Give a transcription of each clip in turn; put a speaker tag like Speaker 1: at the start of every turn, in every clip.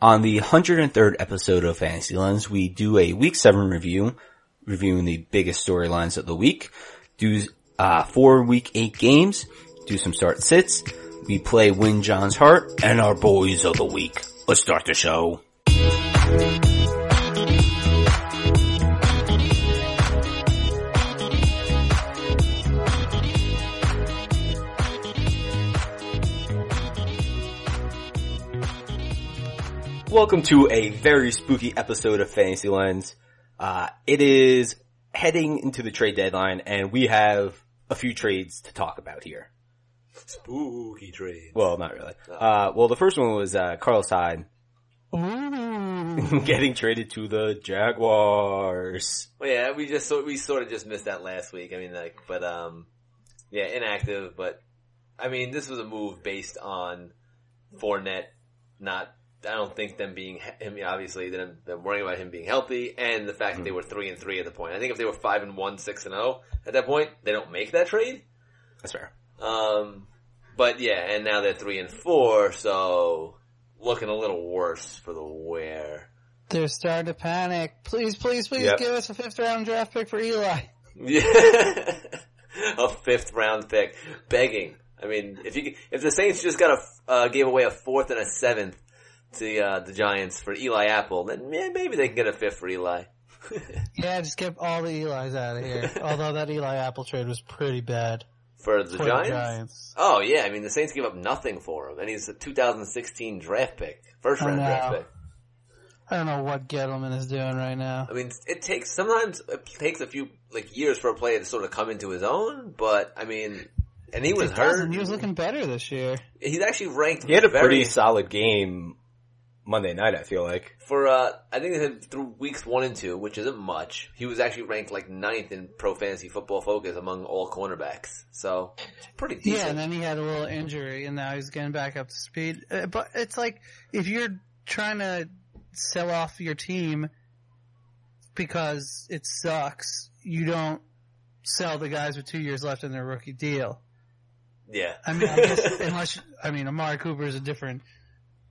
Speaker 1: On the 103rd episode of Fantasy Lens, we do a week seven review, reviewing the biggest storylines of the week, do, uh, four week eight games, do some start sits, we play Win John's Heart, and our boys of the week. Let's start the show. Welcome to a very spooky episode of Fantasy Lens. Uh, it is heading into the trade deadline and we have a few trades to talk about here.
Speaker 2: Spooky trade.
Speaker 1: Well, not really. Uh, well, the first one was, uh, Carlos Hyde
Speaker 2: Mm.
Speaker 1: getting traded to the Jaguars.
Speaker 2: Well, yeah, we just sort we sort of just missed that last week. I mean, like, but um, yeah, inactive. But I mean, this was a move based on Fournette. Not, I don't think them being him. Obviously, them, them worrying about him being healthy, and the fact that they were three and three at the point. I think if they were five and one, six and zero at that point, they don't make that trade.
Speaker 1: That's fair.
Speaker 2: Um, but yeah, and now they're three and four, so looking a little worse for the wear.
Speaker 3: They're starting to panic. Please, please, please
Speaker 1: Yep.
Speaker 3: give us a fifth round draft pick for Eli.
Speaker 2: Yeah, a fifth round pick, begging. I mean, if you if the Saints just got a uh, gave away a fourth and a seventh to uh, the Giants for Eli Apple, then yeah, maybe they can get a fifth for Eli.
Speaker 3: Yeah, just get all the Eli's out of here. Although that Eli Apple trade was pretty bad.
Speaker 2: For the
Speaker 3: for the
Speaker 2: Giants? Oh yeah, I mean the Saints gave up nothing for him, and he's a 2016 draft pick, first
Speaker 3: I
Speaker 2: round
Speaker 3: know.
Speaker 2: draft pick.
Speaker 3: I don't know what Gettleman is doing right now.
Speaker 2: I mean, it takes sometimes it takes a few like years for a player to sort of come into his own, but I mean, and he was
Speaker 3: It doesn't.
Speaker 2: hurt.
Speaker 3: He was looking better this year.
Speaker 2: He's actually ranked.
Speaker 1: He had a
Speaker 2: very
Speaker 1: pretty solid game Monday night, I feel like.
Speaker 2: for uh, I think they said through weeks one and two, which isn't much. He was actually ranked like ninth in Pro Fantasy Football Focus among all cornerbacks, so it's pretty
Speaker 3: Yeah,
Speaker 2: decent.
Speaker 3: and then he had a little injury, and now he's getting back up to speed. Uh, But it's like if you're trying to sell off your team because it sucks, you don't sell the guys with two years left in their rookie deal.
Speaker 2: yeah,
Speaker 3: I mean, I guess unless I mean Amari Cooper is a different.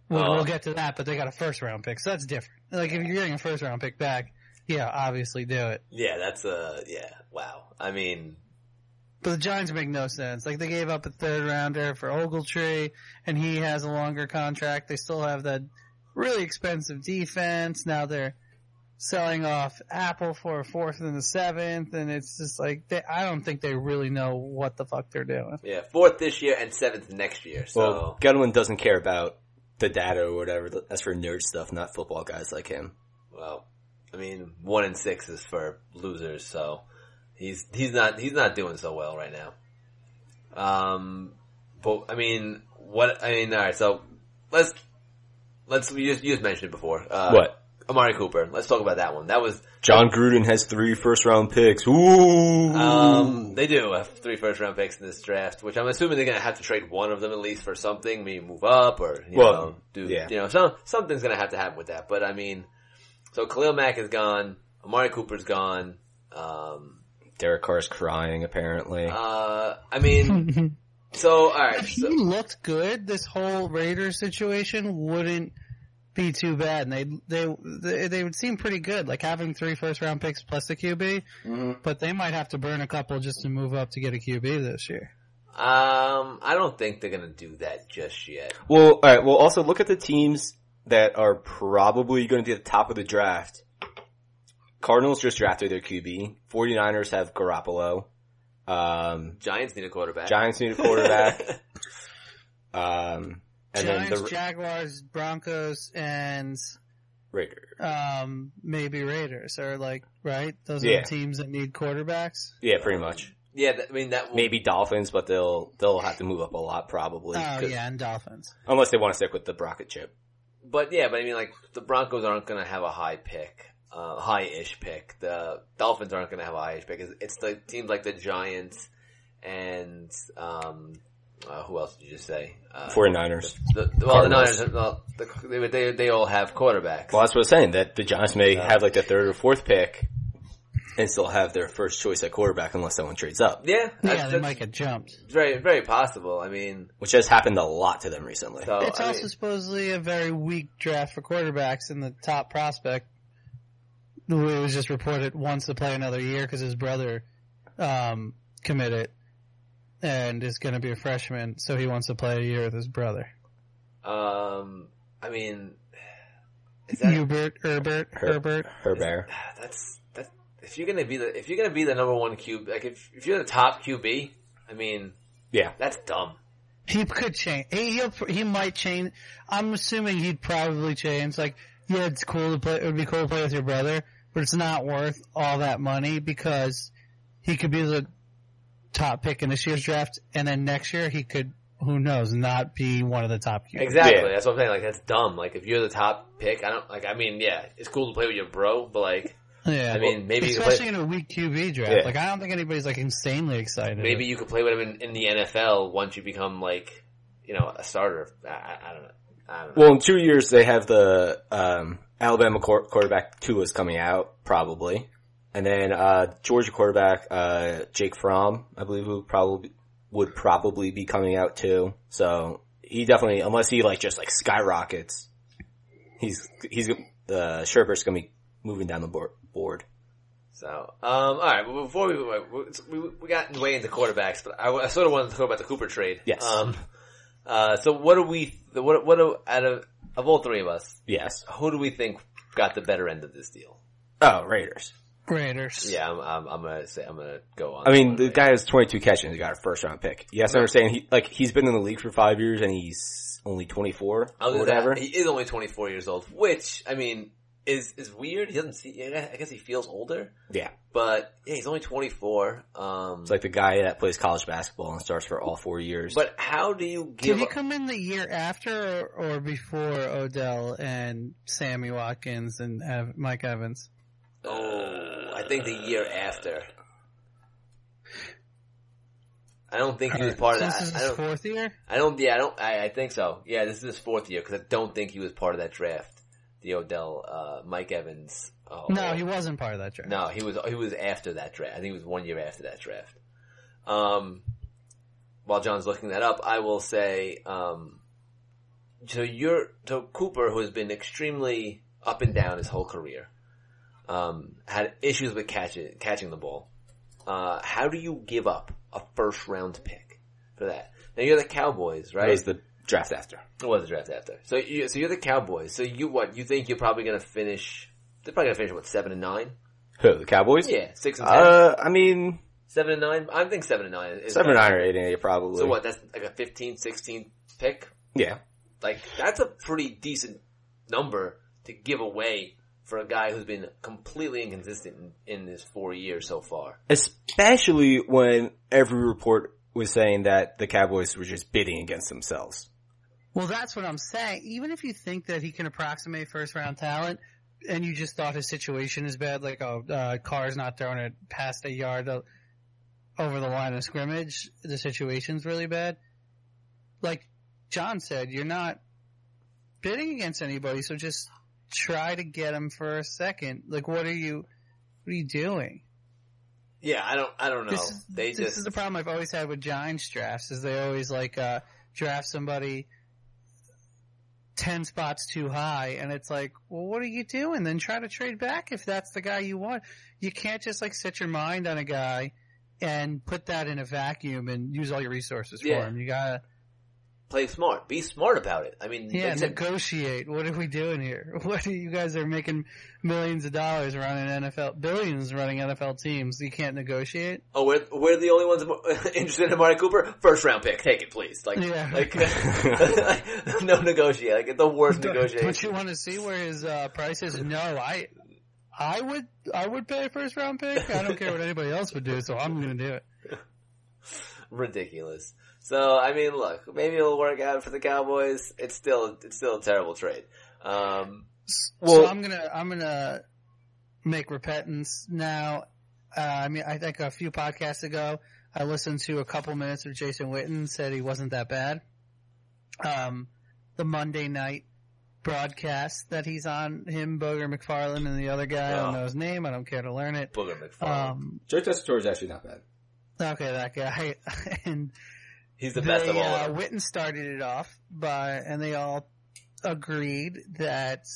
Speaker 3: Well,
Speaker 2: Oh.
Speaker 3: we'll get to that, but they got a first round pick, so that's different. Like if you're getting a first round pick back, yeah, obviously do it.
Speaker 2: yeah, that's uh, yeah, wow. I mean,
Speaker 3: But the Giants make no sense. Like they gave up a third rounder for Ogletree, and he has a longer contract. They still have that really expensive defense. Now they're selling off Apple for a fourth and a seventh, and it's just like they, I don't think they really know what the fuck they're doing.
Speaker 2: yeah, fourth this year and seventh next year. So
Speaker 1: Well, Godwin doesn't care about the data or whatever. That's for nerd stuff, not football guys like him.
Speaker 2: Well, I mean, one and six is for losers, so he's he's not he's not doing so well right now. Um, but I mean, what I mean, all right, so let's let's you just, you just mentioned it before. Uh,
Speaker 1: What?
Speaker 2: Amari Cooper. Let's talk about that one. That was
Speaker 1: John Gruden has three first round picks. Ooh. Hmm.
Speaker 2: um, they do have three first round picks in this draft, which I'm assuming they're gonna have to trade one of them at least for something, maybe move up or you
Speaker 1: Well,
Speaker 2: know, do
Speaker 1: yeah.
Speaker 2: you know, some something's gonna have to happen with that. But I mean so Khalil Mack is gone, Amari Cooper's gone, um
Speaker 1: Derek Carr's crying apparently.
Speaker 2: uh I mean so alright,
Speaker 3: If he
Speaker 2: so
Speaker 3: looked good, this whole Raiders situation wouldn't be too bad, and they they they, they would seem pretty good. Like having three first round picks plus a QB,
Speaker 2: mm.
Speaker 3: but they might have to burn a couple just to move up to get a QB this year.
Speaker 2: um I don't think they're gonna do that just yet.
Speaker 1: well, alright, well also look at the teams that are probably going to be at the top of the draft. Cardinals just drafted their QB. 49ers have Garoppolo. Um,
Speaker 2: Giants need a quarterback.
Speaker 1: Giants need a quarterback. um, and then
Speaker 3: Giants,
Speaker 1: the Ra-
Speaker 3: Jaguars, Broncos, and
Speaker 1: Raiders.
Speaker 3: um, maybe Raiders are like right. Those are
Speaker 1: Yeah.
Speaker 3: the teams that need quarterbacks.
Speaker 1: Yeah, pretty much.
Speaker 2: yeah, that, I mean that will,
Speaker 1: Maybe Dolphins, but they'll they'll have to move up a lot probably.
Speaker 3: Oh
Speaker 1: 'cause-
Speaker 3: yeah, and Dolphins.
Speaker 1: Unless they want to stick with the Brockett chip.
Speaker 2: But yeah, but I mean, like the Broncos aren't going to have a high pick, uh, high-ish pick. The Dolphins aren't going to have a high-ish pick. It's, it's the teams like the Giants and um, uh, who else did you just say? Uh,
Speaker 1: 49ers.
Speaker 2: the, well, the
Speaker 1: Cardinals.
Speaker 2: Niners. Well, the, they, they all have quarterbacks.
Speaker 1: Well, that's what I was saying, that the Giants may have like the third or fourth pick and still have their first choice at quarterback unless someone trades up,
Speaker 2: Yeah, that's,
Speaker 3: Yeah, they
Speaker 2: that's
Speaker 3: might get jumped.
Speaker 2: very very possible. I mean,
Speaker 1: which has happened a lot to them recently.
Speaker 2: so
Speaker 3: it's
Speaker 2: I
Speaker 3: also
Speaker 2: mean,
Speaker 3: supposedly a very weak draft for quarterbacks, and the top prospect, the way it was just reported, wants to play another year because his brother um, committed and is going to be a freshman, so he wants to play a year with his brother.
Speaker 2: um, I mean, is that
Speaker 3: Hubert, Herbert,
Speaker 1: Her-
Speaker 3: Herbert.
Speaker 1: Herbert.
Speaker 2: that's that? If you're gonna be the if you're gonna be the number one QB, like if if you're the top QB, I mean,
Speaker 1: Yeah.
Speaker 2: that's dumb.
Speaker 3: He could change. He he'll, he might change. I'm assuming he'd probably change. Like, yeah, it's cool to play. It would be cool to play with your brother, but it's not worth all that money because he could be the top pick in this year's draft, and then next year he could, who knows, not be one of the top. QBs.
Speaker 2: Exactly.
Speaker 1: Yeah.
Speaker 2: That's what I'm saying. Like that's dumb. Like if you're the top pick, I don't like. I mean, yeah, it's cool to play with your bro, but like
Speaker 3: Yeah.
Speaker 2: I mean, maybe you could play-
Speaker 3: especially in a weak QB draft.
Speaker 1: Yeah.
Speaker 3: Like, I don't think anybody's like insanely excited.
Speaker 2: maybe you could play with him in, in the NFL once you become like you know a starter. I, I, I don't know. I don't know.
Speaker 1: Well, in two years they have the um, Alabama quar- quarterback Tua's coming out probably, and then uh, Georgia quarterback uh, Jake Fromm, I believe, who probably would probably be coming out too. So he definitely, unless he like just like skyrockets, he's he's the uh, Sherper's gonna be moving down the board. board.
Speaker 2: So, um, all right. Well, before we we, we got way into quarterbacks, but I, I sort of wanted to talk about the Cooper trade.
Speaker 1: Yes.
Speaker 2: Um. Uh. So, what do we? What? What do out of of all three of us?
Speaker 1: Yes.
Speaker 2: Who do we think got the better end of this deal?
Speaker 1: Oh, Raiders.
Speaker 3: Raiders.
Speaker 2: Yeah, I'm. I'm, I'm gonna say. I'm gonna go on.
Speaker 1: I mean,
Speaker 2: that one,
Speaker 1: the guy has 22 catches. He got a first round pick. Yes, I understand. He like he's been in the league for five years and he's only 24
Speaker 2: I was
Speaker 1: or
Speaker 2: gonna say,
Speaker 1: whatever.
Speaker 2: He is only 24 years old, which I mean is is weird. He doesn't see. I guess he feels older,
Speaker 1: yeah.
Speaker 2: but yeah, he's only 24. Um,
Speaker 1: It's like the guy that plays college basketball and starts for all four years.
Speaker 2: but how do you
Speaker 3: Did
Speaker 2: give?
Speaker 3: he
Speaker 2: up
Speaker 3: come in the year after or, or before Odell and Sammy Watkins and Ev- Mike Evans?
Speaker 2: oh, I think the year after. I don't think he was part of
Speaker 3: So
Speaker 2: that.
Speaker 3: this is
Speaker 2: I
Speaker 3: his
Speaker 2: don't.
Speaker 3: fourth year.
Speaker 2: I don't. Yeah, I don't. I, I think so. Yeah, this is his fourth year because I don't think he was part of that draft. The Odell, uh, Mike Evans. Oh,
Speaker 3: No, he wasn't part of that draft.
Speaker 2: No, he was he was after that draft. I think it was one year after that draft. Um, while John's looking that up, I will say um, to your to Cooper, who has been extremely up and down his whole career, um, had issues with catching catching the ball. Uh, how do you give up a first round pick for that? Now you're the Cowboys, right?
Speaker 1: that was the draft after.
Speaker 2: It was the draft after. So you, so you're the Cowboys. So you what? You think you're probably going to finish? They're probably going to finish what seven and nine?
Speaker 1: Who? The Cowboys?
Speaker 2: Yeah, six and ten.
Speaker 1: Uh, I mean,
Speaker 2: Seven and nine? I think seven and nine. Is
Speaker 1: seven,
Speaker 2: better.
Speaker 1: nine, or eight, and eight, probably.
Speaker 2: So what, that's like a 15, 16 pick?
Speaker 1: Yeah.
Speaker 2: Like, that's a pretty decent number to give away for a guy who's been completely inconsistent in, in his four years so far.
Speaker 1: Especially when every report was saying that the Cowboys were just bidding against themselves.
Speaker 3: Well, that's what I'm saying. Even if you think that he can approximate first round talent, and you just thought his situation is bad, like oh, uh, Carr's not throwing it past a yard o- over the line of scrimmage, the situation's really bad. Like John said, you're not bidding against anybody, so just try to get him for a second. Like, what are you? What are you doing?
Speaker 2: Yeah, I don't, I don't know.
Speaker 3: This is,
Speaker 2: they
Speaker 3: this
Speaker 2: just,
Speaker 3: is the problem I've always had with Giants drafts is they always like uh, draft somebody ten spots too high, and it's like, well, what are you doing? Then try to trade back if that's the guy you want. You can't just like set your mind on a guy and put that in a vacuum and use all your resources
Speaker 2: Yeah.
Speaker 3: for him. You gotta
Speaker 2: play smart. Be smart about it. I mean,
Speaker 3: yeah
Speaker 2: like I said,
Speaker 3: negotiate. What are we doing here? What are you guys are making millions of dollars running NFL billions running NFL teams? You can't negotiate.
Speaker 2: oh, we're, we're the only ones mo- interested in Amari Cooper? First round pick. Take it, please. Like,
Speaker 3: Yeah.
Speaker 2: like, no negotiate. Like, it's the worst
Speaker 3: Don't-
Speaker 2: negotiation.
Speaker 3: Don't you want to see where his uh, price is? No, I, I would, I would pay a first round pick. I don't care what anybody else would do, so I'm going to do it.
Speaker 2: ridiculous. So I mean, look, maybe it'll work out for the Cowboys. It's still it's still a terrible trade. Um,
Speaker 3: so
Speaker 1: Well-
Speaker 3: I'm gonna, I'm gonna make repentance now. Uh, I mean, I think a few podcasts ago, I listened to a couple minutes of Jason Witten said he wasn't that bad. Um, the Monday night broadcast that he's on. Him, Boger McFarland, and the other guy. I don't
Speaker 2: Oh.
Speaker 3: know his name. I don't care to learn it.
Speaker 2: Booger McFarlane.
Speaker 3: Um,
Speaker 4: Joe Tessitore is actually not bad.
Speaker 3: okay, that guy. and
Speaker 2: He's the best
Speaker 3: they,
Speaker 2: of all.
Speaker 3: uh,
Speaker 2: of them.
Speaker 3: Witten started it off by, and they all agreed that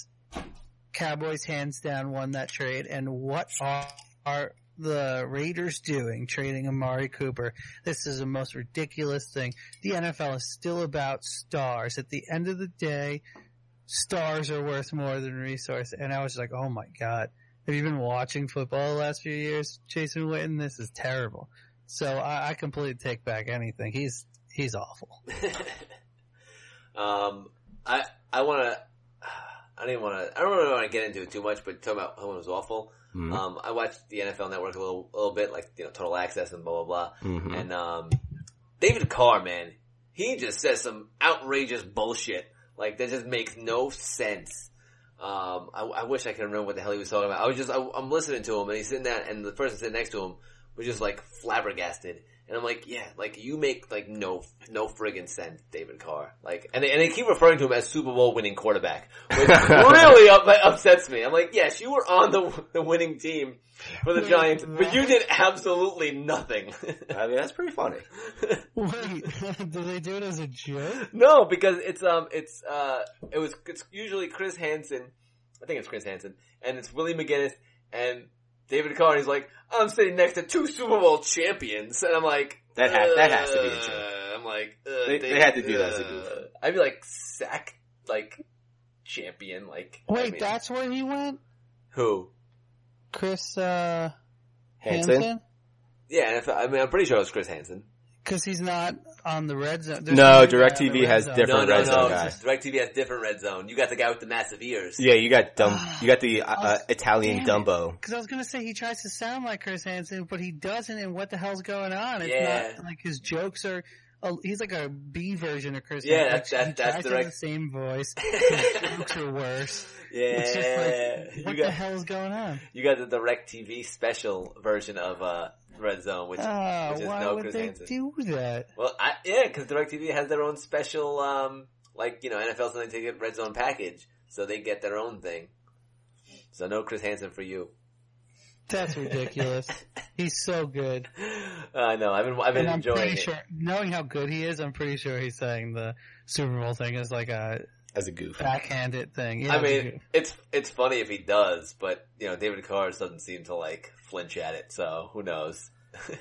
Speaker 3: Cowboys hands down won that trade. And what are, are the Raiders doing trading Amari Cooper? This is the most ridiculous thing. The NFL is still about stars. At the end of the day, stars are worth more than resource. And I was like, oh my god. Have you been watching football the last few years, Jason Witten? This is terrible. So I, I completely take back anything. He's he's awful.
Speaker 2: Um, I I want to. I didn't want to. I don't really want to get into it too much, but talking about who was awful.
Speaker 1: Mm-hmm.
Speaker 4: Mhm.
Speaker 2: Um, I watched the NFL Network a little, little bit, like you know, Total Access and blah blah blah.
Speaker 4: Mhm.
Speaker 1: Mm-hmm.
Speaker 2: And um, David Carr, man, he just says some outrageous bullshit. Like that just makes no sense. Um, I, I wish I could remember what the hell he was talking about. I was just, I, I'm listening to him and he's sitting there and the person sitting next to him was just like flabbergasted. And I'm like, yeah, like you make like no, no friggin' sense, David Carr. Like, and they, and they keep referring to him as Super Bowl winning quarterback, which really up, upsets me. I'm like, yes, you were on the, the winning team for the
Speaker 3: Wait,
Speaker 2: Giants, but you
Speaker 3: what?
Speaker 2: did absolutely nothing.
Speaker 4: I mean, that's pretty funny.
Speaker 3: Wait, do they do it as a joke?
Speaker 2: No, because it's um it's uh it was it's usually Chris Hansen, I think it's Chris Hansen, and it's Willie McGinnis and David Carr. And he's like, I'm sitting next to two Super Bowl champions, and I'm like,
Speaker 4: That ha- that has to be a
Speaker 2: "Ugh."
Speaker 4: joke.
Speaker 2: I'm like, "Ugh,
Speaker 4: They- they
Speaker 2: David,
Speaker 4: had to do that as a
Speaker 2: ugh."
Speaker 4: goof.
Speaker 2: I'd be like, sack like champion, like I
Speaker 3: Wait,
Speaker 2: mean,
Speaker 3: that's where he went,
Speaker 2: who?
Speaker 3: Chris uh,
Speaker 4: Hanson?
Speaker 3: Hansen,
Speaker 2: Yeah, and if, I mean, I'm pretty sure it was Chris Hansen.
Speaker 3: because he's not on the red zone. There's
Speaker 4: No,
Speaker 3: guy on the
Speaker 4: DirecTV
Speaker 3: red
Speaker 4: has
Speaker 3: zone.
Speaker 4: different
Speaker 2: no, no,
Speaker 4: red
Speaker 2: no.
Speaker 4: zone guy.
Speaker 2: DirecTV has different red zone. You got the guy with the massive ears.
Speaker 4: Yeah, you got dumb. You got the uh, uh, Italian
Speaker 3: Damn it.
Speaker 4: Dumbo.
Speaker 3: Because I was gonna say he tries to sound like Chris Hansen, but he doesn't. And what the hell's going on? It's
Speaker 2: Yeah.
Speaker 3: not like his jokes are. A, he's like a B version of Chris.
Speaker 2: Yeah,
Speaker 3: Hansen.
Speaker 2: that's-
Speaker 3: Like, he
Speaker 2: that's- that's
Speaker 3: tries to
Speaker 2: direct-
Speaker 3: have the same voice. jokes are worse.
Speaker 2: yeah.
Speaker 3: It's just like,
Speaker 2: You
Speaker 3: what
Speaker 2: got-
Speaker 3: the hell's going on?
Speaker 2: You got the direct TV special version of uh, Red Zone, which
Speaker 3: Oh,
Speaker 2: which is
Speaker 3: why
Speaker 2: no
Speaker 3: would
Speaker 2: Chris
Speaker 3: they
Speaker 2: Hansen.
Speaker 3: do that?
Speaker 2: well, I, yeah, because DirecTV has their own special, um, like you know, NFL Sunday Ticket Red Zone package, so they get their own thing. So no Chris Hansen for you.
Speaker 3: That's ridiculous. He's so good.
Speaker 2: I know. I've been I've been
Speaker 3: And I'm
Speaker 2: enjoying
Speaker 3: pretty
Speaker 2: it.
Speaker 3: sure, knowing how good he is, I'm pretty sure he's saying the Super Bowl thing is like a
Speaker 4: As a goof.
Speaker 3: backhanded thing. Yeah,
Speaker 2: I mean, it's it's funny if he does, but you know, David Carr doesn't seem to like flinch at it. So who knows?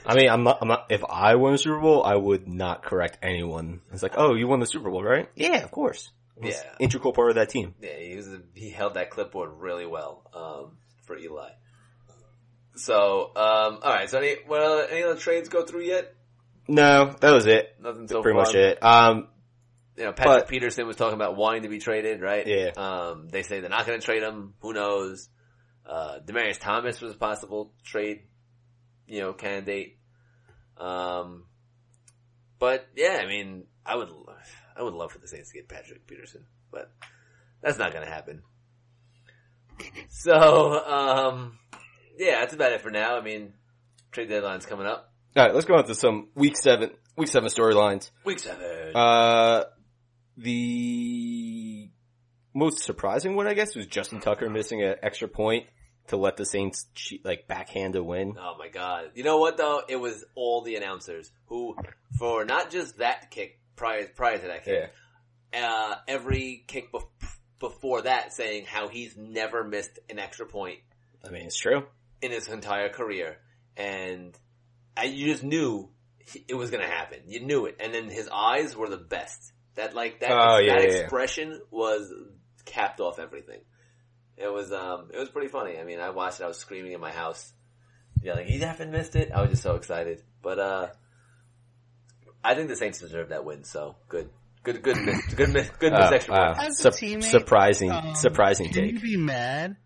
Speaker 4: I mean, I'm not, I'm not, if I won the Super Bowl, I would not correct anyone. It's like, oh, you won the Super Bowl, right? Yeah, of course. I was
Speaker 2: Yeah.
Speaker 4: Integral part of that team.
Speaker 2: Yeah, he was he held that clipboard really well um, for Eli. So, um, all right. So, any what other, any other trades go through yet?
Speaker 4: No, that was it.
Speaker 2: Nothing so
Speaker 4: Pretty
Speaker 2: far.
Speaker 4: much it. Um,
Speaker 2: You know, Patrick
Speaker 4: But-
Speaker 2: Peterson was talking about wanting to be traded, right?
Speaker 4: Yeah.
Speaker 2: Um, they say they're not going to trade him. Who knows? Uh, Demarius Thomas was a possible trade, you know, candidate. Um, but yeah, I mean, I would, I would love for the Saints to get Patrick Peterson, but that's not going to happen. So, um, yeah, that's about it for now. I mean, trade deadline's coming up.
Speaker 4: all right, let's go on to some week seven, week seven storylines.
Speaker 2: Week seven.
Speaker 4: Uh, the most surprising one, I guess, was Justin Tucker missing an extra point to let the Saints cheat, like backhand a win.
Speaker 2: Oh my god. You know what though? It was all the announcers who, for not just that kick prior, prior to that kick, uh, every kick bef- before that saying how he's never missed an extra point
Speaker 4: I mean, it's true.
Speaker 2: in his entire career. And I, you just knew he- it was gonna happen. You knew it. And then his eyes were the best. That like, that,
Speaker 4: Oh, yeah,
Speaker 2: that
Speaker 4: yeah, yeah.
Speaker 2: expression was capped off everything. It was, um, it was pretty funny. I mean, I watched it, I was screaming in my house. Yeah, like, he definitely missed it. I was just so excited. But, uh, I think the Saints deserve that win, so good. Good, good miss, good miss, good miss
Speaker 4: Uh,
Speaker 2: extra
Speaker 4: wow.
Speaker 2: point.
Speaker 3: As a
Speaker 4: Sup-
Speaker 3: teammate,
Speaker 4: surprising,
Speaker 3: um,
Speaker 4: surprising
Speaker 3: can you
Speaker 4: take.
Speaker 3: be mad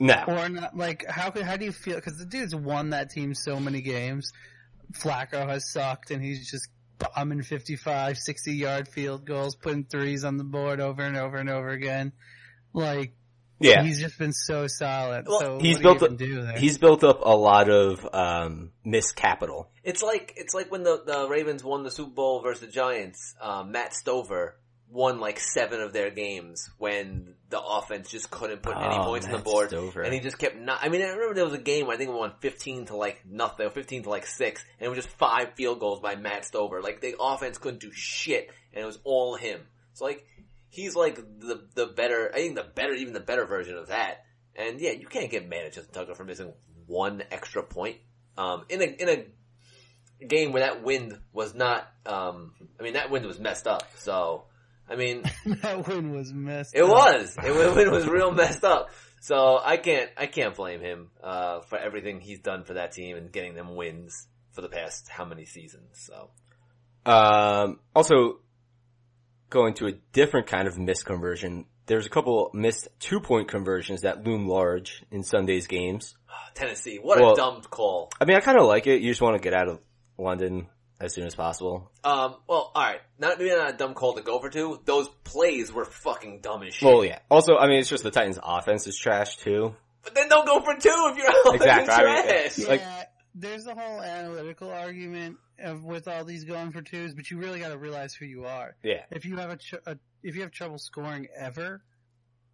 Speaker 4: No.
Speaker 3: or not? Like, how could how do you feel? Because the dude's won that team so many games. Flacco has sucked, and he's just bombing 55, 60 yard field goals, putting threes on the board over and over and over again. Like,
Speaker 4: Yeah.
Speaker 3: He's just been so solid.
Speaker 2: Well,
Speaker 4: he's
Speaker 3: so what do you
Speaker 4: built
Speaker 3: even do there?
Speaker 4: He's built up a lot of, um, missed capital.
Speaker 2: It's like it's like when the, the Ravens won the Super Bowl versus the Giants. Um, Matt Stover won like seven of their games when the offense just couldn't put any
Speaker 4: Oh,
Speaker 2: points on the
Speaker 4: that's
Speaker 2: board.
Speaker 4: over.
Speaker 2: And he just kept not, I mean, I remember there was a game where I think we won 15 to like nothing, 15 to like six, and it was just five field goals by Matt Stover. Like the offense couldn't do shit, and it was all him. So like, he's like the, the better, I think the better, even the better version of that. And yeah, you can't get mad at Justin Tucker for missing one extra point. Um, in a, in a game where that wind was not. Um, I mean, that wind was messed up. So, I mean,
Speaker 3: that win was messed.
Speaker 2: it
Speaker 3: up.
Speaker 2: was. It, wa- it was real messed up. So I can't. I can't blame him uh, for everything he's done for that team and getting them wins for the past how many seasons. So
Speaker 4: Um, also, going to a different kind of missed conversion, there's a couple missed two point conversions that loom large in Sunday's games.
Speaker 2: Uh, Tennessee, what
Speaker 4: Well-
Speaker 2: a dumb call.
Speaker 4: I mean, I kind of like it. You just want to get out of London as soon as possible.
Speaker 2: Um, well, all right, not maybe not a dumb call to go for two. Those plays were fucking dumb as shit.
Speaker 4: Well, yeah. Also, I mean, it's just the Titans' offense is trash too.
Speaker 2: but then don't go for two if you're out
Speaker 4: Exactly, I mean,
Speaker 2: trash.
Speaker 4: yeah.
Speaker 3: Yeah,
Speaker 4: Like-
Speaker 3: there's the whole analytical argument of with all these going for twos, but you really got to realize who you are.
Speaker 4: Yeah,
Speaker 3: If you have a, tr- a if you have trouble scoring ever,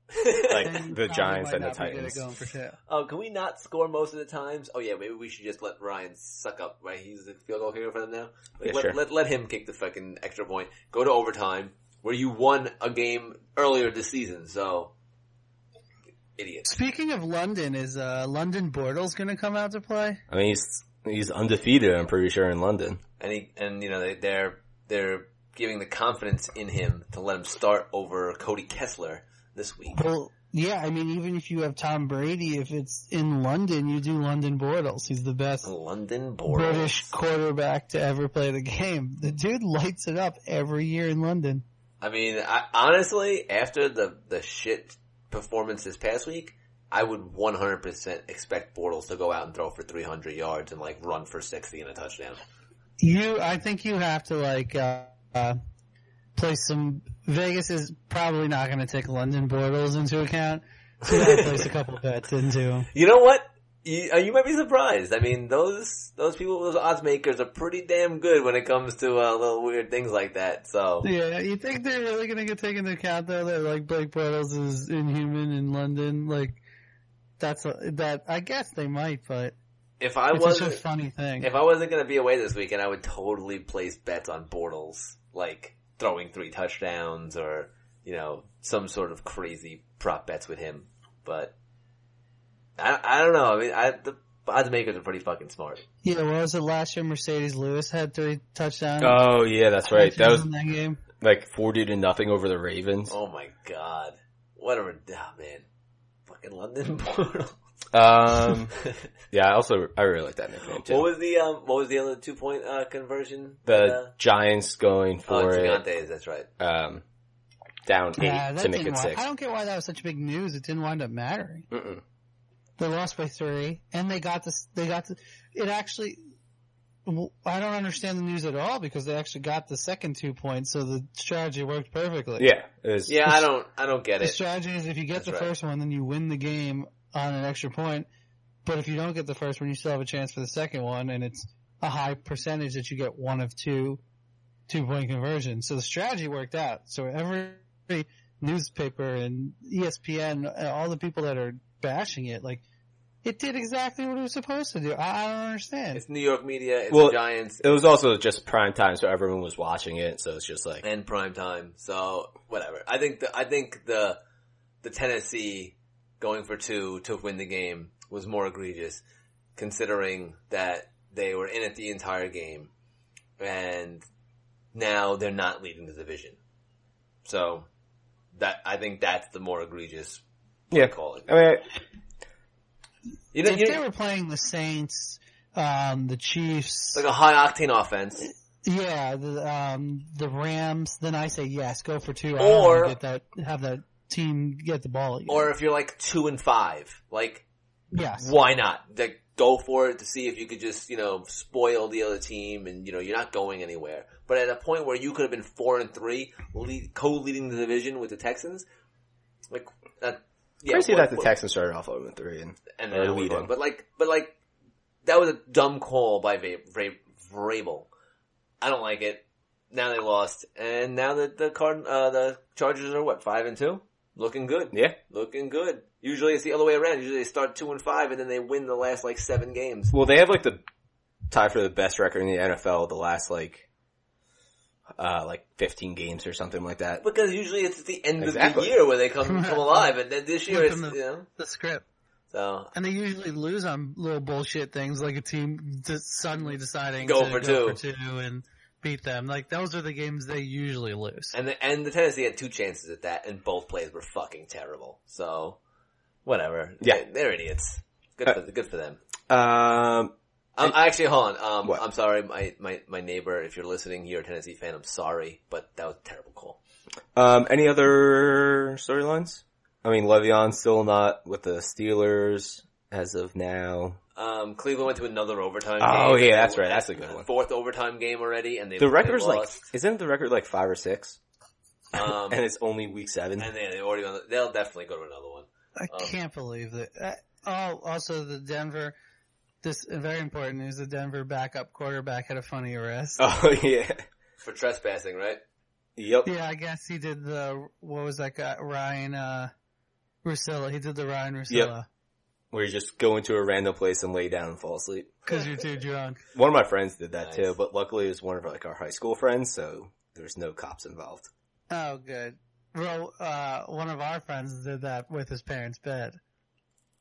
Speaker 4: Like,
Speaker 3: then
Speaker 4: the
Speaker 3: you probably
Speaker 4: Giants
Speaker 3: might
Speaker 4: and the
Speaker 3: not be good at
Speaker 4: Titans.
Speaker 3: going for two.
Speaker 2: Oh, can we not score most of the times? Oh yeah, maybe we should just let Ryan suck up. Right, he's the field goal kicker for them now. Like,
Speaker 4: Yeah,
Speaker 2: let,
Speaker 4: sure.
Speaker 2: let let him kick the fucking extra point. Go to overtime where you won a game earlier this season. So, idiots.
Speaker 3: Speaking of London, is uh, London Bortles going to come out to play?
Speaker 4: I mean, he's he's undefeated. I'm pretty sure in London.
Speaker 2: And he, and you know they, they're they're giving the confidence in him to let him start over Cody Kessler this week.
Speaker 3: Well, yeah, I mean, even if you have Tom Brady, if it's in London, you do London Bortles. He's the best
Speaker 2: London Bortles.
Speaker 3: British quarterback to ever play the game. The dude lights it up every year in London.
Speaker 2: I mean, I, honestly, after the, the shit performance this past week, I would 100% expect Bortles to go out and throw for 300 yards and like run for 60 and a touchdown.
Speaker 3: You, I think you have to like uh, uh, play some. Vegas is probably not going to take London Bortles into account, so you have to place a couple bets into.
Speaker 2: You know what? You, uh, you might be surprised. I mean, those, those people, those odds makers are pretty damn good when it comes to, uh, little weird things like that. So,
Speaker 3: Yeah, you think they're really going to get taken into account though that like Blake Bortles is inhuman in London? Like that's a, that. I guess they might, but
Speaker 2: if I
Speaker 3: it's such
Speaker 2: was,
Speaker 3: a funny thing.
Speaker 2: if I wasn't gonna be away this weekend, I would totally place bets on Bortles, like throwing three touchdowns or you know some sort of crazy prop bets with him. But I I don't know. I mean, I the odds makers are pretty fucking smart.
Speaker 3: yeah, what was it last year? Mercedes Lewis had three touchdowns.
Speaker 4: Oh yeah, that's right. That was
Speaker 3: in that game.
Speaker 4: like forty to nothing over the Ravens.
Speaker 2: Oh my god, what a rid- ah, man, fucking London Bortles.
Speaker 4: Um, yeah. I also I really like that nickname too.
Speaker 2: What was the um? What was the other two point uh, conversion?
Speaker 4: the
Speaker 2: uh,
Speaker 4: Giants going
Speaker 2: oh,
Speaker 4: for it,
Speaker 2: Gigantes. That's right.
Speaker 4: um, down eight
Speaker 3: Yeah, that
Speaker 4: to make
Speaker 3: didn't
Speaker 4: it
Speaker 3: wi-
Speaker 4: six.
Speaker 3: I don't get why that was such big news. It didn't wind up mattering.
Speaker 4: Mm-mm.
Speaker 3: They lost by three, and they got this. They got the. It actually. w- I don't understand the news at all because they actually got the second two points, so the strategy worked perfectly.
Speaker 4: Yeah, it was,
Speaker 2: Yeah, I don't. I don't get
Speaker 3: The
Speaker 2: it.
Speaker 3: strategy is if you get
Speaker 2: That's
Speaker 3: the
Speaker 2: right.
Speaker 3: first one, then you win the game on an extra point. But if you don't get the first one, you still have a chance for the second one, and it's a high percentage that you get one of two two point conversions. So the strategy worked out. So every newspaper and ESPN, uh, all the people that are bashing it, like it did exactly what it was supposed to do. I, I don't understand.
Speaker 2: It's New York media. It's
Speaker 4: Well-
Speaker 2: the Giants.
Speaker 4: It was also just prime time, so everyone was watching it. So it's just like,
Speaker 2: and prime time. So whatever. I think the I think the the Tennessee going for two to win the game was more egregious, considering that they were in it the entire game, and now they're not leading the division. So that I think that's the more egregious
Speaker 4: yeah.
Speaker 2: calling.
Speaker 4: I mean,
Speaker 2: You know,
Speaker 3: if
Speaker 2: you
Speaker 3: they were playing the Saints, um, the Chiefs,
Speaker 2: it's like a high octane offense.
Speaker 3: Yeah, the um, the Rams. Then I say yes, go for two. I
Speaker 2: Or-
Speaker 3: or get that, have that team get the ball. Again.
Speaker 2: Or if you're like two and five, like
Speaker 3: yes,
Speaker 2: why not? Like, go for it to see if you could just, you know, spoil the other team and, you know, you're not going anywhere. But at a point where you could have been four and three, lead, co-leading the division with the Texans, like, that, yeah.
Speaker 4: crazy
Speaker 2: what-
Speaker 4: that the
Speaker 2: what-
Speaker 4: Texans started off 0 3 and
Speaker 2: and
Speaker 4: Or
Speaker 2: then we
Speaker 4: leading.
Speaker 2: won. But like, but like, that was a dumb call by Va- Va- Vrabel. I don't like it. Now they lost, and now that the card, uh, the Chargers are what five and two, looking good,
Speaker 4: Yeah.
Speaker 2: looking good. Usually it's the other way around. Usually they start two and five, and then they win the last like seven games.
Speaker 1: Well, they have like the tie for the best record in the NFL the last like uh like 15 games or something like that.
Speaker 2: Because usually it's at the end of
Speaker 1: Exactly.
Speaker 2: the year where they come come alive, and then this year
Speaker 3: Flip
Speaker 2: it's
Speaker 3: them the-
Speaker 2: you know
Speaker 3: the script.
Speaker 2: so
Speaker 3: And they usually lose on little bullshit things like a team just suddenly deciding
Speaker 2: Go
Speaker 3: to
Speaker 2: for
Speaker 3: go
Speaker 2: two.
Speaker 3: for two and beat them. Like those are the games they usually lose.
Speaker 2: and the, and the Tennessee had two chances at that, and both plays were fucking terrible. So whatever,
Speaker 1: Yeah. Uh,
Speaker 2: they, are idiots. Good for good for them.
Speaker 1: Um
Speaker 2: Um, actually, hold on. Um,
Speaker 1: What?
Speaker 2: I'm sorry, my, my, my neighbor, if you're listening, you're a Tennessee fan, I'm sorry, but that was a terrible call.
Speaker 1: um any other storylines? I mean, Le'Veon's still not with the Steelers as of now.
Speaker 2: Um, Cleveland went to another overtime
Speaker 1: Oh,
Speaker 2: game.
Speaker 1: yeah, that's right. That's a good one.
Speaker 2: Fourth overtime game already, and they
Speaker 1: The
Speaker 2: they
Speaker 1: record's like
Speaker 2: lost.
Speaker 1: isn't the record like 5 or 6
Speaker 2: um,
Speaker 1: and it's only week 7?
Speaker 2: and they, they already, on the- they'll definitely go to another one.
Speaker 3: I
Speaker 2: Um,
Speaker 3: can't believe that. Uh, oh, also the Denver. This uh, very important news: the Denver backup quarterback had a funny arrest.
Speaker 1: Oh yeah.
Speaker 2: For trespassing, right?
Speaker 1: Yep.
Speaker 3: Yeah, I guess he did the what was that guy Ryan uh, Rusilla? He did the Ryan Rusilla
Speaker 1: Where you just go into a random place and lay down and fall asleep.
Speaker 3: because you're too drunk.
Speaker 1: One of my friends did that
Speaker 2: Nice.
Speaker 1: too, but luckily it was one of like our high school friends, so there's no cops involved.
Speaker 3: Oh, good. Well, uh, one of our friends did that with his parents' bed.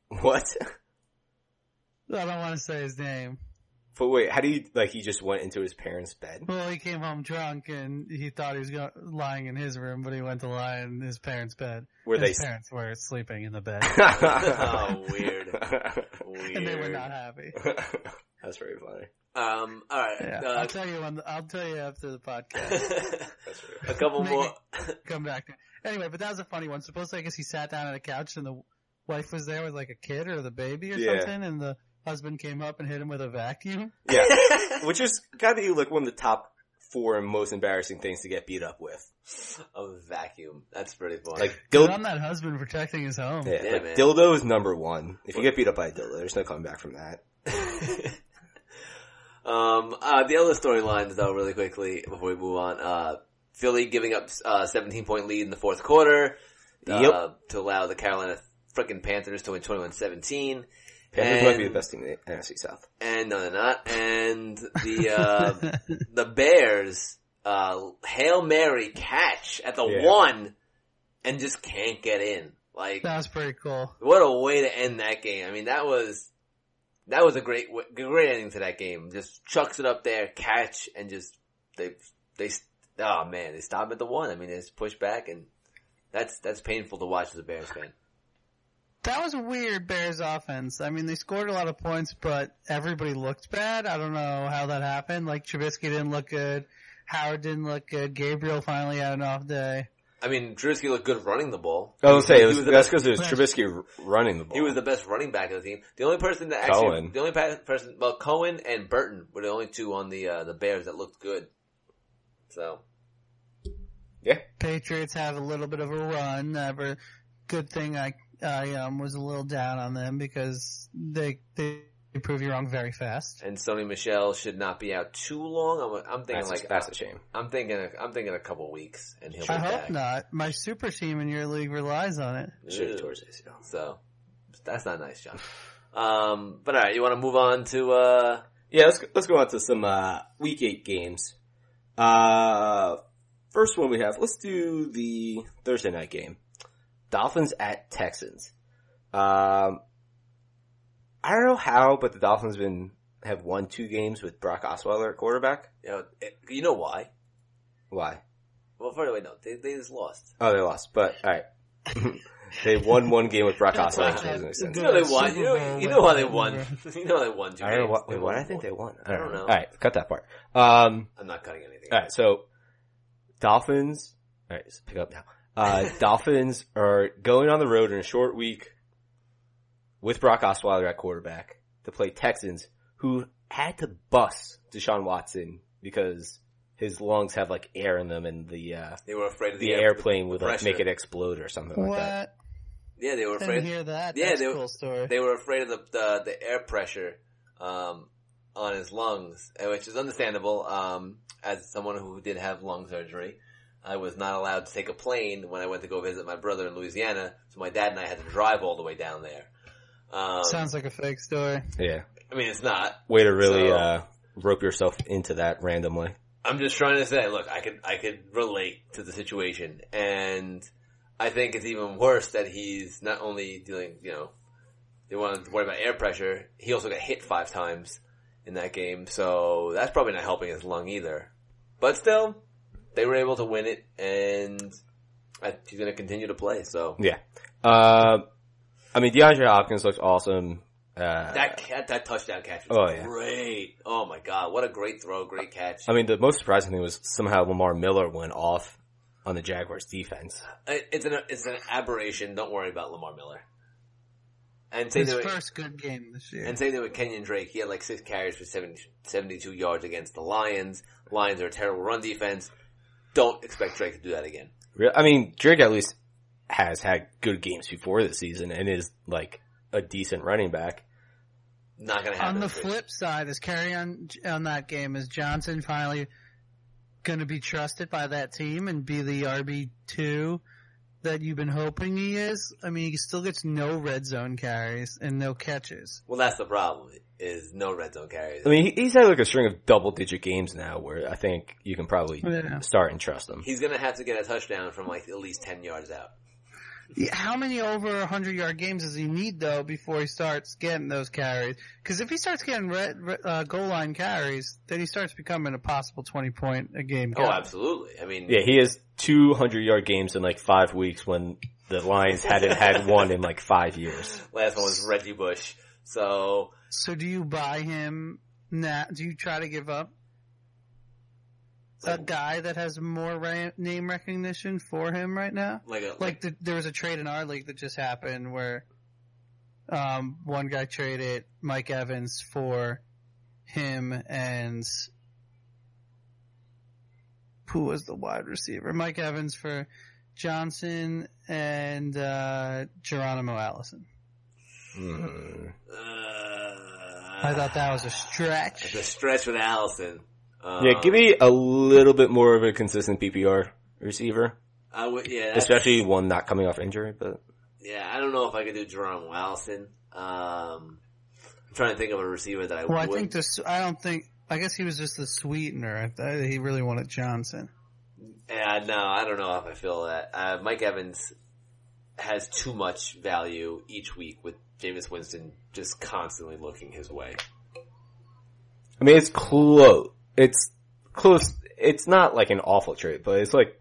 Speaker 1: What?
Speaker 3: I don't want to say his name.
Speaker 1: But wait, how do you like? He just went into his parents' bed.
Speaker 3: Well, he came home drunk and he thought he was go- lying in his room, but he went to lie in his parents' bed.
Speaker 1: Were they?
Speaker 3: his parents were sleeping in the bed,
Speaker 2: Oh, weird. Weird.
Speaker 3: and they were not happy.
Speaker 1: That's very funny.
Speaker 2: Um, alright.
Speaker 3: Yeah, I'll tell you when. I'll tell you after the podcast.
Speaker 2: Uh,
Speaker 1: That's very
Speaker 2: a couple
Speaker 3: Maybe.
Speaker 2: more.
Speaker 3: Come back. to Anyway, but that was a funny one. Supposedly, I guess he sat down on a couch and the wife was there with like a kid or the baby or
Speaker 1: Yeah.
Speaker 3: something, and the husband came up and hit him with a vacuum.
Speaker 1: yeah. Which is gotta be like one of the top four most embarrassing things to get beat up with.
Speaker 2: a vacuum. That's pretty funny.
Speaker 1: Like
Speaker 3: Good
Speaker 1: dildo.
Speaker 3: on that husband protecting his home.
Speaker 1: Yeah,
Speaker 2: Yeah,
Speaker 1: like,
Speaker 2: man.
Speaker 1: dildo is number one. If you get beat up by a dildo, there's no coming back from that.
Speaker 2: um, uh, the other storylines though, really quickly before we move on, uh, Philly giving up uh, 17 point lead in the fourth quarter, uh, to allow the Carolina frickin' Panthers to win 21-17,
Speaker 1: Panthers
Speaker 2: And-
Speaker 1: might be the best team in the NFC South.
Speaker 2: and no, they're not. And the uh, the Bears uh, hail mary catch at the
Speaker 1: Yeah.
Speaker 2: one, and just can't get in. Like
Speaker 3: that was pretty cool.
Speaker 2: What a way to end that game. I mean, that was, that was a great, w- great ending to that game. Just chucks it up there, catch, and just, they, they, oh man, they stop at the one. I mean, they just push back and that's, that's painful to watch as a Bears fan.
Speaker 3: That was a weird Bears offense. I mean, they scored a lot of points, but everybody looked bad. I don't know how that happened. Like Trubisky didn't look good. Howard didn't look good. Gabriel finally had an off day.
Speaker 2: I mean, Drewski looked good running the ball.
Speaker 1: I was gonna say it was,
Speaker 2: was the
Speaker 1: that's because it was
Speaker 3: Yes.
Speaker 1: Trubisky r- running the ball.
Speaker 2: He was the best running back of the team. The only person that actually,
Speaker 1: Cohen.
Speaker 2: the only pa- person, well, Cohen and Burton were the only two on the, uh, the Bears that looked good. So,
Speaker 1: yeah.
Speaker 3: Patriots have a little bit of a run. Ever good thing I I um, was a little down on them because they they prove you wrong very fast.
Speaker 2: and Sony Michelle should not be out too long. I'm, I'm thinking
Speaker 1: That's, a-
Speaker 2: like,
Speaker 1: that's a shame.
Speaker 2: I'm thinking, I'm thinking a couple weeks, and he'll be
Speaker 3: I
Speaker 2: back.
Speaker 3: hope not. My super team in your league relies on it.
Speaker 1: Should
Speaker 2: Ew.
Speaker 1: have towards ACL.
Speaker 2: So that's not nice, John. Um, but all right, you want to move on to uh,
Speaker 1: Yeah, let's let's go on to some uh, week eight games. Uh, first one we have. Let's do the Thursday night game. Dolphins at Texans. Um, I don't know how, but the Dolphins been have won two games with Brock Osweiler at quarterback.
Speaker 2: you know, eh, you know why?
Speaker 1: Why?
Speaker 2: Well, by the way, no, they, they just lost.
Speaker 1: Oh, they lost. But all right, they won one game with Brock Osweiler. Which doesn't make sense.
Speaker 2: You know they
Speaker 3: Super
Speaker 2: won. You know,
Speaker 3: Bowl
Speaker 2: you know why they
Speaker 3: win.
Speaker 2: won. you know they won. Two
Speaker 1: I don't know
Speaker 2: games.
Speaker 1: what.
Speaker 2: They
Speaker 1: Wait,
Speaker 2: won
Speaker 1: what? I
Speaker 2: one.
Speaker 1: think they won.
Speaker 2: I don't know.
Speaker 1: All right, cut that part. Um,
Speaker 2: I'm not cutting anything.
Speaker 1: All right, so Dolphins. All right, so pick up now. Uh, Dolphins are going on the road in a short week with Brock Osweiler at quarterback to play Texans, who had to bust Deshaun Watson because his lungs have like air in them, and the uh,
Speaker 2: They were afraid of
Speaker 1: the
Speaker 2: the, air-
Speaker 1: airplane would like
Speaker 2: pressure.
Speaker 1: make it explode or something like that.
Speaker 3: What?
Speaker 2: Yeah, they were
Speaker 3: Didn't
Speaker 2: afraid.
Speaker 3: hear that.
Speaker 2: Yeah,
Speaker 3: That's
Speaker 2: they-
Speaker 3: a cool story.
Speaker 2: They were afraid of the the, the air pressure um, on his lungs, eh, which is understandable. Um, as someone who did have lung surgery, I was not allowed to take a plane when I went to go visit my brother in Louisiana, so my dad and I had to drive all the way down there. Um,
Speaker 3: Sounds like a fake story.
Speaker 1: Yeah.
Speaker 2: I mean, it's not.
Speaker 1: Way to really
Speaker 2: So-
Speaker 1: uh, rope yourself into that randomly.
Speaker 2: I'm just trying to say, look, I could I could relate to the situation, and I think it's even worse that he's not only dealing, you know, they want to worry about air pressure. He also got hit five times in that game, so that's probably not helping his lung either. But still, they were able to win it, and I, he's going to continue to play. So
Speaker 1: Yeah. Uh, I mean, DeAndre Hopkins looks awesome. Uh,
Speaker 2: that cat, that touchdown catch was
Speaker 1: Oh, yeah.
Speaker 2: great. Oh my god, what a great throw, great catch.
Speaker 1: I mean, the most surprising thing was somehow Lamar Miller went off on the Jaguars defense.
Speaker 2: I- Uh, It's an it's an aberration. Don't worry about Lamar Miller. And same
Speaker 3: His
Speaker 2: thing with,
Speaker 3: first good game this year.
Speaker 2: and same thing with Kenyon Drake. He had like six carries for 70, 72 yards against the Lions. Lions are a terrible run defense. Don't expect Drake to do that again.
Speaker 1: Re- I mean, Drake at least has had good games before this season and is like a decent running back.
Speaker 2: Not gonna happen.
Speaker 3: on the
Speaker 2: this week.
Speaker 3: flip side, is carry on on that game is Johnson finally going to be trusted by that team and be the RB two that you've been hoping he is? I mean, he still gets no red zone carries and no catches.
Speaker 2: Well, that's the problem. Is no red zone carries.
Speaker 1: I mean, he- he's had like a string of double digit games now where I think you can probably
Speaker 3: Oh, Yeah.
Speaker 1: start and trust him.
Speaker 2: He's gonna have to get a touchdown from like at least ten yards out.
Speaker 3: Yeah, How many over hundred yard games does he need though before he starts getting those carries? Because if he starts getting red, red uh, goal line carries, then he starts becoming a possible twenty point a game.
Speaker 2: Oh,
Speaker 3: guy.
Speaker 2: absolutely. I mean,
Speaker 1: Yeah, he has two hundred yard games in like five weeks when the Lions hadn't had one in like five years.
Speaker 2: last one was Reggie Bush. So
Speaker 3: So do you buy him now? Do you try to give up a guy that has more ra- name recognition for him right now?
Speaker 2: like a,
Speaker 3: Like the, there was a trade in our league that just happened where um, one guy traded Mike Evans for him and who was the wide receiver? Mike Evans for Johnson and uh, Geronimo Allison.
Speaker 1: Hmm.
Speaker 2: uh,
Speaker 3: I thought that was a
Speaker 2: It's a
Speaker 3: stretch.
Speaker 2: stretch with Allison. Um,
Speaker 1: Yeah, give me a little bit more of a consistent PPR receiver,
Speaker 2: Um, I would. Yeah, that's-
Speaker 1: especially one not coming off injury. But
Speaker 2: yeah. I don't know if I could do Jerome Allison. Um, I'm trying to think of a receiver that I
Speaker 3: Well, I
Speaker 2: would.
Speaker 3: think this. I don't think. I guess he was just the sweetener. I thought He really wanted Johnson.
Speaker 2: yeah, no, I don't know if I feel that. Uh, Mike Evans has too much value each week with Jameis Winston just constantly looking his way.
Speaker 1: I mean, it's close. It's close. It's not like an awful trade, but it's like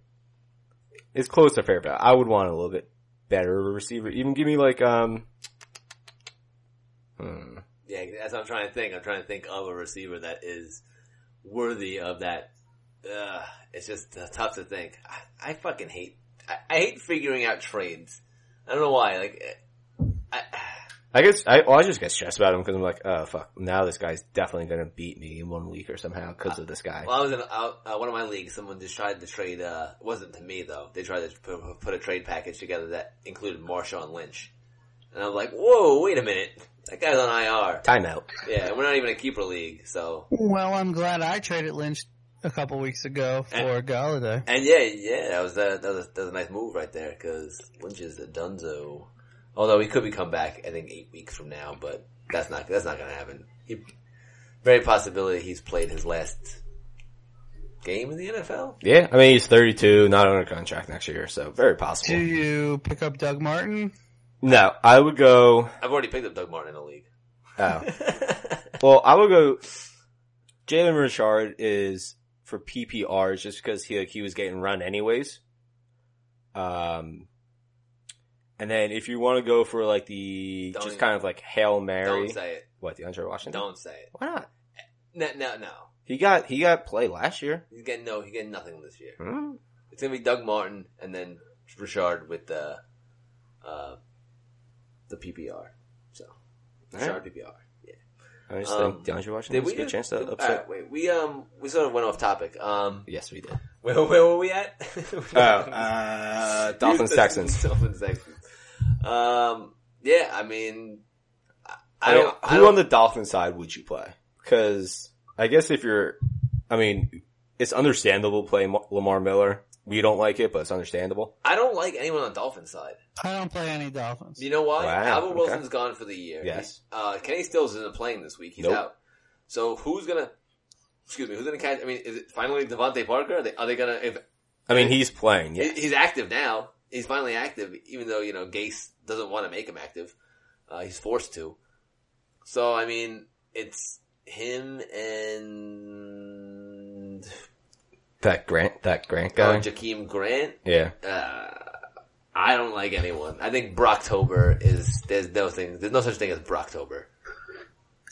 Speaker 1: it's close to fair value. I would want a little bit better of a receiver. Even give me like um. hmm.
Speaker 2: Yeah, that's what I'm trying to think. I'm trying to think of a receiver that is worthy of that. Uh, it's just uh, tough to think. I, I fucking hate. I, I hate figuring out trades. I don't know why. Like, eh, I,
Speaker 1: I guess I well, I just get stressed about him because I'm like, oh fuck, now this guy's definitely gonna beat me in one week or somehow because of this guy.
Speaker 2: well, I was in uh, uh, one of my leagues. Someone just tried to trade. Uh, it wasn't to me though. They tried to put, put a trade package together that included Marshawn Lynch, and I'm like, whoa, wait a minute. That guy's on IR.
Speaker 1: Timeout.
Speaker 2: Yeah, and we're not even a keeper league, so
Speaker 3: Well, I'm glad I traded Lynch a couple weeks ago
Speaker 2: Eh.
Speaker 3: for Galladay.
Speaker 2: And yeah, yeah, that was a, that was that was a nice move right there because Lynch is a dunzo. Although he could be come back, I think eight weeks from now, but that's not that's not gonna happen. He, very possibility he's played his last game in the NFL.
Speaker 1: Yeah, I mean he's 32, not under contract next year, so very
Speaker 3: Do
Speaker 1: possible.
Speaker 3: you pick up Doug Martin?
Speaker 1: No, I would go.
Speaker 2: I've already picked up Doug Martin in the league.
Speaker 1: Oh, well, I would go. Jalen Richard is for PPRs just because he like he was getting run anyways. Um, and then if you want to go for like the
Speaker 2: Don't
Speaker 1: just
Speaker 2: even-
Speaker 1: kind of like hail mary,
Speaker 2: Don't say it.
Speaker 1: what the DeAndre Washington?
Speaker 2: Don't say it.
Speaker 1: Why not?
Speaker 2: No, no, no.
Speaker 1: He got he got play last year.
Speaker 2: He's getting no. He's getting nothing this year.
Speaker 1: Hmm.
Speaker 2: It's gonna be Doug Martin and then Richard with the uh, the PPR. So Richard PPR.
Speaker 1: I just
Speaker 2: Um,
Speaker 1: think DeAndre Washington
Speaker 2: Did
Speaker 1: has
Speaker 2: we
Speaker 1: a good
Speaker 2: just-
Speaker 1: chance to
Speaker 2: did-
Speaker 1: upset.
Speaker 2: alright, wait, we um we sort of went off topic. Um,
Speaker 1: Yes, we did.
Speaker 2: where, where were we at?
Speaker 1: Oh, uh, Dolphins Texans.
Speaker 2: Dolphins Texans. Um, yeah, I mean, I, I
Speaker 1: I mean,
Speaker 2: don't. I
Speaker 1: who
Speaker 2: don't,
Speaker 1: on the Dolphins side would you play? Because I guess if you're, I mean, it's understandable playing Ma- Lamar Miller. We don't like it, but it's understandable.
Speaker 2: I don't like anyone on Dolphins side.
Speaker 3: I don't play any Dolphins.
Speaker 2: You know why?
Speaker 1: Wow,
Speaker 2: Albert
Speaker 1: okay.
Speaker 2: Wilson's gone for the year.
Speaker 1: Yes.
Speaker 2: Uh, Kenny Stills isn't playing this week. He's
Speaker 1: Nope.
Speaker 2: out. So who's gonna? Excuse me. Who's gonna catch? I mean, is it finally Devontae Parker? Are they, are they gonna? If
Speaker 1: I mean, he's playing.
Speaker 2: he-
Speaker 1: Yeah,
Speaker 2: he's active now, he's finally active. Even though you know Gase doesn't want to make him active, uh, he's forced to. So I mean, it's him and
Speaker 1: that Grant, that Grant
Speaker 2: uh,
Speaker 1: guy.
Speaker 2: Jakeem Grant.
Speaker 1: yeah,
Speaker 2: uh, I don't like anyone. I think Brocktober is there's no thing. There's no such thing as Brocktober.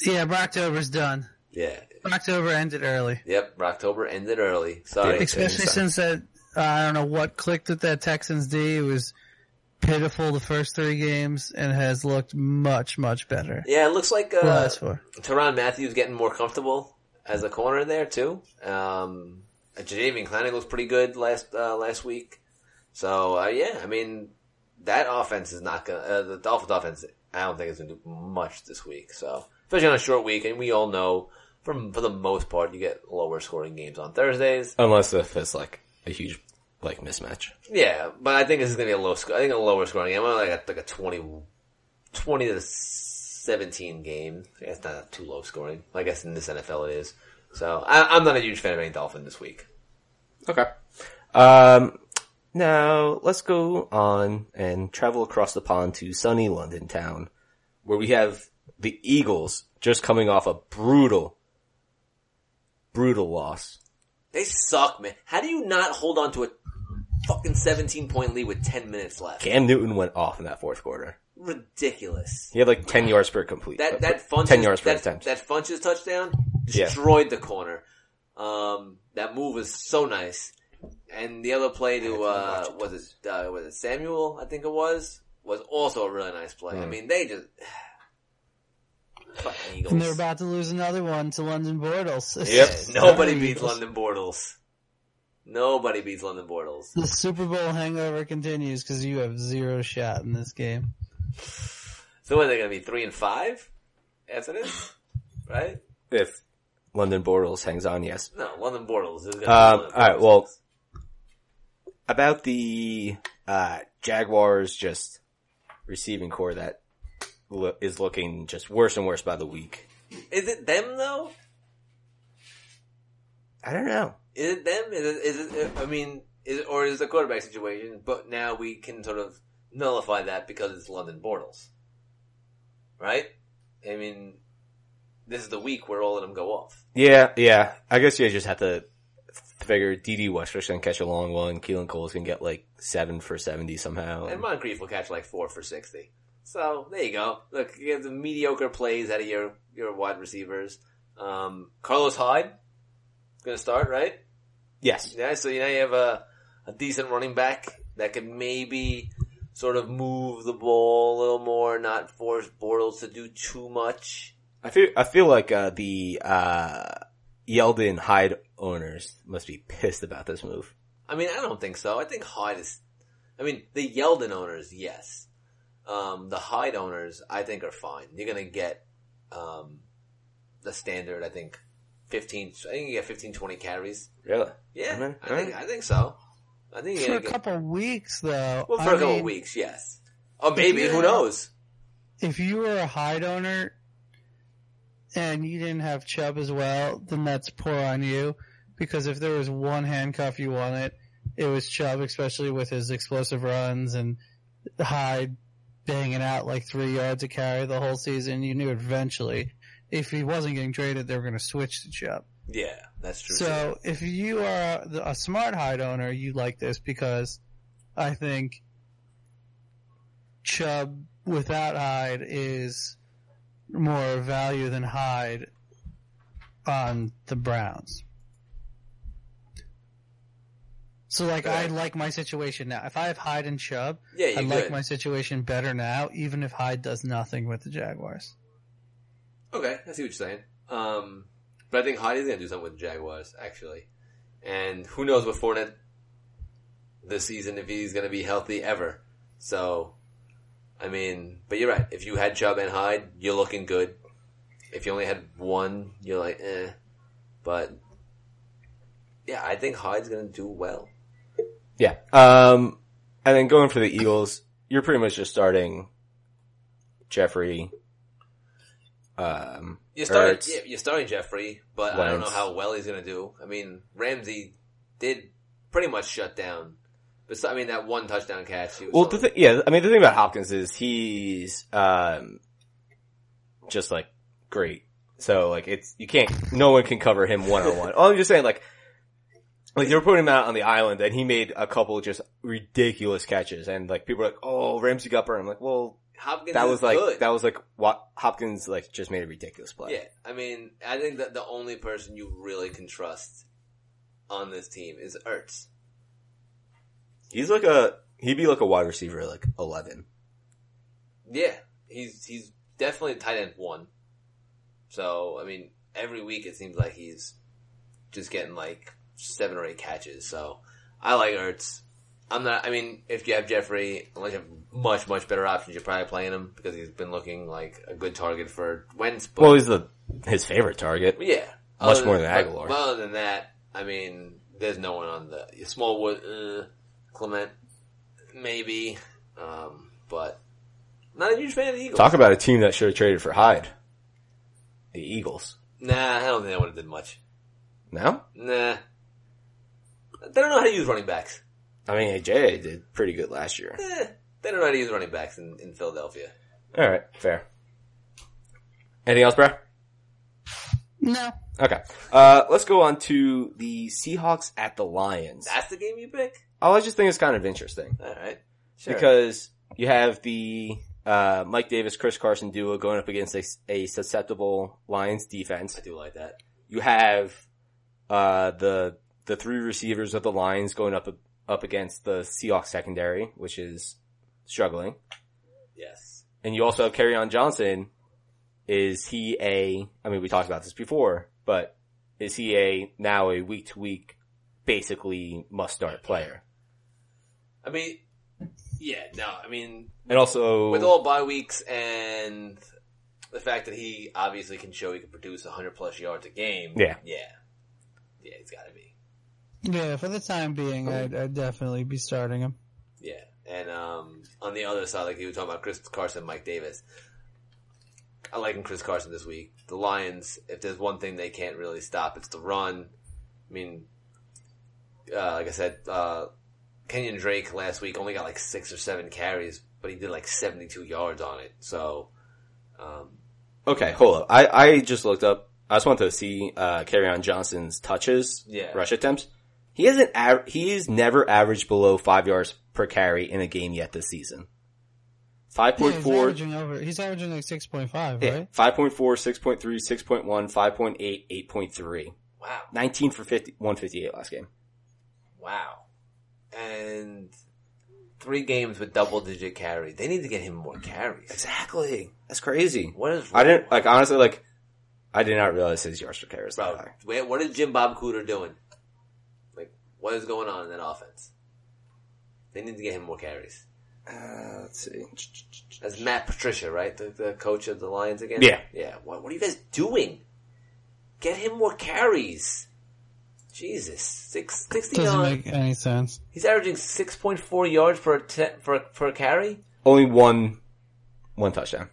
Speaker 3: Yeah, Brocktober's done.
Speaker 2: Yeah.
Speaker 3: Brocktober ended early,
Speaker 2: Yep. Brocktober ended early. Sorry.
Speaker 1: Yeah.
Speaker 3: especially
Speaker 1: so.
Speaker 3: since that uh, I don't know what clicked with that Texans D. It was pitiful the first three games and has looked much much better.
Speaker 2: Yeah. It looks like
Speaker 3: The
Speaker 2: uh,
Speaker 3: last four.
Speaker 2: Teron Matthews getting more comfortable as a corner there too. Um, Jadavian Clowney looks pretty good last uh, last week. So uh, yeah, I mean that offense is not gonna. Uh, the Dolphins offense, I don't think it's gonna do much this week. So especially on a short week, and we all know from for the most part you get lower scoring games on Thursdays.
Speaker 1: unless if it's like a huge like mismatch.
Speaker 2: Yeah, but I think this is gonna be a low score. I think a lower scoring game. I like a, like a 20, 20 to seventeen game. Yeah, it's not too low scoring. I guess in this NFL it is. So I, I'm not a huge fan of any Dolphin this week.
Speaker 1: Okay. Um, now let's go on and travel across the pond to sunny London town, where we have the Eagles just coming off a brutal, brutal loss.
Speaker 2: They suck, man. How do you not hold on to a fucking seventeen point lead with ten minutes left?
Speaker 1: Cam Newton went off in that fourth quarter.
Speaker 2: Ridiculous.
Speaker 1: He had like ten yards per complete.
Speaker 2: That
Speaker 1: uh,
Speaker 2: that Funches,
Speaker 1: ten yards per
Speaker 2: that,
Speaker 1: attempt.
Speaker 2: That Funches touchdown
Speaker 1: Yeah.
Speaker 2: destroyed the corner. Um, that move was so nice. And the other play to uh, was it uh, was it Samuel? I think it was was also a really nice play. I
Speaker 1: Hmm.
Speaker 2: mean, they just fucking
Speaker 3: And they're
Speaker 2: Eagles.
Speaker 3: about to lose another one to London Bortles.
Speaker 1: Yep.
Speaker 2: Nobody beats London Bortles. Nobody beats London Bortles.
Speaker 3: The Super Bowl hangover continues because you have zero shot in this game.
Speaker 2: So what, they're gonna be three and five after this, right?
Speaker 1: if London Bortles hangs on, yes.
Speaker 2: No, London Bortles is gonna. be
Speaker 1: Um,
Speaker 2: London
Speaker 1: all right.
Speaker 2: Bortles.
Speaker 1: Well, about the uh, Jaguars just receiving core that lo- is looking just worse and worse by the week.
Speaker 2: is it them though?
Speaker 1: I don't know.
Speaker 2: Is it them? Is it, is it, I mean, is it, or is it a quarterback situation? But now we can sort of nullify that because it's London Bortles. Right? I mean, this is the week where all of them go off.
Speaker 1: Yeah, yeah. I guess you just have to figure DD Westbrook's gonna catch a long one. Keelan Cole's gonna get like seven for seventy somehow.
Speaker 2: And Moncrief will catch like four for 60. So, there you go. Look, you get the mediocre plays out of your, your wide receivers. Um, Carlos Hyde, gonna start, right?
Speaker 1: yes,
Speaker 2: Yeah, so now you have a, a decent running back that can maybe sort of move the ball a little more, not force Bortles to do too much.
Speaker 1: I feel I feel like uh, the uh, Yeldon Hyde owners must be pissed about this move.
Speaker 2: I mean, I don't think so. I think Hyde is, I mean, the Yeldon owners, yes. Um, the Hyde owners, I think are fine. You're gonna get, um, the standard, I think, 15, I think you get 15, 20 carries.
Speaker 1: Really?
Speaker 2: Yeah,
Speaker 1: Mhm.
Speaker 2: I think, I think so. I think you're
Speaker 3: For a
Speaker 2: gonna get,
Speaker 3: couple weeks, though.
Speaker 2: well, for
Speaker 3: I
Speaker 2: a couple
Speaker 3: mean,
Speaker 2: weeks, yes. Or maybe, who knows?
Speaker 3: If you were a hide owner and you didn't have Chubb as well, then that's poor on you. Because if there was one handcuff you wanted, it was Chubb, especially with his explosive runs and Hyde banging out like three yards a carry the whole season. You knew eventually, if he wasn't getting traded, they were going to switch to Chubb.
Speaker 2: Yeah, that's true. too.
Speaker 3: So if you are the- a smart hide owner, you like this because I think Chubb without hide is more value than hide on the Browns. So like I
Speaker 2: Right.
Speaker 3: like my situation now. If I have Hyde and Chubb,
Speaker 2: Yeah,
Speaker 3: I
Speaker 2: you
Speaker 3: like
Speaker 2: could.
Speaker 3: my situation better now, even if Hyde does nothing with the Jaguars.
Speaker 2: Okay, I see what you're saying. Um, but I think Heidi's gonna do something with the Jaguars actually, and who knows with Fournette this season if he's gonna be healthy ever. So, I mean, but you're right. If you had Chubb and Hyde, you're looking good. If you only had one, you're like, eh. But yeah, I think Hyde's gonna do well.
Speaker 1: Yeah. Um, and then going for the Eagles, you're pretty much just starting Jeffrey. Um,
Speaker 2: You're starting,
Speaker 1: Ertz.
Speaker 2: yeah, you're starting Jeffrey, but I don't know
Speaker 1: Wentz.
Speaker 2: how well he's gonna do. I mean, Ramsey did pretty much shut down. But I mean, that one touchdown catch. He was
Speaker 1: well,
Speaker 2: on.
Speaker 1: the th- yeah, I mean, the thing about Hopkins is he's, um, just like great. So like it's, you can't, no one can cover him one on one. Oh, I'm just saying like, like they were putting him out on the island and he made a couple just ridiculous catches and like people were like, oh, Ramsey got burned. I'm like, well,
Speaker 2: Hopkins
Speaker 1: that
Speaker 2: is
Speaker 1: was like,
Speaker 2: good.
Speaker 1: that was like what Hopkins like just made a ridiculous play.
Speaker 2: Yeah, I mean, I think that the only person you really can trust on this team is Ertz.
Speaker 1: He's like a he'd be like a wide receiver like eleven.
Speaker 2: Yeah, he's he's definitely tight end one. So I mean, every week it seems like he's just getting like seven or eight catches. So I like Ertz. I'm not. I mean, if you have Jeffrey, unless you have much much better options, you're probably playing him because he's been looking like a good target for Wentz. But
Speaker 1: Well, he's the his favorite target.
Speaker 2: But yeah.
Speaker 1: Much
Speaker 2: Other
Speaker 1: more than
Speaker 2: but-
Speaker 1: Aguilar.
Speaker 2: But other than that, I mean, there's no one on the Smallwood, uh, Clement, maybe, um, but not a huge fan of the Eagles.
Speaker 1: Talk about a team that should have traded for Hyde. The Eagles.
Speaker 2: Nah, I don't think that would have did much.
Speaker 1: No,
Speaker 2: Nah, they don't know how to use running backs.
Speaker 1: I mean Jay did pretty good last year.
Speaker 2: Eh, they don't know how to use running backs in, in Philadelphia.
Speaker 1: All right, fair. Anything else, bro?
Speaker 3: No.
Speaker 1: Okay, uh, let's go on to the Seahawks at the Lions.
Speaker 2: That's the game you pick.
Speaker 1: Oh, I just think it's kind of interesting
Speaker 2: All right, sure.
Speaker 1: because you have the uh, Mike Davis, Chris Carson duo going up against a, a susceptible Lions defense.
Speaker 2: I do like that.
Speaker 1: you have uh, the the three receivers of the Lions going up up against the Seahawks secondary, which is struggling,
Speaker 2: Yes,
Speaker 1: and you also have on Johnson. Is he a? I mean, we talked about this before, but is he a now a week to week, basically must start player?
Speaker 2: I mean, yeah, no, I mean,
Speaker 1: And also,
Speaker 2: with all bye weeks and the fact that he obviously can show he can produce 100 plus yards a game.
Speaker 1: Yeah.
Speaker 2: Yeah. Yeah, it's gotta be.
Speaker 3: Yeah, for the time being, I'd, I'd definitely be starting him.
Speaker 2: Yeah. And, um, on the other side, like you were talking about Chris Carson, Mike Davis. I like him, Chris Carson this week. The Lions, if there's one thing they can't really stop, it's the run. I mean, uh, like I said, uh, Kenyon Drake last week only got like six or seven carries, but he did like 72 yards on it. So, um,
Speaker 1: okay, hold up. I I just looked up. I just wanted to see uh on Johnson's touches,
Speaker 2: Yeah.
Speaker 1: rush attempts. He isn't. Av- he is never averaged below five yards per carry in a game yet this season. Five
Speaker 3: Yeah,
Speaker 1: point
Speaker 3: he's
Speaker 1: four.
Speaker 3: averaging over. He's averaging like six point five,
Speaker 1: Yeah,
Speaker 3: right?
Speaker 1: 5.4, 6.3, 6.1, 5.8, 8.3.
Speaker 2: wow.
Speaker 1: 19 for 50, 158 last game.
Speaker 2: Wow. And three games with double digit carry. They need to get him more carries.
Speaker 1: Exactly. That's crazy.
Speaker 2: What is
Speaker 1: I didn't, like, honestly, like, I did not realize his yards per carry is that
Speaker 2: bro,
Speaker 1: high.
Speaker 2: wait, what is Jim Bob Cooter doing? Like what is going on in that offense? They need to get him more carries.
Speaker 1: Uh, let's see.
Speaker 2: That's Matt Patricia, right? The, the coach of the Lions again?
Speaker 1: Yeah.
Speaker 2: Yeah. What, what are you guys doing? Get him more carries. Jesus. Six, 60
Speaker 3: Doesn't
Speaker 2: yards.
Speaker 3: make any sense.
Speaker 2: He's averaging 6.4 yards per, att- per, per carry?
Speaker 1: Only one, one touchdown.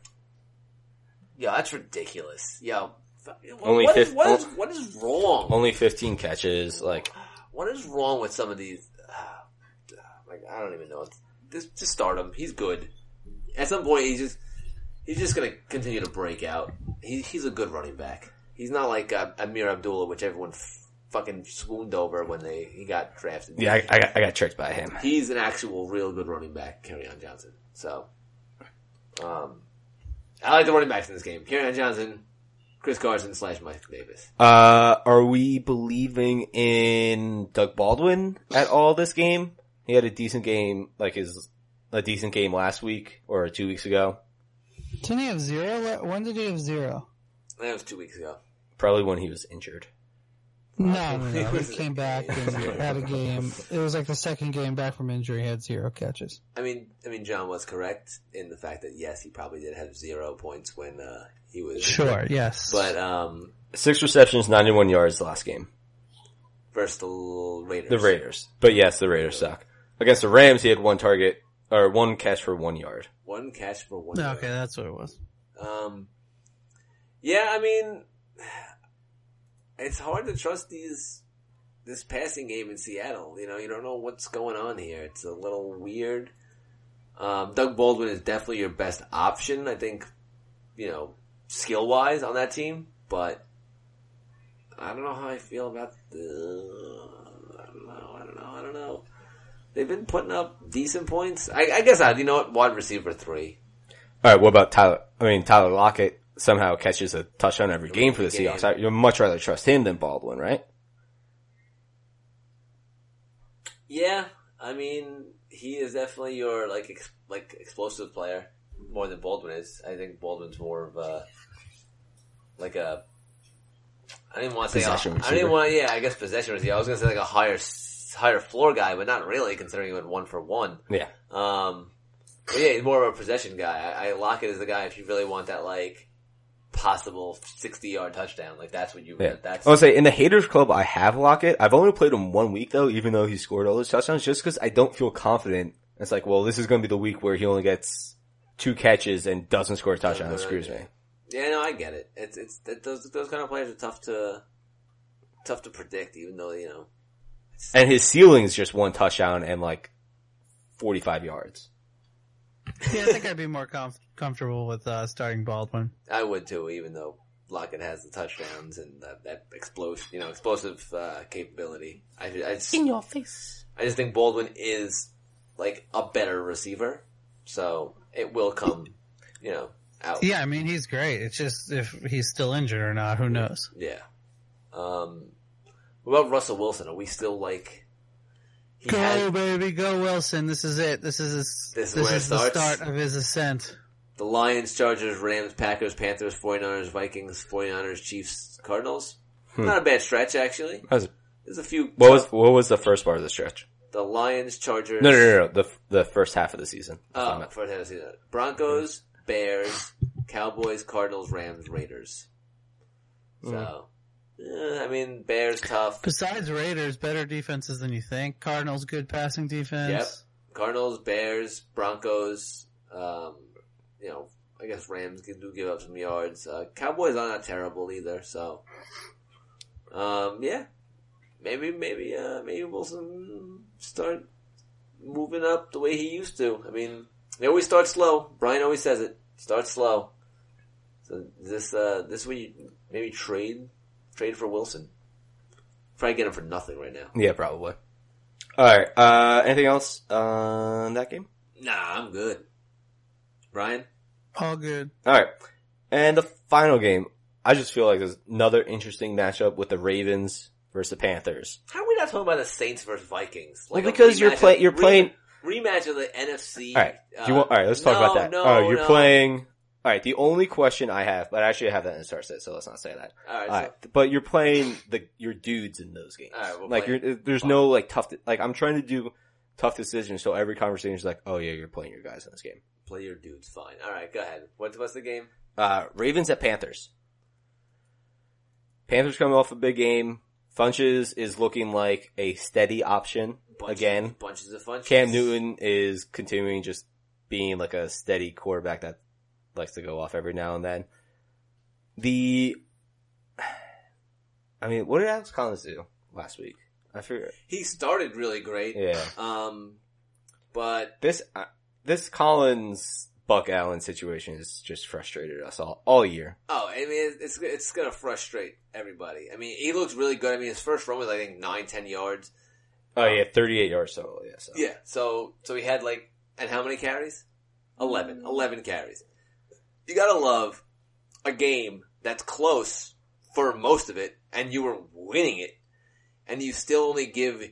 Speaker 2: Yo, that's ridiculous. Yo, f-
Speaker 1: Only
Speaker 2: what, is,
Speaker 1: fif-
Speaker 2: what, is, what is wrong?
Speaker 1: Only 15 catches, like,
Speaker 2: What is wrong with some of these? like I don't even know. It's, just, just start him. He's good. At some point, he's just he's just gonna continue to break out. He, he's a good running back. He's not like uh, Amir Abdullah, which everyone f- fucking swooned over when they he got drafted.
Speaker 1: yeah, I, I, got, I got tricked by him.
Speaker 2: he's an actual real good running back, on Johnson. So, um, I like the running backs in this game. on Johnson, Chris Carson slash Mike Davis.
Speaker 1: Uh, are we believing in Doug Baldwin at all this game? He had a decent game, like his, a decent game last week or two weeks ago.
Speaker 3: Didn't he have zero? le- When did he have zero?
Speaker 2: That was two weeks ago.
Speaker 1: Probably when he was injured.
Speaker 3: No, no, no. He came back and had a game. It was like the second game back from injury. He had zero catches.
Speaker 2: I mean, I mean, John was correct in the fact that yes, he probably did have zero points when uh, he was,
Speaker 3: Sure. Yes.
Speaker 2: but um,
Speaker 1: Six receptions, 91 yards last game.
Speaker 2: versus the Raiders.
Speaker 1: The Raiders. But yes, the Raiders suck. Against the Rams, he had one target, or one catch for one yard.
Speaker 2: One catch for one.
Speaker 3: No,
Speaker 2: yard.
Speaker 3: okay, that's what it was.
Speaker 2: Um, yeah, I mean, it's hard to trust these this passing game in Seattle. You know, you don't know what's going on here. It's a little weird. Um, Doug Baldwin is definitely your best option, I think. You know, skill wise on that team, but I don't know how I feel about the. I don't know. I don't know. I don't know. They've been putting up decent points. I, I guess I, you know what, wide receiver three.
Speaker 1: Alright, what about Tyler? I mean, Tyler Lockett somehow catches a touchdown every game for the
Speaker 2: Game.
Speaker 1: Seahawks. I- You'd much rather trust him than Baldwin, right?
Speaker 2: Yeah, I mean, he is definitely your like ex- like explosive player more than Baldwin is. I think Baldwin's more of a like a. I didn't want to say.
Speaker 1: Possession
Speaker 2: I didn't
Speaker 1: receiver.
Speaker 2: want. Yeah, I guess possession receiver. I was gonna say like a higher s- higher floor guy, but not really considering he went one for one.
Speaker 1: Yeah.
Speaker 2: Um, but yeah, he's more of a possession guy. I, I Lockett is the guy if you really want that like possible sixty yard touchdown. Like that's what you.
Speaker 1: Yeah. Oh,
Speaker 2: That's
Speaker 1: I would say in the haters club, I have Lockett. I've only played him one week though, even though he scored all those touchdowns, just because I don't feel confident. It's like, well, this is going to be the week where he only gets two catches and doesn't score a touchdown. That screws me.
Speaker 2: Yeah, no, I get it. It's it's that those those kind of players are tough to tough to predict, even though you know.
Speaker 1: And his ceiling is just one touchdown and like forty-five yards.
Speaker 3: Yeah, I think I'd be more comf- comfortable with uh, starting Baldwin.
Speaker 2: I would too, even though Lockett has the touchdowns and that, that explosive, you know, explosive uh, capability. I, I just, in your face. I just think Baldwin is like a better receiver, so it will come, you know, out.
Speaker 3: Yeah, I mean he's great. It's just if he's still injured or not, who knows?
Speaker 2: Yeah. Um, what about Russell Wilson? Are we still like? He
Speaker 3: Go
Speaker 2: had-
Speaker 3: baby, go Wilson. This is it. This is his,
Speaker 2: This is
Speaker 3: this
Speaker 2: where it
Speaker 3: is the
Speaker 2: starts.
Speaker 3: start of his ascent.
Speaker 2: The Lions, Chargers, Rams, Packers, Panthers, 49ers, Vikings, 49ers, Chiefs, Cardinals.
Speaker 1: Hmm.
Speaker 2: Not a bad stretch, actually.
Speaker 1: That was-
Speaker 2: There's a few.
Speaker 1: what was what was the first part of the stretch?
Speaker 2: the Lions, Chargers.
Speaker 1: No, no, no, no. The the first half of the season.
Speaker 2: Oh, for Tennessee. Broncos, Bears, Cowboys, Cardinals, Rams, Raiders.
Speaker 1: Hmm.
Speaker 2: So, eh, I mean, Bears tough.
Speaker 3: Besides Raiders, better defenses than you think. Cardinals, good passing defense.
Speaker 2: Cardinals, Bears, Broncos, um, you know, I guess Rams can do give up some yards. Uh, Cowboys are not terrible either, so um, yeah, maybe maybe uh, maybe Wilson start moving up the way he used to. I mean, they always start slow. Brian always says it: start slow. So is this uh, this way you maybe trade trade for Wilson. Probably get him for nothing right now.
Speaker 1: Yeah, probably. All right. Uh, anything else on that game?
Speaker 2: Nah, I'm good. Brian.
Speaker 3: All good.
Speaker 1: All right. And the final game, I just feel like there's another interesting matchup with the Ravens versus the Panthers.
Speaker 2: How are we not talking about the Saints versus Vikings?
Speaker 1: Well,
Speaker 2: a
Speaker 1: because you're
Speaker 2: rematch
Speaker 1: play-
Speaker 2: of-
Speaker 1: you're
Speaker 2: re-
Speaker 1: playing-
Speaker 2: rematch of the NFC.
Speaker 1: All right. Do you want, all right, let's talk
Speaker 2: uh, no,
Speaker 1: about that.
Speaker 2: No,
Speaker 1: all right, you're
Speaker 2: no.
Speaker 1: playing. All right. The only question I have, but I actually have that in the star set, so let's not say that.
Speaker 2: All right,
Speaker 1: All right. But you're playing the, your dudes in those games.
Speaker 2: All right, we'll
Speaker 1: like
Speaker 2: play-
Speaker 1: you're, there's no like tough, like I'm trying to do tough decisions. So every conversation is like, oh yeah, you're playing your guys in this game.
Speaker 2: so play your dudes. Fine. All right, go ahead. What's what's the game?
Speaker 1: Uh, Ravens at Panthers. Panthers coming off a big game. Funches is looking like a steady option
Speaker 2: Bunches-
Speaker 1: again.
Speaker 2: bunches of fun.
Speaker 1: Cam Newton is continuing just being like a steady quarterback that likes to go off every now and then. The, I mean, what did Alex Collins do last week? I forget.
Speaker 2: He started really great.
Speaker 1: Yeah.
Speaker 2: Um, but
Speaker 1: This, uh, this Collins Buck Allen situation has just frustrated us all, all year.
Speaker 2: oh, I mean, it's it's gonna frustrate everybody. I mean, he looked really good. I mean, his first run was I think nine, ten yards.
Speaker 1: Oh yeah, 38 yards total, yeah, so.
Speaker 2: Yeah. So so he had like and how many carries? 11. 11 carries. You got to love a game that's close for most of it and you were winning it and you still only give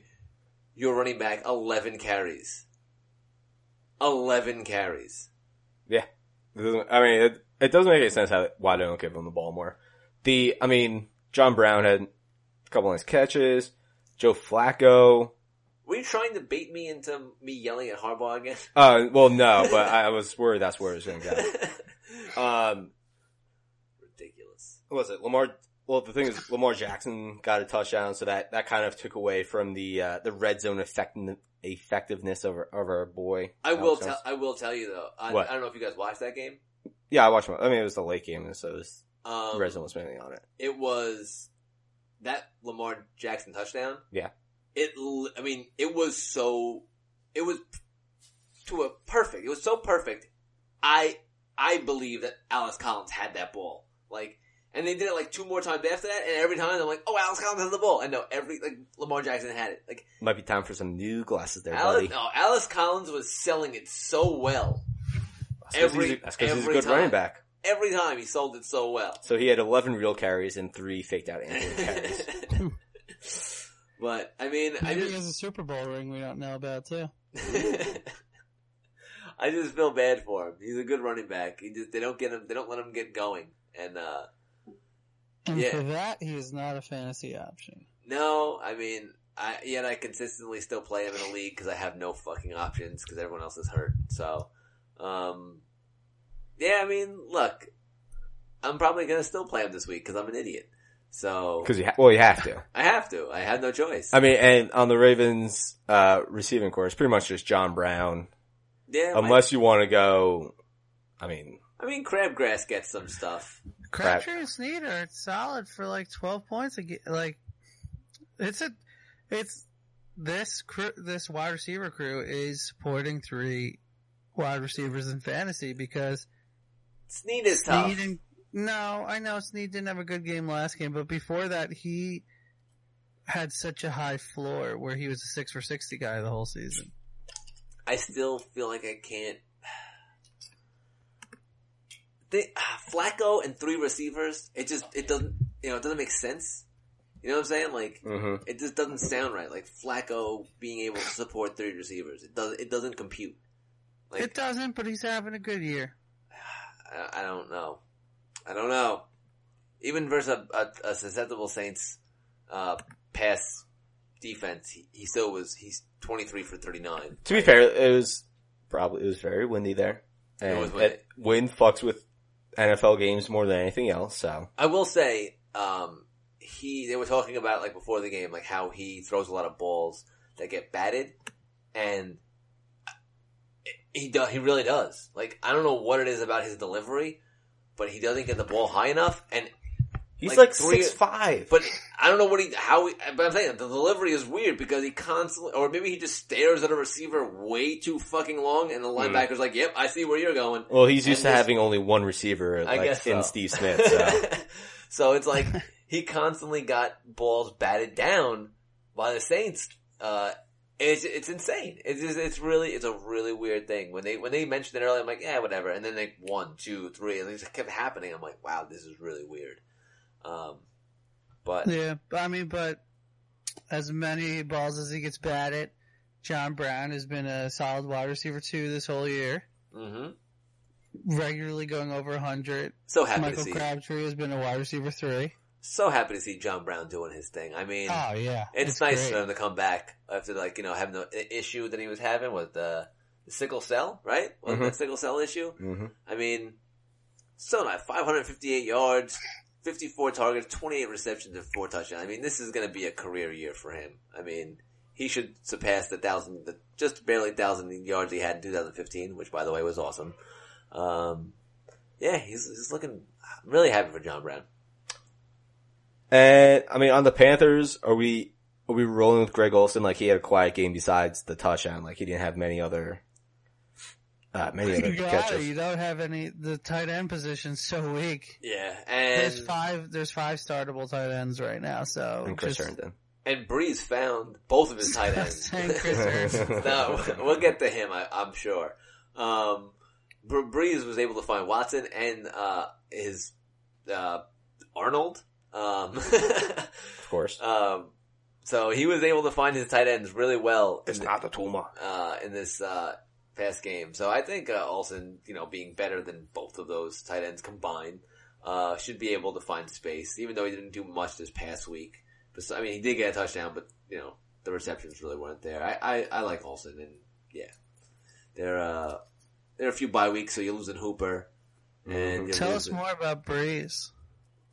Speaker 2: your running back 11 carries. 11 carries.
Speaker 1: Yeah. It doesn't- I mean, it, it doesn't make any sense how, why they don't give him the ball more. The, I mean, John Brown had a couple nice catches. Joe Flacco.
Speaker 2: Were you trying to bait me into me yelling at Harbaugh again?
Speaker 1: Uh, well, no, but I was worried that's where it was going to go. Um,
Speaker 2: Uh, Ridiculous.
Speaker 1: what was it? Lamar Well, the thing is, Lamar Jackson got a touchdown, so that, that kind of took away from the uh, the red zone effect- effectiveness of our, of our boy.
Speaker 2: I will
Speaker 1: Alex
Speaker 2: tell.
Speaker 1: Jones.
Speaker 2: I will tell you though. I,
Speaker 1: What?
Speaker 2: I don't know if you guys watched that game.
Speaker 1: Yeah, I watched. My, I mean, it was the late game, so it was,
Speaker 2: Um,
Speaker 1: red zone was mainly on it.
Speaker 2: It was that Lamar Jackson touchdown.
Speaker 1: Yeah.
Speaker 2: It. l- I mean, it was so. It was p- to a perfect. It was so perfect. I I believe that Alice Collins had that ball. Like, and they did it like two more times after that. And every time I'm like, oh, Alice Collins has the ball. And no, every like Lamar Jackson had it. Like
Speaker 1: Might be time for some new glasses there,
Speaker 2: Alice,
Speaker 1: buddy.
Speaker 2: no, Alice Collins was selling it so well.
Speaker 1: That's 'cause
Speaker 2: every-
Speaker 1: he's a, that's 'cause he's a
Speaker 2: every
Speaker 1: good
Speaker 2: time.
Speaker 1: running back.
Speaker 2: Every time he sold it so well.
Speaker 1: So he had 11 real carries and three faked out Anthony carries.
Speaker 2: but I mean, I
Speaker 3: Maybe he
Speaker 2: just,
Speaker 3: has a Super Bowl ring we don't know about too.
Speaker 2: I just feel bad for him. He's a good running back. He just they don't get him. They don't let him get going. And uh
Speaker 3: And
Speaker 2: Yeah.
Speaker 3: for that, he is not a fantasy option.
Speaker 2: no, I mean, I yet I consistently still play him in a league because I have no fucking options because everyone else is hurt. So, um, yeah, I mean, look, I'm probably gonna still play him this week because I'm an idiot. So
Speaker 1: Cause you, ha- well, you have to.
Speaker 2: I have to. I have no choice.
Speaker 1: I mean, and on the Ravens, uh, receiving core, it's pretty much just John Brown.
Speaker 2: yeah, my-
Speaker 1: Unless you want to go, I mean,
Speaker 2: I mean, crabgrass gets some stuff.
Speaker 1: Crap.
Speaker 3: Crabtree and Snead are solid for like twelve points. A ge- like it's a, it's this crew, this wide receiver crew is supporting three wide receivers in fantasy because
Speaker 2: Sneed is tough.
Speaker 3: Snead and no, I know Snead didn't have a good game last game, but before that he had such a high floor where he was a six for sixty guy the whole season.
Speaker 2: I still feel like I can't. They, ah, Flacco and three receivers. It just it doesn't you know it doesn't make sense. You know what I'm saying? Like
Speaker 1: hmm
Speaker 2: it just doesn't sound right. Like Flacco being able to support three receivers. It doesn't it doesn't compute. Like
Speaker 3: it doesn't, but he's having a good year.
Speaker 2: I, I don't know. I don't know. Even versus a, a, a susceptible Saints uh, pass defense, he, he still was he's 23 for 39.
Speaker 1: to be fair, it was probably, it was very windy there. And
Speaker 2: It
Speaker 1: it
Speaker 2: was windy.
Speaker 1: wind fucks with NFL games more than anything else, so.
Speaker 2: I will say, um, he they were talking about like before the game, like how he throws a lot of balls that get batted, and he does. He really does. Like I don't know what it is about his delivery, but he doesn't get the ball high enough, and
Speaker 1: He's
Speaker 2: Like
Speaker 1: like,
Speaker 2: three-
Speaker 1: six five.
Speaker 2: but I don't know what he how he. But I'm saying the delivery is weird because he constantly, or maybe he just stares at a receiver way too fucking long, and the linebacker's like, "Yep, I see where you're going."
Speaker 1: well, he's used to
Speaker 2: and this-
Speaker 1: having only one receiver,
Speaker 2: I
Speaker 1: like,
Speaker 2: guess so.
Speaker 1: in Steve Smith, so.
Speaker 2: So it's like he constantly got balls batted down by the Saints. Uh, it's it's insane. It's just, it's really it's a really weird thing. When they when they mentioned it earlier, I'm like, yeah, whatever. And then like one, two, three, and it just kept happening. I'm like, wow, this is really weird. Um, but
Speaker 3: Yeah, but I mean, but as many balls as he gets batted, John Brown has been a solid wide receiver too this whole year,
Speaker 2: hmm
Speaker 3: regularly going over 100.
Speaker 2: so happy to
Speaker 3: Michael
Speaker 2: see
Speaker 3: Crabtree has been a wide receiver three.
Speaker 2: so happy to see John Brown doing his thing. I mean,
Speaker 3: Oh yeah,
Speaker 2: it's
Speaker 3: that's
Speaker 2: nice for
Speaker 3: great.
Speaker 2: him to come back after like you know having the i- issue that he was having with the, the sickle cell, right? Wasn't
Speaker 1: Mhm.
Speaker 2: that sickle cell issue?
Speaker 1: hmm
Speaker 2: I mean, so not 558 yards, 54 targets, 28 receptions, and four touchdowns. I mean, this is going to be a career year for him. I mean, he should surpass the thousand, the, just barely thousand yards he had in 2015, which by the way was awesome. Um, yeah, he's, he's looking I'm really happy for John Brown.
Speaker 1: And I mean, on the Panthers, are we are we rolling with Greg Olson? Like he had a quiet game besides the touchdown. Like he didn't have many other uh, many other
Speaker 3: You got it.
Speaker 1: catches.
Speaker 3: You don't have any. The tight end position's so weak.
Speaker 2: Yeah, and
Speaker 3: There's five. There's five startable tight ends right now. So
Speaker 1: And Chris
Speaker 3: just-
Speaker 1: Herndon.
Speaker 2: and Breeze found both of his tight ends.
Speaker 3: And Chris Herndon.
Speaker 2: no, we'll get to him. I, I'm sure. Um, Br- Breeze was able to find Watson and uh, his uh, Arnold. Um,
Speaker 1: of course.
Speaker 2: um, so he was able to find his tight ends really well in,
Speaker 1: not the Tuma.
Speaker 2: uh, in this uh, past game. So I think uh, Olsen, you know, being better than both of those tight ends combined, uh, should be able to find space. Even though he didn't do much this past week, but I mean, he did get a touchdown, but you know, the receptions really weren't there. I I, I like Olsen, and yeah, there uh, there are a few bye weeks, so you're losing Hooper. And you're
Speaker 3: Tell us
Speaker 2: losing-
Speaker 3: more about Breeze.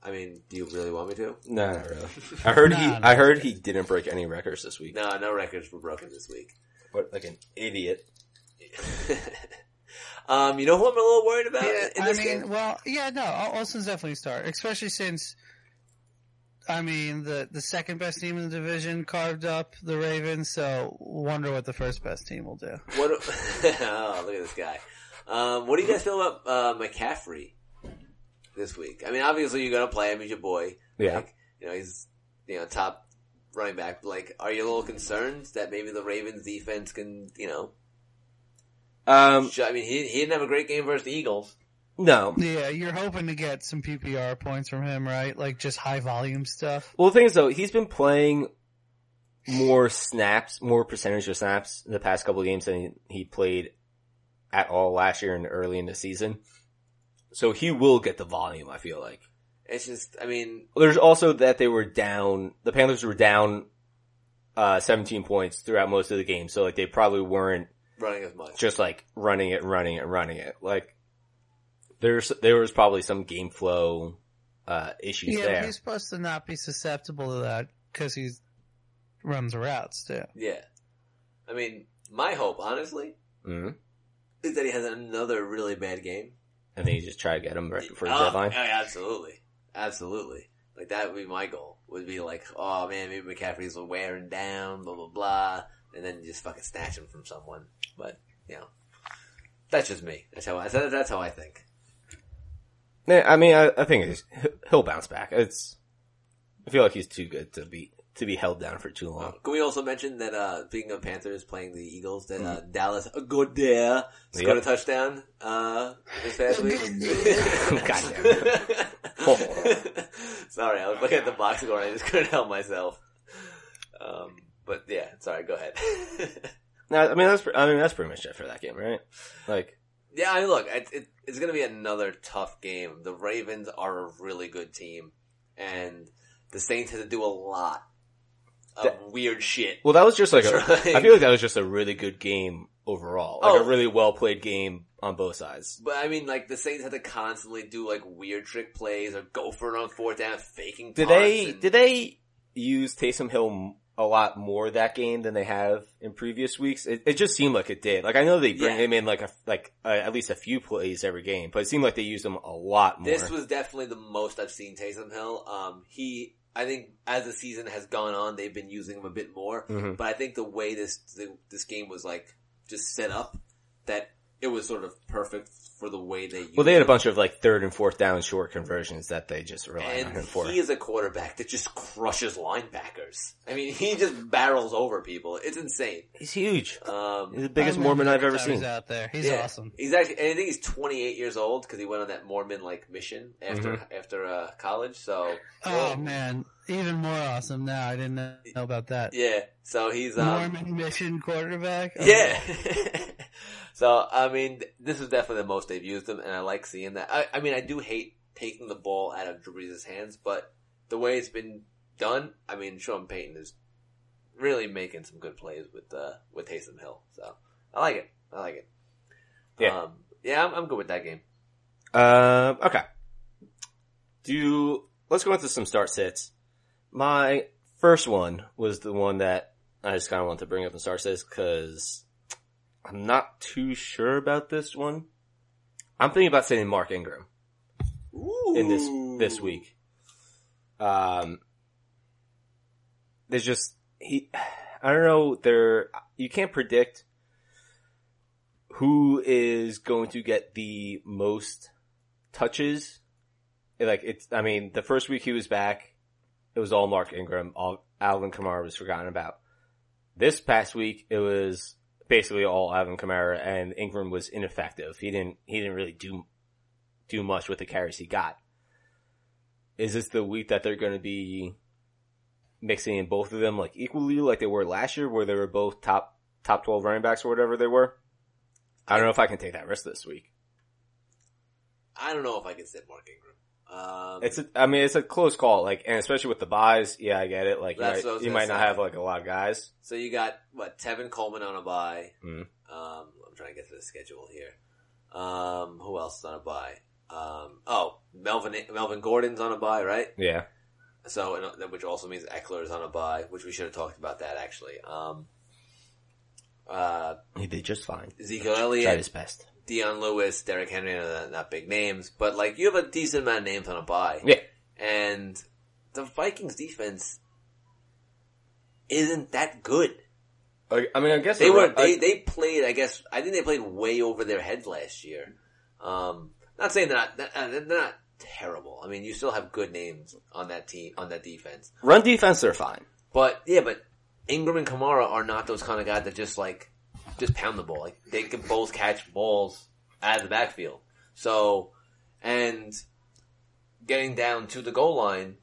Speaker 2: I mean, do you really want me to?
Speaker 1: No, not really. I heard he.
Speaker 3: No, no,
Speaker 1: I heard he didn't break any records this week.
Speaker 2: No, no records were broken this week.
Speaker 1: What, like an idiot.
Speaker 2: um, you know who I'm a little worried about?
Speaker 3: Yeah,
Speaker 2: in
Speaker 3: I mean,
Speaker 2: this game?
Speaker 3: well, yeah, no, Al- Alston's definitely a star, especially since, I mean, the the second best team in the division carved up the Ravens. So wonder what the first best team will do.
Speaker 2: What? oh, look at this guy. Um, what do you guys feel about uh, McCaffrey this week? I mean, obviously you're gonna play him. He's your boy.
Speaker 1: Yeah.
Speaker 2: Like, you know, he's you know top running back. But, like, are you a little concerned that maybe the Ravens defense can you know?
Speaker 1: Um,
Speaker 2: sh- I mean, he he didn't have a great game versus the Eagles.
Speaker 1: no.
Speaker 3: Yeah, you're hoping to get some PPR points from him, right? Like just high volume stuff.
Speaker 1: Well, the thing is though, he's been playing more snaps, more percentage of snaps in the past couple of games than he, he played at all last year and early in the season. So he will get the volume, I feel like.
Speaker 2: It's just, I mean,
Speaker 1: There's also that they were down, the Panthers were down, uh, 17 points throughout most of the game. So like they probably weren't
Speaker 2: running as much.
Speaker 1: just like running it, running it, running it. Like there's, there was probably some game flow, uh, issues
Speaker 3: yeah,
Speaker 1: there.
Speaker 3: but he's supposed to not be susceptible to that because he runs routes too.
Speaker 2: Yeah. I mean, my hope, honestly,
Speaker 1: Mhm.
Speaker 2: is that he has another really bad game.
Speaker 1: And then you just try to get him right before the
Speaker 2: Oh,
Speaker 1: deadline.
Speaker 2: oh, yeah, absolutely. Absolutely. Like, that would be my goal. Would be like, oh man, maybe McCaffrey's wearing down, blah, blah, blah. And then just fucking snatch him from someone. But, you know. That's just me. That's how I, that- that's how I think.
Speaker 1: Yeah, I mean, I, I think it's, he'll bounce back. It's, I feel like he's too good to be, to be held down for too long.
Speaker 2: Can we also mention that, uh, speaking of Panthers playing the Eagles, that, uh, Dallas Goddard scored a
Speaker 1: Mm-hmm. Yep.
Speaker 2: touchdown, uh, this past week?
Speaker 1: Goddamn. Oh.
Speaker 2: sorry, I was looking at the box score and I just couldn't help myself. Um, but yeah, sorry, go ahead.
Speaker 1: No, I mean, that's, pre- I mean, that's pretty much it for that game, right? Like,
Speaker 2: yeah, I mean, look, it, it, it's going to be another tough game. The Ravens are a really good team, and the Saints had to do a lot of
Speaker 1: That-
Speaker 2: weird shit.
Speaker 1: well, that was just like a,
Speaker 2: That's right.
Speaker 1: I feel like that was just a really good game overall. Like
Speaker 2: Oh.
Speaker 1: a really well played game on both sides.
Speaker 2: But I mean, like the Saints had to constantly do like weird trick plays or go for it on fourth down, faking.
Speaker 1: Did
Speaker 2: punts
Speaker 1: they,
Speaker 2: and-
Speaker 1: did they use Taysom Hill m- a lot more that game than they have in previous weeks? It, it just seemed like it did. Like, I know they bring
Speaker 2: Yeah.
Speaker 1: him in like a, like uh, at least a few plays every game, but it seemed like they used him a lot more.
Speaker 2: This was definitely the most I've seen Taysom Hill. Um, he, I think, as the season has gone on, they've been using him a bit more.
Speaker 1: Mhm.
Speaker 2: But I think the way this the, this game was like just set up, that it was sort of perfect for the way they. Used
Speaker 1: Well, they had a
Speaker 2: him.
Speaker 1: bunch of like third and fourth down short conversions that they just relied on
Speaker 2: And
Speaker 1: him for.
Speaker 2: he is a quarterback that just crushes linebackers. I mean, he just barrels over people. It's insane.
Speaker 1: He's huge. He's
Speaker 2: Um,
Speaker 1: the biggest
Speaker 3: I remember
Speaker 1: Mormon I've
Speaker 3: every
Speaker 1: ever
Speaker 3: time
Speaker 1: seen.
Speaker 3: He's out there. He's
Speaker 2: yeah.
Speaker 3: awesome.
Speaker 2: He's actually, and I think he's 28 years old because he went on that Mormon like mission after
Speaker 1: Mm-hmm.
Speaker 2: after uh, college. So,
Speaker 3: Oh
Speaker 2: Whoa.
Speaker 3: man, even more awesome now. I didn't know about that.
Speaker 2: yeah. So he's um,
Speaker 3: Mormon mission quarterback. Oh,
Speaker 2: Yeah. so I mean, th- this is definitely the most they've used him, and I like seeing that. I, I mean, I do hate taking the ball out of Drew Brees' hands, but the way it's been done, I mean, Sean Payton is really making some good plays with uh with Taysom Hill. So I like it. I like it.
Speaker 1: Yeah.
Speaker 2: Um, yeah, I'm, I'm good with that game.
Speaker 1: Um, okay. Do let's go into some start sits. My first one was the one that I just kind of want to bring up in start sits because I'm not too sure about this one. I'm thinking about saying Mark Ingram in this this week. Um, there's just he. I don't know. There you can't predict who is going to get the most touches. Like it's. I mean, the first week he was back, it was all Mark Ingram. All Alvin Kamara was forgotten about. This past week, it was basically all Alvin Kamara, and Ingram was ineffective. He didn't. He didn't really do do much with the carries he got is this the week that they're going to be mixing in both of them like equally like they were last year where they were both top top 12 running backs or whatever they were i don't know if i can take that risk this week
Speaker 2: I don't know if I can sit Mark Ingram. Um,
Speaker 1: it's a, i mean it's a close call like and especially with the buys yeah i get it like you
Speaker 2: That's
Speaker 1: might,
Speaker 2: what I was
Speaker 1: you
Speaker 2: gonna
Speaker 1: might not
Speaker 2: say.
Speaker 1: have like a lot of guys
Speaker 2: So you got what Tevin Coleman on a bye.
Speaker 1: Mhm.
Speaker 2: Um, I'm trying to get to the schedule here. Um, who else is on a bye? Um, oh, Mel Melvin Melvin Gordon's on a buy, right?
Speaker 4: Yeah.
Speaker 2: So, and, uh, which also means Eckler's on a buy, which we should have talked about that actually. Um, uh,
Speaker 4: He did just fine.
Speaker 2: Ezekiel
Speaker 4: Tried
Speaker 2: Elliott,
Speaker 4: his best.
Speaker 2: Deion Lewis, Derek Henry, are not, not big names, but like you have a decent amount of names on a buy,
Speaker 4: Yeah.
Speaker 2: and the Vikings defense isn't that good.
Speaker 1: I, I mean, I guess
Speaker 2: They
Speaker 1: I-
Speaker 2: were
Speaker 1: I-
Speaker 2: they they played. I guess I think they played way over their heads last year. Um, not saying they're not they're not terrible. I mean, you still have good names on that team on that defense.
Speaker 1: run defense. They're fine.
Speaker 2: But yeah, but Ingram and Kamara are not those kind of guys that just like just pound the ball. Like they can both catch balls out of the backfield. So and getting down to the goal line,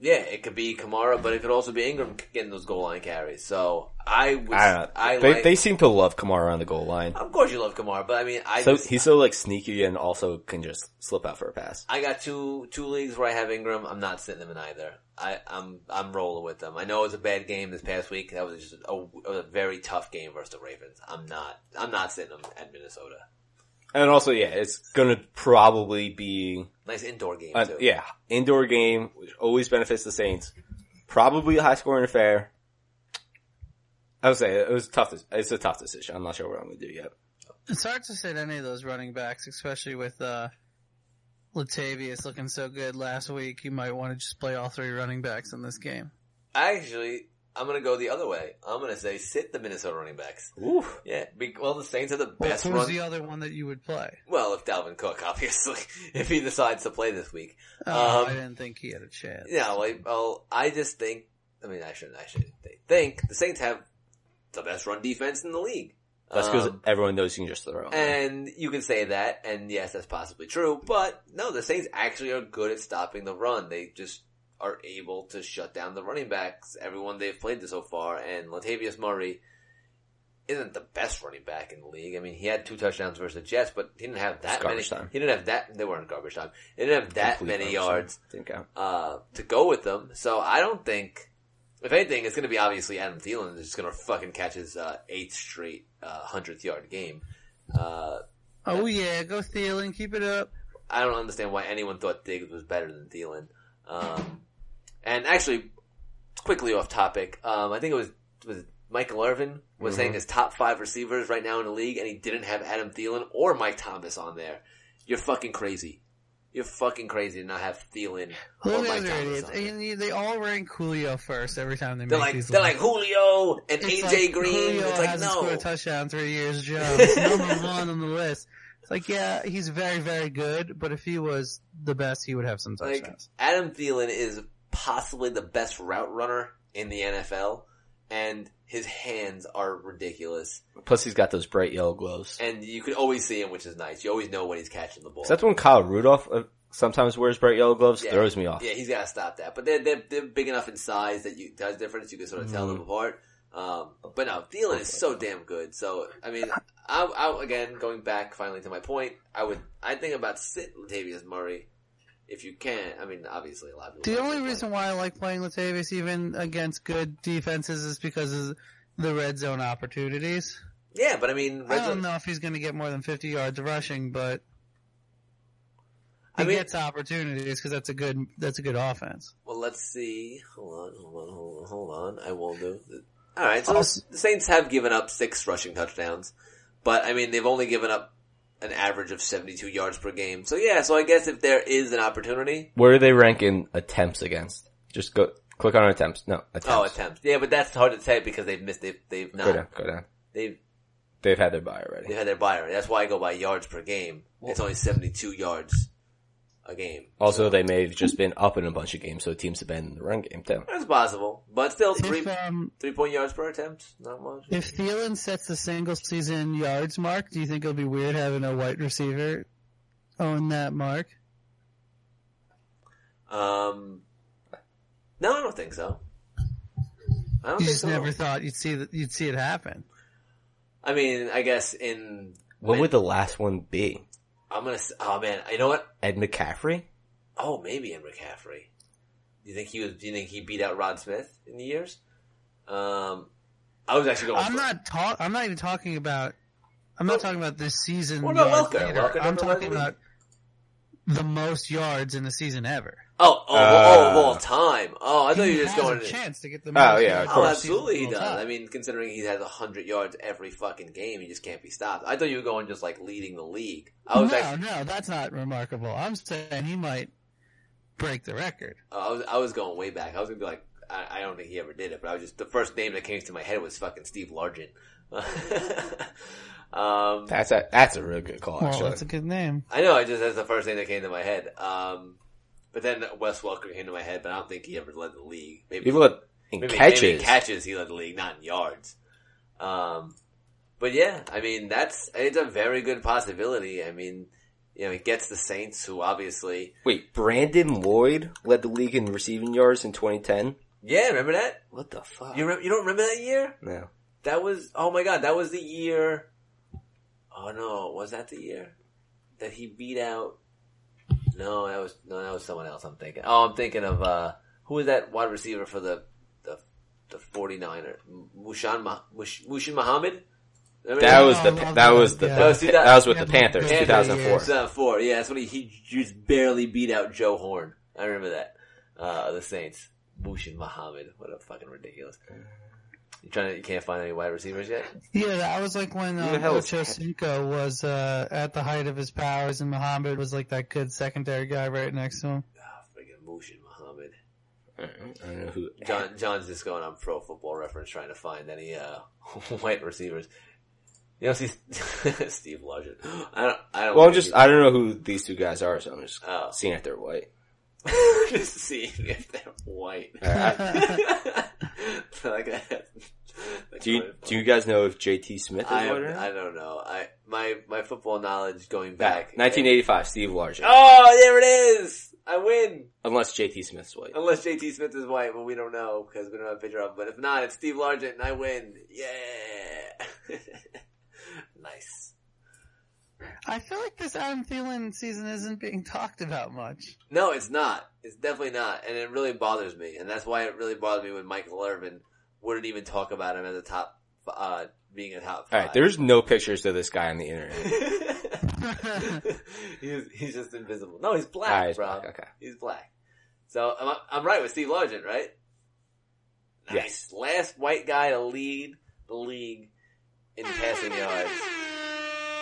Speaker 2: yeah, it could be Kamara, but it could also be Ingram getting those goal line carries. So I would
Speaker 4: I
Speaker 2: I,
Speaker 4: don't know. they,
Speaker 2: like,
Speaker 4: they seem to love Kamara on the goal line.
Speaker 2: of course you love Kamara, but I mean I
Speaker 4: So
Speaker 2: just-
Speaker 4: he's so like sneaky and also can just slip out for a pass.
Speaker 2: I got two two leagues where I have Ingram. I'm not sitting them in either. I, I'm I'm rolling with them. I know it was a bad game this past week. That was just a, a very tough game versus the Ravens. I'm not I'm not sitting them at Minnesota.
Speaker 4: And also, yeah, it's gonna probably be,
Speaker 2: Nice indoor game
Speaker 4: uh,
Speaker 2: too.
Speaker 4: yeah, indoor game, which always benefits the Saints. Probably a high scoring affair. I would say it was tough, de- it's a tough decision. I'm not sure what I'm gonna do yet.
Speaker 3: It's hard to sit any of those running backs, especially with uh, Latavius looking so good last week. You might want to just play all three running backs in this game.
Speaker 2: Actually, I'm gonna go the other way. I'm gonna say sit the Minnesota running backs.
Speaker 4: Oof.
Speaker 2: Yeah. Be, well, the Saints are the
Speaker 3: Well,
Speaker 2: best
Speaker 3: who's
Speaker 2: run.
Speaker 3: the other one that you would play?
Speaker 2: well, if Dalvin Cook, obviously, if he decides to play this week.
Speaker 3: Oh,
Speaker 2: Um,
Speaker 3: I didn't think he had a chance.
Speaker 2: Yeah, well, well, I just think. I mean, I shouldn't. I shouldn't think- think the Saints have the best run defense in the league.
Speaker 4: That's because
Speaker 2: Um,
Speaker 4: everyone knows you can just throw. it.
Speaker 2: and you can say that, and yes, that's possibly true. But no, the Saints actually are good at stopping the run. They just are able to shut down the running backs, everyone they've played to so far. And Latavius Murray isn't the best running back in the league. I mean, he had two touchdowns versus the Jets, but he didn't have that many.
Speaker 4: garbage time.
Speaker 2: He didn't have that. They weren't garbage time. He didn't have that
Speaker 4: Complete
Speaker 2: many
Speaker 4: garbage time.
Speaker 2: yards
Speaker 4: Didn't count.
Speaker 2: uh, to go with them. So I don't think, if anything, it's going to be obviously Adam Thielen is just going to fucking catch his uh, eighth straight uh, hundredth yard game. Uh,
Speaker 3: Oh yeah, go Thielen, keep it up.
Speaker 2: I don't understand why anyone thought Diggs was better than Thielen. Um, and actually, quickly off topic, um, I think it was was it Michael Irvin was saying his top five receivers right now in the league, and he didn't have Adam Thielen or Mike Thomas on there. You're fucking crazy. You're fucking crazy to not have Thielen or
Speaker 3: Those
Speaker 2: Mike
Speaker 3: guys are
Speaker 2: Thomas.
Speaker 3: idiots.
Speaker 2: On there.
Speaker 3: And you- they all rank Coolio first every time they
Speaker 2: They're
Speaker 3: make
Speaker 2: like
Speaker 3: these.
Speaker 2: they're like
Speaker 3: lists.
Speaker 2: Julio and
Speaker 3: It's
Speaker 2: AJ
Speaker 3: like,
Speaker 2: Green.
Speaker 3: Julio
Speaker 2: It's like
Speaker 3: hasn't scored a
Speaker 2: no,
Speaker 3: touchdown three years. Jones number one on the list. It's like yeah, he's very very good, but if he was the best, he would have some touchdowns.
Speaker 2: like Adam Thielen is possibly the best route runner in the NFL, and his hands are ridiculous.
Speaker 4: Plus, he's got those bright yellow gloves.
Speaker 2: And you can always see him, which is nice. You always know when he's catching the ball.
Speaker 4: So that's when Kyle Rudolph uh, sometimes wears bright yellow gloves.
Speaker 2: Yeah.
Speaker 4: Throws me off.
Speaker 2: Yeah, he's got to stop that. But they're, they're they're big enough in size that you does difference. You can sort of tell
Speaker 3: Mm-hmm.
Speaker 2: them apart. Um, but no, Thielen is so damn good. So I mean, I, I again going back finally to my point. I would I think about sit Latavius Murray if you can. I mean, obviously a lot of people
Speaker 3: The
Speaker 2: like
Speaker 3: only
Speaker 2: him, but-
Speaker 3: reason why I like playing Latavius even against good defenses is because of the red zone opportunities.
Speaker 2: Yeah, but I mean, red
Speaker 3: I don't
Speaker 2: zone-
Speaker 3: know if he's going to get more than 50 yards rushing, but
Speaker 2: I
Speaker 3: he
Speaker 2: mean-
Speaker 3: gets opportunities because that's a good that's a good offense.
Speaker 2: Well, let's see. Hold on, hold on, hold on, hold on. I will do. All right. So
Speaker 3: Also-
Speaker 2: the Saints have given up six rushing touchdowns, but I mean they've only given up an average of seventy-two yards per game. So yeah. So I guess if there is an opportunity,
Speaker 4: Where do they rank in attempts against? Just go click on attempts. No attempts.
Speaker 2: oh, attempts. Yeah, but that's hard to say because they've missed. They've they've
Speaker 4: Go down.
Speaker 2: not.
Speaker 4: Go down.
Speaker 2: They've
Speaker 4: They've had their buy
Speaker 2: they've
Speaker 4: already.
Speaker 2: had their buy rate. That's why I go by yards per game. It's only seventy-two yards a game.
Speaker 4: Also, they may have just been up in a bunch of games, so teams abandoned the run game too.
Speaker 2: That's possible, but still three
Speaker 3: If um
Speaker 2: three-point yards per attempt. Not much.
Speaker 3: if Thielen sets the single season yards mark, do you think it'll be weird having a white receiver own that mark?
Speaker 2: Um, no, I don't think so. I don't
Speaker 3: You
Speaker 2: think
Speaker 3: just
Speaker 2: so.
Speaker 3: never thought you'd see that you'd see it happen.
Speaker 2: I mean, I guess in
Speaker 4: What would the last one be?
Speaker 2: I'm gonna. s- Oh man, you know what?
Speaker 4: Ed McCaffrey?
Speaker 2: Oh, maybe in McCaffrey. You think he was? Do you think he beat out Rod Smith in the years? Um, I was actually going.
Speaker 3: I'm
Speaker 2: for-
Speaker 3: not talk. I'm not even talking about. I'm not talking about this season.
Speaker 2: What about
Speaker 3: yards
Speaker 2: Welker?
Speaker 3: leader.
Speaker 2: Welker
Speaker 3: I'm
Speaker 2: never led
Speaker 3: talking
Speaker 2: the league.
Speaker 3: about. the most yards in a season ever.
Speaker 2: Oh, oh,
Speaker 1: Uh,
Speaker 2: oh, of all time. Oh, I thought you
Speaker 3: he
Speaker 2: were just
Speaker 3: has
Speaker 2: going.
Speaker 3: a
Speaker 2: To,
Speaker 3: chance to get the most
Speaker 1: Oh, yeah,
Speaker 3: yards
Speaker 1: of
Speaker 2: oh,
Speaker 3: in a
Speaker 1: course.
Speaker 3: season
Speaker 2: absolutely, he
Speaker 3: of
Speaker 2: does.
Speaker 3: all time.
Speaker 2: I mean, considering he has hundred yards every fucking game, he just can't be stopped. I thought you were going just like leading the league. I was
Speaker 3: no,
Speaker 2: actually,
Speaker 3: no, that's not remarkable. I'm saying he might break the record.
Speaker 2: I was, I was going way back. I was gonna be like, I, I don't think he ever did it, but I was just the first name that came to my head was fucking Steve Largent. um,
Speaker 1: That's a that's a really good call.
Speaker 3: Well,
Speaker 1: actually,
Speaker 3: Oh, that's a good name.
Speaker 2: I know, I just that's the first thing that came to my head. Um, but then Wes Welker came to my head, but I don't think he ever led the league. Maybe
Speaker 1: even with in
Speaker 2: maybe,
Speaker 1: catches,
Speaker 2: maybe in catches he led the league, not in yards. Um, but yeah, I mean that's it's a very good possibility. I mean, you know, he gets the Saints, who obviously,
Speaker 1: Wait, Brandon Lloyd led the league in receiving yards in 2010.
Speaker 2: yeah, remember that?
Speaker 1: What the fuck?
Speaker 2: You re- you don't remember that year?
Speaker 1: no.
Speaker 2: That was oh my god, that was the year. Oh no, was that the year that he beat out? No, that was no, that was someone else. I'm thinking. Oh, I'm thinking of uh, who was that wide receiver for the the the 49er? Mushan Ma- Mush- Mushin Muhammad. Remember
Speaker 1: That was the
Speaker 3: I love
Speaker 1: that was
Speaker 3: that,
Speaker 1: the
Speaker 3: Oh, yeah.
Speaker 1: that was,
Speaker 2: That was
Speaker 1: with
Speaker 3: yeah,
Speaker 1: the Panthers,
Speaker 3: yeah,
Speaker 1: 2004.
Speaker 2: 2004. Yeah, that's when he, he just barely beat out Joe Horn. I remember that. Uh, the Saints. Mushin Muhammad. What a fucking ridiculous. You trying to, you can't find any wide receivers yet?
Speaker 3: Yeah, that was like when
Speaker 1: Who the
Speaker 3: um,
Speaker 1: hell is
Speaker 3: Ocho Cinco was uh, at the height of his powers, and Muhammad was like that good secondary guy right next to him.
Speaker 2: Ah, freaking Mushin Muhammad.
Speaker 1: I don't know who.
Speaker 2: John John's just going on Pro Football Reference trying to find any uh white receivers. You don't see Steve Largent. I don't. I don't.
Speaker 1: Well, I'm
Speaker 2: think
Speaker 1: just
Speaker 2: he's-
Speaker 1: I don't know who these two guys are, so I'm just
Speaker 2: Oh.
Speaker 1: seeing if they're white.
Speaker 2: just seeing if they're white.
Speaker 1: Alright.
Speaker 2: like, I-
Speaker 1: do you do you guys know if JT Smith is
Speaker 2: I,
Speaker 1: white or not?
Speaker 2: I don't know. I my my football knowledge going
Speaker 1: Yeah,
Speaker 2: back.
Speaker 1: 1985, Steve Largent.
Speaker 2: Oh, there it is. I win.
Speaker 1: Unless JT Smith's white.
Speaker 2: Unless JT Smith is white, but we don't know because we don't have a picture of him. But if not, it's Steve Largent and I win. Yeah. nice.
Speaker 3: I feel like this Adam Thielen season isn't being talked about much.
Speaker 2: No, it's not. It's definitely not. And it really bothers me. And that's why it really bothers me when Michael Irvin wouldn't even talk about him as a top, uh, being a top
Speaker 1: All
Speaker 2: five.
Speaker 1: right, there's no pictures of this guy on the internet.
Speaker 2: he's, he's just invisible. No, he's
Speaker 1: All
Speaker 2: black,
Speaker 1: right,
Speaker 2: bro.
Speaker 1: okay.
Speaker 2: He's black. So I'm, I'm right with Steve Largent, right?
Speaker 1: Yes.
Speaker 2: Nice. Last white guy to lead the league in passing yards.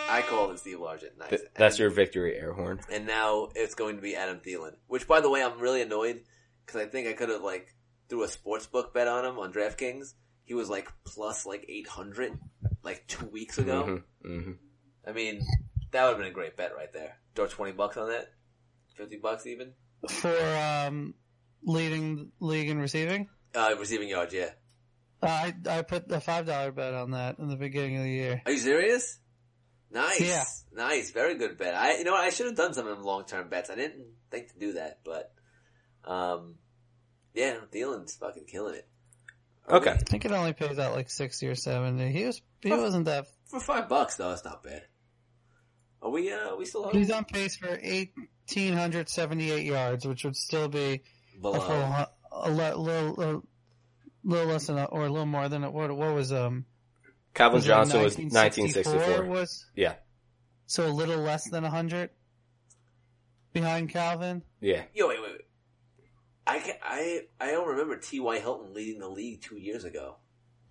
Speaker 2: I called it Steve Largent. Nice.
Speaker 1: Th- that's your victory air horn.
Speaker 2: and now it's going to be Adam Thielen. Which, by the way, I'm really annoyed because I think I could have like threw a sports book bet on him on DraftKings. He was like plus like 800 like two weeks ago.
Speaker 1: hmm hmm
Speaker 2: I mean, that would have been a great bet right there. Throw 20 bucks on that? 50 bucks even?
Speaker 3: For um, leading the league in receiving,
Speaker 2: Uh, receiving yards, yeah.
Speaker 3: uh, I, I put a $5 bet on that in the beginning of the year.
Speaker 2: Are you serious? Nice.
Speaker 3: Yeah.
Speaker 2: Nice. Very good bet. I, you know what? I should have done some of them long-term bets. I didn't think to do that, but, um, yeah, Thielen's fucking killing it.
Speaker 1: Okay.
Speaker 3: I think it only pays out like 60 or 70. He was, he wasn't that,
Speaker 2: For five bucks though, that's not bad. Are we, uh, are we still on?
Speaker 3: he's on pace for 1,878 yards, which would still be a full
Speaker 2: Below.
Speaker 3: hu- a le- little, little, little less than, a, or a little more than, a, what, what was, um,
Speaker 1: Calvin
Speaker 3: it
Speaker 1: Johnson was 1964.
Speaker 3: Was,
Speaker 1: Yeah,
Speaker 3: so a little less than 100 behind Calvin.
Speaker 1: yeah.
Speaker 2: Yo, wait, wait, wait. I, can, I, I don't remember T.Y. Hilton leading the league two years ago.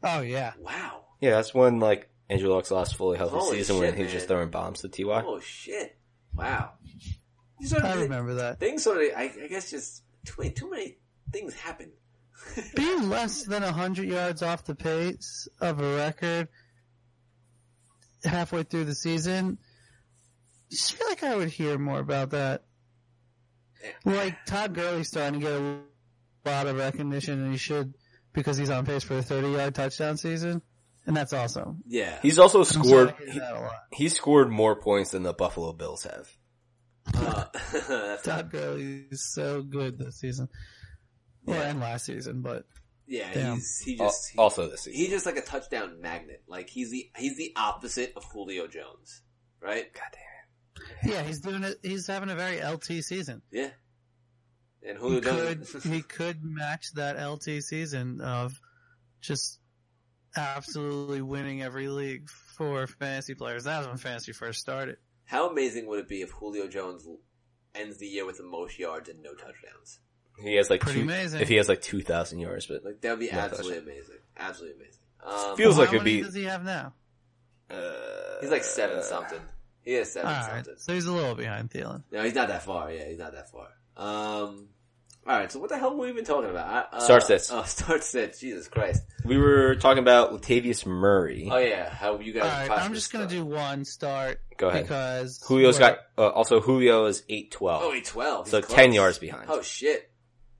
Speaker 3: Oh yeah.
Speaker 2: Wow.
Speaker 1: Yeah, that's when like Andrew Luck's last fully healthy
Speaker 2: Holy
Speaker 1: season
Speaker 2: shit,
Speaker 1: when he was
Speaker 2: man.
Speaker 1: just throwing bombs to Ty.
Speaker 2: Oh shit! Wow. You sort
Speaker 3: I
Speaker 2: of-
Speaker 3: remember that.
Speaker 2: Things sort of, I, I guess, just too many, too many things happen.
Speaker 3: Being less than 100 yards off the pace of a record halfway through the season, I just feel like I would hear more about that. Like Todd Gurley's starting to get a lot of recognition, and he should because he's on pace for a 30 yard touchdown season, and that's awesome.
Speaker 2: Yeah.
Speaker 1: He's also
Speaker 3: I'm sorry
Speaker 1: scored.
Speaker 3: I hear
Speaker 1: He,
Speaker 3: that a lot.
Speaker 1: he scored more points than the Buffalo Bills have.
Speaker 2: Uh, that's
Speaker 3: Todd Gurley is so good this season, well, and last season, but
Speaker 2: yeah.
Speaker 3: Damn.
Speaker 2: He's, he
Speaker 1: Al-
Speaker 2: just he,
Speaker 1: also this season.
Speaker 2: he's just like a touchdown magnet. Like he's the he's the opposite of Julio Jones, right?
Speaker 1: God damn
Speaker 3: yeah, he's doing it. He's having a very LT season.
Speaker 2: Yeah. And Julio
Speaker 3: he could
Speaker 2: Jones.
Speaker 3: he could match that LT season of just absolutely winning every league for fantasy players. That was when fantasy first started.
Speaker 2: How amazing would it be if Julio Jones ends the year with the most yards and no touchdowns.
Speaker 1: He has like
Speaker 3: Pretty
Speaker 1: two,
Speaker 3: amazing.
Speaker 1: if he has like two thousand yards, but like
Speaker 2: Like that would be
Speaker 1: No
Speaker 2: absolutely amazing, absolutely amazing. Um,
Speaker 1: feels
Speaker 3: How
Speaker 1: like it'd
Speaker 3: many
Speaker 1: be.
Speaker 3: does he have now?
Speaker 1: uh,
Speaker 2: he's like seven something. He is
Speaker 3: All
Speaker 2: seven
Speaker 3: right,
Speaker 2: something.
Speaker 3: so he's a little behind Thielen.
Speaker 2: No, he's not that far. Yeah, he's not that far. Um, all right. So what the hell were we even talking about? I, uh,
Speaker 1: Start sets.
Speaker 2: Oh, start sets. Jesus Christ.
Speaker 1: We were talking about Latavius Murray.
Speaker 2: Oh yeah. How you guys?
Speaker 3: All right, I'm
Speaker 2: possibly
Speaker 3: just gonna
Speaker 2: start.
Speaker 3: do one start
Speaker 1: Go ahead.
Speaker 3: because
Speaker 1: Julio's
Speaker 3: we're-
Speaker 1: got uh, also Julio is eight twelve.
Speaker 2: Oh, he twelve.
Speaker 1: So
Speaker 2: He's
Speaker 1: 10
Speaker 2: close.
Speaker 1: yards behind.
Speaker 2: Oh shit.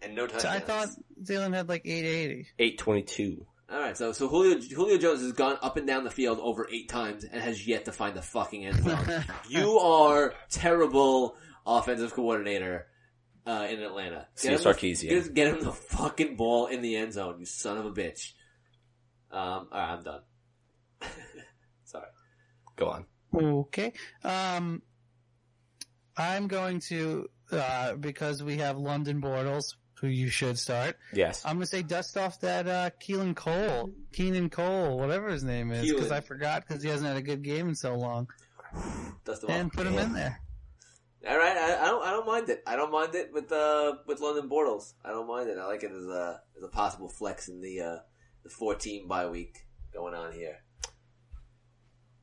Speaker 2: And no
Speaker 3: So
Speaker 2: touchdowns.
Speaker 3: I thought Thielen had like 880.
Speaker 1: 822.
Speaker 2: All right, so so Julio Julio Jones has gone up and down the field over eight times and has yet to find the fucking end zone. you are terrible offensive coordinator uh, in Atlanta.
Speaker 1: Steve
Speaker 2: him the-
Speaker 1: Sarkisian.
Speaker 2: Get, get him the fucking ball in the end zone, you son of a bitch. Um, all right, I'm done. Sorry.
Speaker 1: Go on.
Speaker 3: Okay. Um, I'm going to uh, because we have London Bortles, who you should start.
Speaker 1: Yes.
Speaker 3: I'm going to say dust off that uh, Keelan Cole, Keenan Cole, whatever his name is, because
Speaker 2: Keelan.
Speaker 3: I forgot because he hasn't had a good game in so long,
Speaker 2: Dust them
Speaker 3: and
Speaker 2: off.
Speaker 3: put him in there.
Speaker 2: All right, I, I don't I don't mind it. I don't mind it with uh with London Bortles. I don't mind it. I like it as a as a possible flex in the uh the 14 bye week going on here.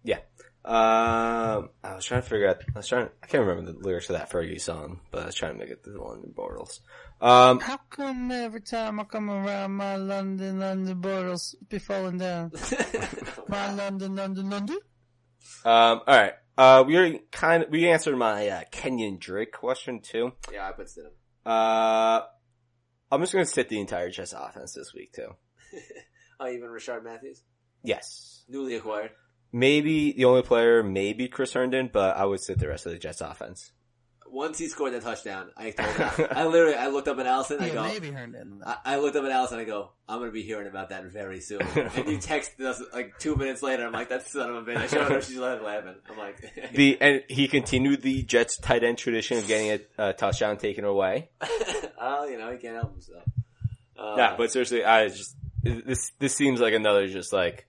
Speaker 1: Yeah. Um, I was trying to figure out, I was trying, I can't remember the lyrics of that Fergie song, but I was trying to make it to the London Bortles. Um,
Speaker 3: How come every time I come around, my London, London Bortles be falling down? My London, London, London.
Speaker 1: um, alright. Uh, we already kind of, we answered my, uh, Kenyon Drake question too.
Speaker 2: Yeah, I put Stidham.
Speaker 1: Uh, I'm just gonna sit the entire chess offense this week too.
Speaker 2: Oh, even Richard Matthews,
Speaker 1: Yes.
Speaker 2: newly acquired.
Speaker 1: Maybe the only player, maybe Chris Herndon, but I would sit the rest of the Jets offense.
Speaker 2: Once he scored that touchdown, I told I literally I looked up at Allison. I
Speaker 3: Yeah,
Speaker 2: go,
Speaker 3: maybe Herndon.
Speaker 2: I, I looked up at Allison. I go, I'm gonna be hearing about that very soon. and you texted us like two minutes later. I'm like, that son of a bitch. I showed her. She's laughing. I'm like,
Speaker 1: The, and he continued the Jets tight end tradition of getting a, uh touchdown taken away.
Speaker 2: oh, you know, he can't help himself. Uh,
Speaker 1: Yeah, but seriously, I just this this seems like another just like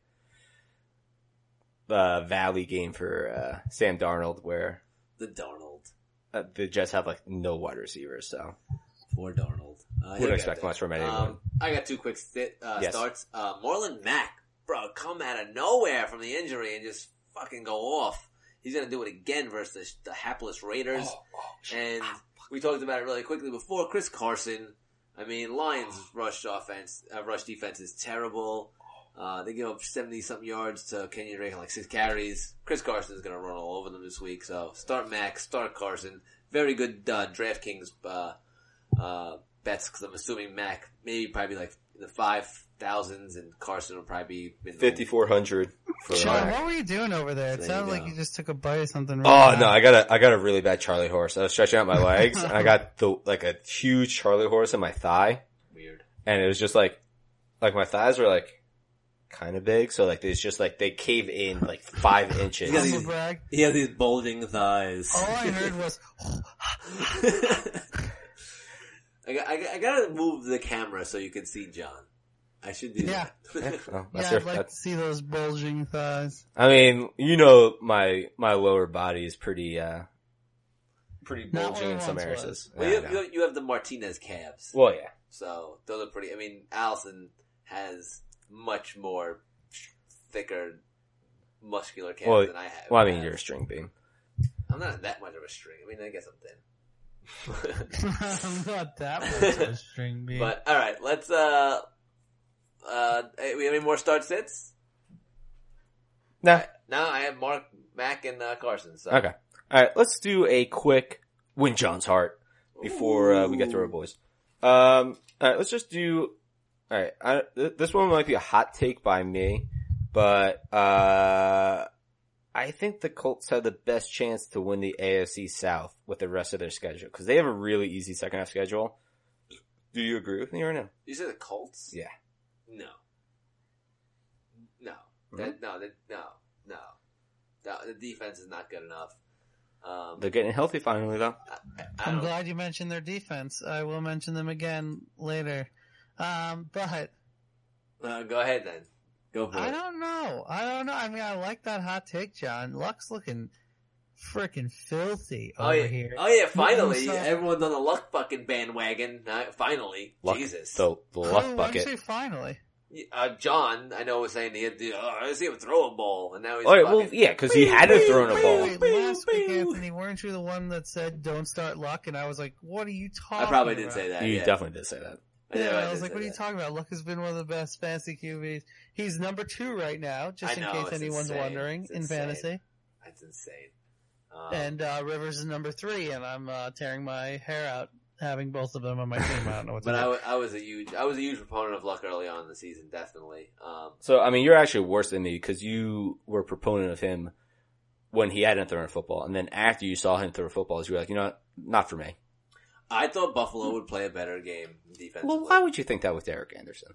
Speaker 1: uh, valley game for uh, Sam Darnold, where
Speaker 2: the Darnold,
Speaker 1: uh, the Jets have like no wide receivers, so
Speaker 2: poor Darnold. Uh, he'll
Speaker 1: wouldn't
Speaker 2: get
Speaker 1: expect
Speaker 2: there.
Speaker 1: much from anyone.
Speaker 2: Um, I got two quick sti uh,
Speaker 1: Yes.
Speaker 2: starts. Uh, Marlon Mack, bro, come out of nowhere from the injury and just fucking go off. He's gonna do it again versus the, the hapless Raiders.
Speaker 1: Oh,
Speaker 2: and
Speaker 1: Ah,
Speaker 2: we talked about it really quickly before. Chris Carson. I mean, Lions rush offense, uh, rush defense is terrible. Uh, they give up 70 something yards to Kenyon Drake on like six carries. Chris Carson is going to run all over them this week. So start Max, start Carson. Very good, uh, DraftKings, uh, uh, bets because I'm assuming Mac maybe probably like in the five thousands and Carson will probably be in the-
Speaker 1: Fifty four hundred.
Speaker 3: Sean, what were you doing over there? It
Speaker 2: There you
Speaker 3: sounded
Speaker 2: go.
Speaker 3: like you just took a bite of something.
Speaker 1: Oh
Speaker 3: really
Speaker 1: no,
Speaker 3: hot.
Speaker 1: I got a I got a really bad Charlie horse. I was stretching out my legs, and I got the like a huge Charlie horse in my thigh,
Speaker 2: Weird.
Speaker 1: and it was just like like my thighs were like kind of big, so like it's just like they cave in like five inches.
Speaker 2: Yeah,
Speaker 3: humble
Speaker 2: these-
Speaker 3: brag.
Speaker 2: He has these bulging thighs.
Speaker 3: All I heard was,
Speaker 2: I, got- I, got- I gotta move the camera so you can see John. I should do
Speaker 3: Yeah.
Speaker 1: Yeah,
Speaker 2: that.
Speaker 1: well,
Speaker 3: yeah,
Speaker 1: that's
Speaker 3: I'd
Speaker 1: your-
Speaker 3: like to see those bulging thighs.
Speaker 1: I mean, you know, my my lower body is pretty uh pretty
Speaker 3: Not
Speaker 1: bulging
Speaker 3: what
Speaker 1: in
Speaker 3: it
Speaker 1: some
Speaker 3: once
Speaker 1: areas.
Speaker 2: well,
Speaker 1: Yeah,
Speaker 2: you,
Speaker 1: I
Speaker 2: have, you,
Speaker 1: know.
Speaker 2: have, you have the Martinez calves,
Speaker 1: well, yeah,
Speaker 2: so those are pretty. I mean, Allison has much more thicker, muscular calves
Speaker 1: Well,
Speaker 2: than I have.
Speaker 1: Well, I mean, you're a string bean.
Speaker 2: I'm not that much of a string. I mean, I guess I'm thin.
Speaker 3: I'm not that much of a string bean.
Speaker 2: But all right, let's. uh uh hey, We have any more start sits?
Speaker 1: Nah.
Speaker 2: No, I have Mark Mack and uh, Carson. So.
Speaker 1: Okay. All right. Let's do a quick win John's heart before uh, we get to our
Speaker 2: Ooh.
Speaker 1: boys. Um. All right. Let's just do. All right. I, th- this one might be a hot take by me, but uh, I think the Colts have the best chance to win the AFC South with the rest of their schedule because they have a really easy second half schedule. Do you agree with me or no?
Speaker 2: You said the Colts?
Speaker 1: Yeah.
Speaker 2: No. No. That, no. That, no. No. No. The defense is not good enough. Um,
Speaker 1: They're getting healthy finally though.
Speaker 2: I
Speaker 3: I'm
Speaker 2: don't.
Speaker 3: glad you mentioned their defense. I will mention them again later. Um, but
Speaker 2: Uh, go ahead then. Go for
Speaker 3: I
Speaker 2: it.
Speaker 3: don't know. I don't know. I mean, I like that hot take, John. Luck's looking freaking filthy
Speaker 2: Oh
Speaker 3: over
Speaker 2: yeah.
Speaker 3: here.
Speaker 2: oh yeah! Finally,
Speaker 3: Moonsault.
Speaker 2: everyone's on the luck fucking bandwagon. Uh, finally,
Speaker 1: Luck,
Speaker 2: Jesus.
Speaker 1: The, the
Speaker 3: Oh,
Speaker 1: luck
Speaker 3: why'd you
Speaker 1: bucket.
Speaker 3: say finally.
Speaker 2: uh, John, I know was saying he had to, oh, I see him throw a ball, and now he's
Speaker 3: Oh,
Speaker 1: All right, well,
Speaker 2: fucking-
Speaker 1: yeah, because he had to throw in a
Speaker 3: Wait,
Speaker 1: ball.
Speaker 3: wait, last week, Anthony, weren't you the one that said don't start luck? And I was like, what are you talking
Speaker 2: I
Speaker 3: about?
Speaker 2: probably didn't say that.
Speaker 1: You
Speaker 2: yeah.
Speaker 1: definitely did say that.
Speaker 2: I know
Speaker 3: Yeah,
Speaker 2: did
Speaker 3: I was like,
Speaker 2: say
Speaker 3: what are you
Speaker 2: that.
Speaker 3: talking about? Luck has been one of the best fantasy QBs. He's number two right now, just
Speaker 2: I
Speaker 3: in
Speaker 2: know,
Speaker 3: case
Speaker 2: it's
Speaker 3: anyone's
Speaker 2: insane.
Speaker 3: wondering,
Speaker 2: It's
Speaker 3: in
Speaker 2: insane.
Speaker 3: fantasy.
Speaker 2: That's insane. Um,
Speaker 3: and uh, Rivers is number three, and I'm uh, tearing my hair out having both of them on my team. I don't know what to
Speaker 2: but I,
Speaker 3: do.
Speaker 2: wa- I was a huge, I was a huge proponent of luck early on in the season, definitely. Um,
Speaker 1: So, I mean, you're actually worse than me because you were a proponent of him when he hadn't thrown a football. And then after you saw him throw footballs, you were like, you know what? Not for me.
Speaker 2: I thought Buffalo would play a better game defensively.
Speaker 1: Well, why would you think that with Derek Anderson?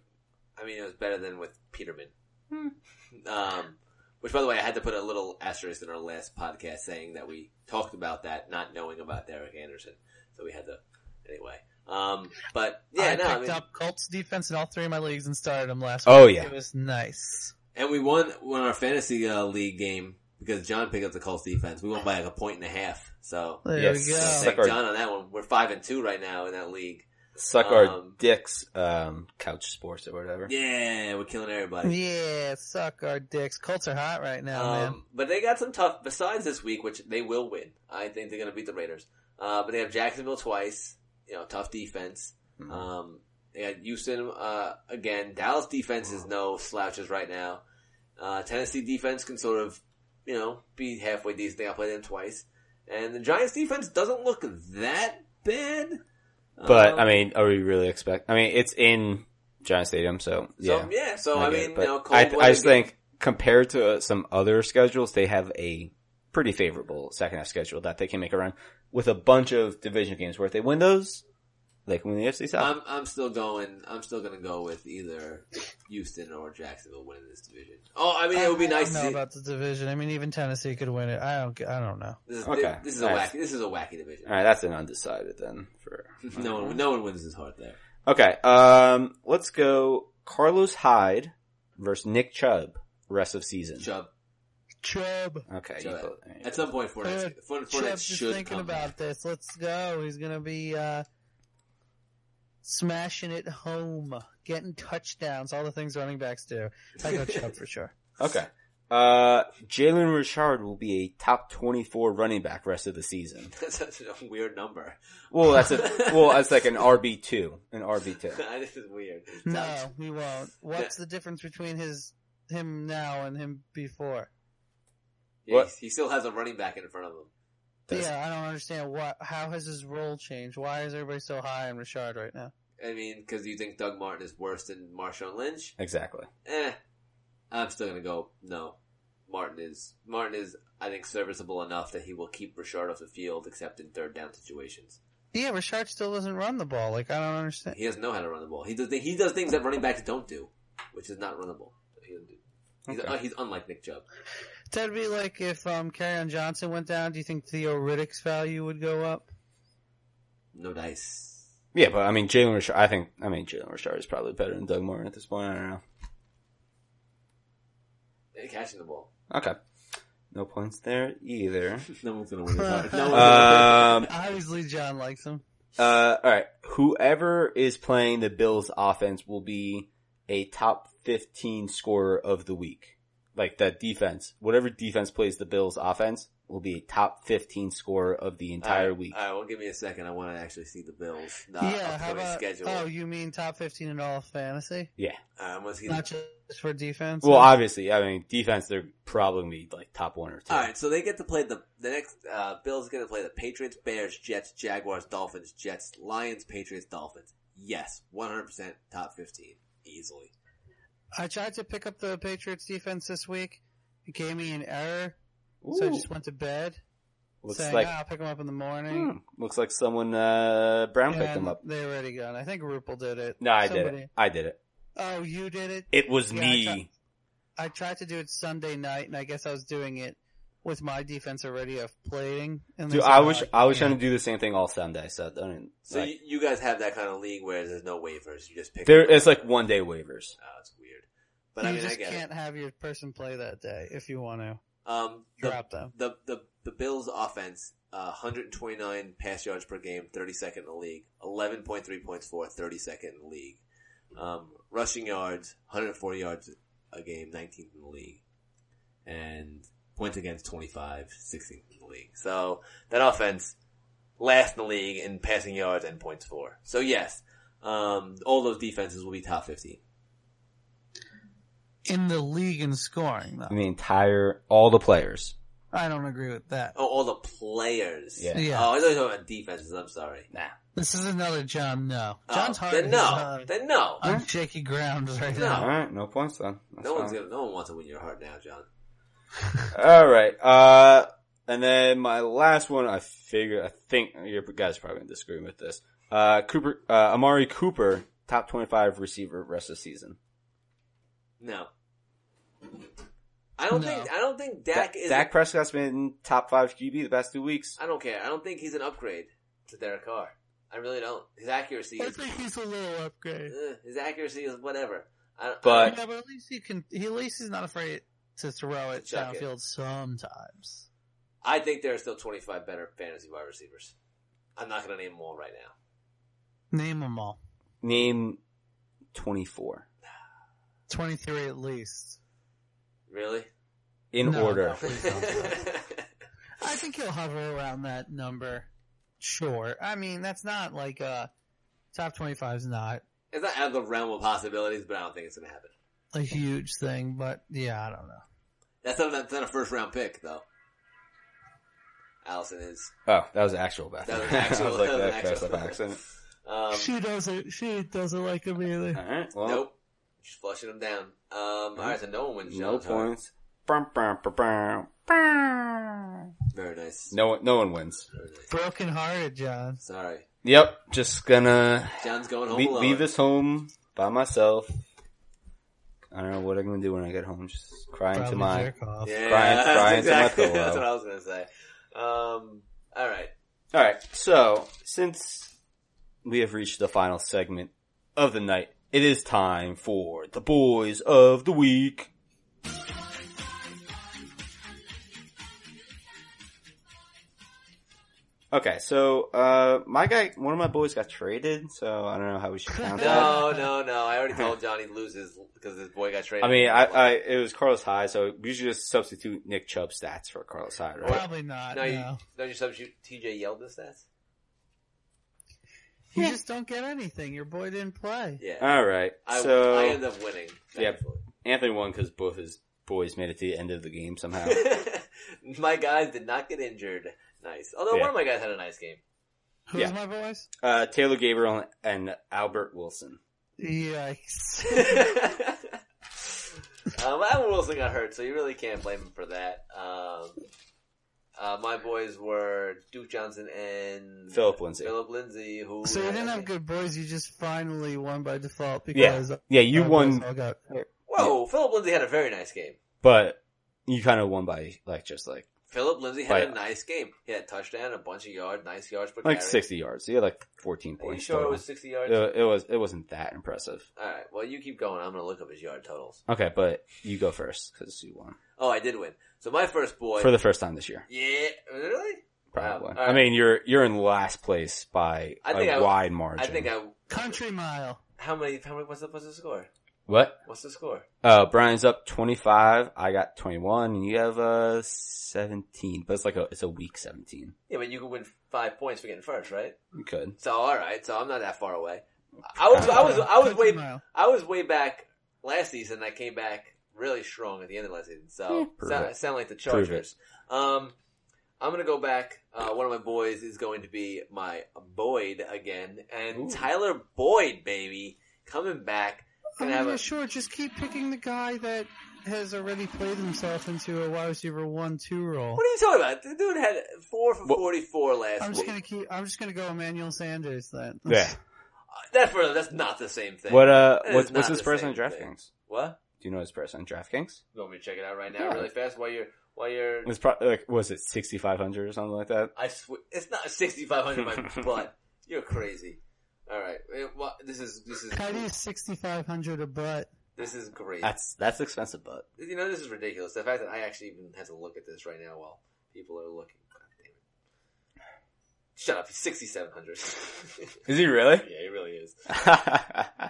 Speaker 2: I mean, it was better than with Peterman.
Speaker 1: Hmm.
Speaker 2: Um, which, by the way, I had to put a little asterisk in our last podcast saying that we talked about that, not knowing about Derek Anderson. So we had to, anyway. Um, but yeah,
Speaker 3: I
Speaker 2: no,
Speaker 3: picked
Speaker 2: I mean,
Speaker 3: up Colts defense in all three of my leagues and started them last
Speaker 1: Oh,
Speaker 3: week.
Speaker 1: yeah.
Speaker 3: It was nice.
Speaker 2: and we won won our fantasy uh, league game because John picked up the Colts defense. We won by like a point and a half. So
Speaker 3: There
Speaker 1: Yes.
Speaker 3: we go.
Speaker 1: Suck
Speaker 2: thank
Speaker 1: our-
Speaker 2: John on that one. We're five and two right now in that league.
Speaker 1: Suck our
Speaker 2: Um,
Speaker 1: dicks, um, couch sports or whatever.
Speaker 2: Yeah, we're killing everybody.
Speaker 3: Yeah, suck our dicks. Colts are hot right now, man.
Speaker 2: Um, but they got some tough. Besides this week, which they will win, I think they're going to beat the Raiders. Uh, but they have Jacksonville twice. You know, tough defense.
Speaker 1: Mhm.
Speaker 2: Um, they got Houston uh, again. Dallas defense is no slouches right now. Uh, Tennessee defense can sort of, you know, be halfway decent. They got to play them twice, and the Giants defense doesn't look that bad.
Speaker 1: But
Speaker 2: Um,
Speaker 1: I mean, are we really expect? I mean, it's in Giant Stadium, so yeah.
Speaker 2: so, yeah. So I,
Speaker 1: get
Speaker 2: mean,
Speaker 1: it,
Speaker 2: you
Speaker 1: but
Speaker 2: know, cold
Speaker 1: I, th- I
Speaker 2: weather
Speaker 1: just think compared to uh, some other schedules, they have a pretty favorable second half schedule that they can make a run with a bunch of division games. Where if they win those, they can win the AFC South.
Speaker 2: I'm I'm still going. I'm still going to go with either Houston or Jacksonville winning this division. Oh, I mean, it would be
Speaker 3: I
Speaker 2: nice
Speaker 3: don't
Speaker 2: to
Speaker 3: know
Speaker 2: see.
Speaker 3: about the division. I mean, even Tennessee could win it. I don't. I don't know.
Speaker 2: This is,
Speaker 1: Okay.
Speaker 2: this is a
Speaker 1: Nice.
Speaker 2: wacky. This is a wacky division.
Speaker 1: All right, that's an undecided then. For uh,
Speaker 2: No one, no one wins this hard there.
Speaker 1: okay, um, let's go Carlos Hyde versus Nick Chubb rest of season.
Speaker 2: Chubb.
Speaker 3: Chubb.
Speaker 1: Okay, you
Speaker 2: Chubb.
Speaker 1: both- all right.
Speaker 2: At some point, Fournette, Fournette, Fournette
Speaker 3: Chubb's just
Speaker 2: should
Speaker 3: thinking
Speaker 2: come
Speaker 3: about
Speaker 2: back.
Speaker 3: this. Let's go. He's gonna be uh, smashing it home, getting touchdowns, all the things running backs do. I go Chubb for sure.
Speaker 1: okay. Uh, Jalen Richard will be a top 24 running back rest of the season.
Speaker 2: That's such a weird number.
Speaker 1: Well, that's a, well, that's like an RB two, an RB two.
Speaker 2: this is weird.
Speaker 3: No, he won't. What's the difference between his him now and him before?
Speaker 2: Yeah,
Speaker 1: What?
Speaker 2: he's- he still has a running back in front of him.
Speaker 1: That's-
Speaker 3: yeah, I don't understand what. How has his role changed? Why is everybody so high on Richard right now?
Speaker 2: I mean, because you think Doug Martin is worse than Marshawn Lynch?
Speaker 1: Exactly.
Speaker 2: eh, I'm still gonna go. No, Martin is Martin is I think serviceable enough that he will keep Richard off the field, except in third down situations.
Speaker 3: Yeah, Richard still doesn't run the ball. Like I don't understand.
Speaker 2: He doesn't know how to run the ball. He does thi- he does things that running backs don't do, which is not runnable. He doesn't do. He's,
Speaker 1: Okay.
Speaker 2: uh, he's unlike Nick Chubb.
Speaker 3: That'd be like if um Carrion Johnson went down. Do you think Theo Riddick's value would go up?
Speaker 2: No dice.
Speaker 1: Yeah, but I mean, Jalen Richard, I think, I mean, Jalen Richard is probably better than Doug Martin at this point. I don't know.
Speaker 2: They're Eh, catching the ball.
Speaker 1: Okay. No points there either.
Speaker 2: No one's gonna win. This hard. No one's gonna
Speaker 1: Um,
Speaker 3: Obviously, John likes him.
Speaker 1: uh, alright. Whoever is playing the Bills offense will be a top 15 scorer of the week. Like that defense, whatever defense plays the Bills offense will be a top 15 scorer of the
Speaker 2: win. All right,
Speaker 1: entire week.
Speaker 2: All right, well, give me a second. I want to actually see the Bills. Uh,
Speaker 3: yeah, how about?
Speaker 2: schedule.
Speaker 3: Oh, you mean top fifteen in all of fantasy,
Speaker 1: Yeah.
Speaker 2: I want to see. the-
Speaker 3: not just for defense?
Speaker 1: Well, obviously, I mean, defense, they're probably gonna be like top one or two.
Speaker 2: All right, so they get to play the the next uh, Bills get to play the Patriots, Bears, Jets, Jaguars, Dolphins, Jets, Lions, Patriots, Dolphins. Yes, one hundred percent top fifteen easily.
Speaker 3: I tried to pick up the Patriots defense this week. It gave me an error, so I just went to bed.
Speaker 1: Looks
Speaker 3: saying,
Speaker 1: like
Speaker 3: "Ah, I'll pick them up in the morning.
Speaker 1: hmm, looks like someone uh Brown picked
Speaker 3: And
Speaker 1: him up.
Speaker 3: They already gone. I think Rupel did it.
Speaker 1: No, I did
Speaker 3: Somebody-
Speaker 1: it. I did it.
Speaker 3: Oh, you did it.
Speaker 1: It was
Speaker 3: Yeah, I
Speaker 1: me.
Speaker 3: I tried to do it Sunday night, and I guess I was doing it with my defense already of plating. And
Speaker 1: Dude,
Speaker 3: they said,
Speaker 1: I
Speaker 3: "Oh,
Speaker 1: was I was
Speaker 3: can't."
Speaker 1: trying to do the same thing all Sunday. So I mean,
Speaker 2: So
Speaker 1: like,
Speaker 2: you, you guys have that kind of league where there's no waivers. You just pick.
Speaker 1: there
Speaker 2: them up.
Speaker 1: it's like one day waivers.
Speaker 2: oh, it's weird. But I
Speaker 3: you
Speaker 2: mean, I
Speaker 3: just
Speaker 2: get
Speaker 3: can't have your person play that day if you want to
Speaker 2: it. Um, the,
Speaker 3: drop them.
Speaker 2: the the the Bills' offense, uh, 129 pass yards per game, 32nd in the league, 11.3 points for 32nd in the league. Um, rushing yards, 140 yards a game, 19th in the league, and points against 25, 16th in the league. So that offense, last in the league in passing yards and points for. So yes, um, all those defenses will be top 15.
Speaker 3: in the league in scoring, though.
Speaker 1: The entire, all the players.
Speaker 3: I don't agree with that.
Speaker 2: Oh, all the players.
Speaker 1: Yeah.
Speaker 3: Yeah.
Speaker 2: Oh, I thought you were talking about defenses. I'm sorry.
Speaker 1: Nah.
Speaker 3: This is another John no.
Speaker 2: Oh,
Speaker 3: John's hard
Speaker 2: Then
Speaker 3: is,
Speaker 2: no.
Speaker 3: uh,
Speaker 2: Then no.
Speaker 3: on shaky ground right
Speaker 2: No.
Speaker 3: now.
Speaker 1: Alright, Oh. no points then. That's
Speaker 2: No one's
Speaker 1: fine.
Speaker 2: gonna, no one wants to win your heart now, John.
Speaker 1: All right. Uh, and then my last one, I figure, I think you guys are probably gonna disagree with this. Uh, Cooper, uh, Amari Cooper, top 25 receiver rest of the season.
Speaker 2: No. I don't
Speaker 3: No.
Speaker 2: think. I don't think
Speaker 1: Dak,
Speaker 2: Dak is.
Speaker 1: Dak Prescott's been top five QB the past two weeks.
Speaker 2: I don't care. I don't think he's an upgrade to Derek Carr. I really don't. His accuracy
Speaker 3: I
Speaker 2: is.
Speaker 3: think he's a little upgrade.
Speaker 2: eh, his accuracy is whatever. I, I-
Speaker 1: But-
Speaker 3: yeah, but at least he can. He, at least he's not afraid to throw it
Speaker 2: Chuck it.
Speaker 3: downfield sometimes.
Speaker 2: I think there are still 25 better fantasy wide receivers. I'm not going to name them all right now.
Speaker 3: Name them all.
Speaker 1: Name 24.
Speaker 3: Twenty three at least.
Speaker 2: Really?
Speaker 1: In
Speaker 3: No,
Speaker 1: order.
Speaker 3: no. Please don't. I think he'll hover around that number. Sure. I mean, that's not like a top twenty five is not
Speaker 2: it's not out of the realm of possibilities, but I don't think it's going to happen.
Speaker 3: a huge thing, but yeah, I don't know.
Speaker 2: That's not, that's not a first round pick, though. Allison is.
Speaker 1: Oh, that was actual back.
Speaker 2: That was an actual-
Speaker 1: I was like,
Speaker 2: that was an
Speaker 1: that
Speaker 2: actual-
Speaker 1: actual accident.
Speaker 2: Um, uh,
Speaker 3: she doesn't. She doesn't like him either.
Speaker 1: Alright, well,
Speaker 2: nope. She's flushing them down. Um, alright, so no one wins
Speaker 1: no
Speaker 2: John's heart.
Speaker 1: points. Brum, brum, brum, brum.
Speaker 2: Very nice.
Speaker 1: No one, no one wins.
Speaker 2: Very nice.
Speaker 3: Broken hearted, John.
Speaker 2: Sorry.
Speaker 1: Yep, just gonna
Speaker 2: John's going home
Speaker 1: leave,
Speaker 2: alone.
Speaker 1: leave this home by myself. I don't know what I'm gonna do when I get home. Just crying
Speaker 3: Probably
Speaker 1: to my
Speaker 3: jerk off.
Speaker 2: Yeah,
Speaker 1: Brian-
Speaker 2: that's
Speaker 1: Brian's in my
Speaker 2: exactly,
Speaker 1: pillow.
Speaker 2: That's what I was going to say. Um, alright.
Speaker 1: All right. So since we have reached the final segment of the night, it is time for the boys of the week. Okay, so uh, my guy, one of my boys got traded, so I don't know how we should count that.
Speaker 2: No, no, no. I already told John he loses because his boy got traded.
Speaker 1: I mean, I, I it was Carlos Hyde, so we should just substitute Nick Chubb stats for Carlos Hyde, right?
Speaker 3: Probably not.
Speaker 2: no,
Speaker 3: No,
Speaker 2: you, don't you substitute TJ Yeldon stats?
Speaker 3: you just don't get anything. Your boy didn't play.
Speaker 2: Yeah.
Speaker 1: All right,
Speaker 2: I,
Speaker 1: so
Speaker 2: I end up winning.
Speaker 1: Yep.
Speaker 2: thankfully.
Speaker 1: Anthony won because both his boys made it to the end of the game somehow.
Speaker 2: my guys did not get injured. Nice. Although
Speaker 1: Yeah.
Speaker 2: one of my guys had a nice game.
Speaker 3: Who's
Speaker 1: Yeah.
Speaker 3: my voice?
Speaker 1: uh, Taylor Gabriel and Albert Wilson.
Speaker 3: Yikes.
Speaker 2: um, Alan Wilson got hurt, so you really can't blame him for that. Um, uh, my boys were Duke Johnson and
Speaker 1: Philip Lindsay.
Speaker 2: Philip Lindsay, who
Speaker 3: So you
Speaker 2: had-
Speaker 3: didn't have good boys. You just finally won by default
Speaker 1: Yeah,
Speaker 3: because
Speaker 1: yeah, you
Speaker 3: our
Speaker 1: won,
Speaker 3: boys all got hurt.
Speaker 2: Whoa, Philip Lindsay had a very nice game.
Speaker 1: but you kind of won by like just like
Speaker 2: Philip Lindsay had a
Speaker 1: Right.
Speaker 2: nice game. He had a touchdown, a bunch of yards, nice yards per
Speaker 1: like
Speaker 2: carry.
Speaker 1: sixty yards. You had like fourteen
Speaker 2: Are you
Speaker 1: points.
Speaker 2: sure it
Speaker 1: total.
Speaker 2: was sixty yards?
Speaker 1: It- it was it wasn't that impressive.
Speaker 2: All right. Well, you keep going. I'm going to look up his yard totals.
Speaker 1: Okay, but you go first because you won
Speaker 2: Oh, I did win. So my first boy.
Speaker 1: for the first time this year.
Speaker 2: yeah. Really?
Speaker 1: Probably.
Speaker 2: Wow. All
Speaker 1: I
Speaker 2: right.
Speaker 1: mean, you're you're in last place by
Speaker 2: I
Speaker 1: a
Speaker 2: think I-
Speaker 1: wide margin.
Speaker 2: I think I.
Speaker 3: Country mile.
Speaker 2: How many? How many? What's the, what's the score?
Speaker 1: what?
Speaker 2: What's the score?
Speaker 1: Uh, Brian's up twenty five. I got twenty one, and you have uh seventeen. But it's like a it's a week seventeen.
Speaker 2: Yeah, but you could win five points for getting first, right?
Speaker 1: You could.
Speaker 2: So all right. So I'm not that far away. I was. I was. I was
Speaker 3: Country
Speaker 2: way.
Speaker 3: mile.
Speaker 2: I was way back last season. I came back really strong at the end of last season. So
Speaker 1: prove
Speaker 2: sound,
Speaker 1: it.
Speaker 2: sound like the
Speaker 1: Prove
Speaker 2: Chargers. Um, I'm gonna go back. Uh, one of my boys is going to be my Boyd again, and
Speaker 1: Ooh.
Speaker 2: Tyler Boyd, baby, coming back.
Speaker 3: I
Speaker 2: Gonna have
Speaker 3: mean,
Speaker 2: a-
Speaker 3: sure, just keep picking the guy that has already played himself into a wide receiver one two role.
Speaker 2: What are you talking about? The dude had four for
Speaker 1: Well-
Speaker 2: 44 last
Speaker 3: I'm just
Speaker 2: week.
Speaker 3: gonna keep. I'm just gonna go Emmanuel Sanders then.
Speaker 1: Yeah.
Speaker 2: Uh, That for that's not the same thing.
Speaker 1: What uh?
Speaker 2: That is
Speaker 1: What's,
Speaker 2: not
Speaker 1: what's his
Speaker 2: the
Speaker 1: price on
Speaker 2: same
Speaker 1: DraftKings?
Speaker 2: thing. What?
Speaker 1: Do you know his price on DraftKings?
Speaker 2: You want me to check it out right now,
Speaker 1: Yeah.
Speaker 2: really fast? While you're while you're,
Speaker 1: It was pro- like was it sixty five hundred or something like that?
Speaker 2: I swear, it's not 6,500 in my butt. You're crazy. All right, Eh, wha- this is this is
Speaker 3: Cuddy is 6,500 a butt.
Speaker 2: this is great.
Speaker 1: That's that's expensive, but
Speaker 2: you know, this is ridiculous. The fact that I actually even have to look at this right now while People are looking. God damn it. Shut up. He's 6,700.
Speaker 1: Is he really?
Speaker 2: yeah, he really is.
Speaker 1: you
Speaker 2: All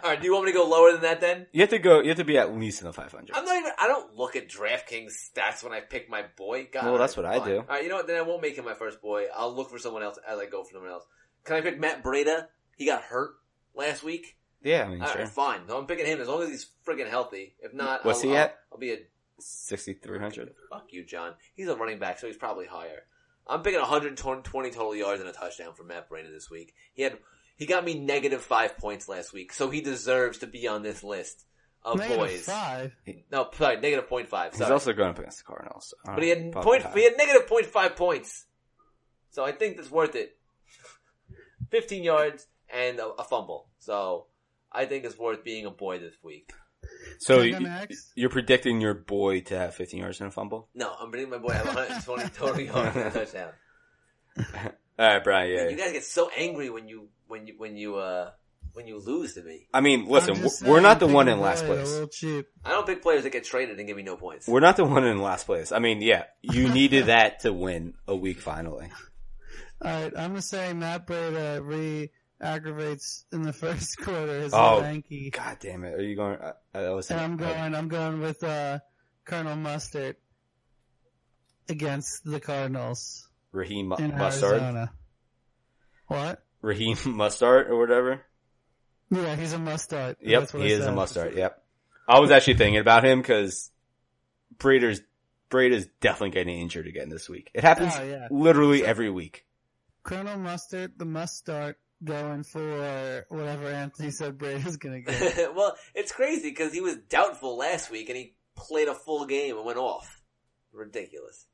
Speaker 2: right. Do you want me to go lower than that then?
Speaker 1: have to go. You have to be at least in the 500.
Speaker 2: I'm not even. I don't look at DraftKings stats when I pick my boy. God,
Speaker 1: Well, that's what I
Speaker 2: fine.
Speaker 1: do.
Speaker 2: All right, you know what? Then I won't make him my first boy. I'll look for someone else as I go for someone else. Can I pick Matt Breda? He got hurt last week.
Speaker 1: Yeah, I mean,
Speaker 2: All right,
Speaker 1: sure.
Speaker 2: fine. No, I'm picking him as long as he's friggin' healthy. If not,
Speaker 1: What's
Speaker 2: I'll,
Speaker 1: he
Speaker 2: I'll-
Speaker 1: at?
Speaker 2: I'll be a
Speaker 1: 6,300.
Speaker 2: fuck you, John. He's a running back, so he's probably higher. I'm picking 120 total yards and a touchdown for Matt Breda this week. He had he got me negative five points last week, so he deserves to be on this list of
Speaker 3: Negative
Speaker 2: boys.
Speaker 3: five.
Speaker 2: No, sorry, negative point five.
Speaker 1: He's
Speaker 2: sorry.
Speaker 1: also going up against the Cardinals. so I don't
Speaker 2: But he had
Speaker 1: know, probably
Speaker 2: point.
Speaker 1: high.
Speaker 2: He had negative point five points. So I think that's worth it. Fifteen yards and a, a fumble. So I think it's worth being a boy this week.
Speaker 1: So
Speaker 3: Can I go
Speaker 1: you,
Speaker 3: next?
Speaker 1: you're predicting your boy to have 15 yards and a fumble?
Speaker 2: No, I'm bringing my boy have 120 total yards and a touchdown.
Speaker 1: All right, Brian. Yeah.
Speaker 2: You guys get so angry when you when you when you uh when you lose to me.
Speaker 1: I mean, listen,
Speaker 3: I'm
Speaker 1: we're,
Speaker 3: just
Speaker 1: we're not the
Speaker 3: saying, uh,
Speaker 1: one
Speaker 3: pick
Speaker 1: in
Speaker 3: a
Speaker 1: last
Speaker 3: boy, they're A
Speaker 1: place.
Speaker 3: little cheap.
Speaker 2: I don't pick players that get traded and give me no points.
Speaker 1: We're not the one in last place. I mean, yeah, you needed that to win a week finally.
Speaker 3: All right, I'm gonna say Matt Breda re-aggravates in the first quarter his
Speaker 1: Oh,
Speaker 3: Yankee,
Speaker 1: God damn it. Are you going? uh, I, I was
Speaker 3: and I'm going. I'm going with uh, Colonel Mustard against the Cardinals
Speaker 1: Raheem Mu-
Speaker 3: in
Speaker 1: Mustard.
Speaker 3: Arizona. What?
Speaker 1: Raheem Mustard or whatever.
Speaker 3: Yeah, he's a mustard.
Speaker 1: Yep,
Speaker 3: That's what
Speaker 1: he
Speaker 3: I
Speaker 1: is a
Speaker 3: said.
Speaker 1: mustard. Yep. I was actually thinking about him because Breeder's Breeder's definitely getting injured again this week. It happens
Speaker 3: Oh, yeah.
Speaker 1: literally every week.
Speaker 3: Colonel Mustard, the mustard, going for whatever Anthony said Breda's gonna get.
Speaker 2: well, it's crazy because he was doubtful last week and he played a full game and went off. Ridiculous.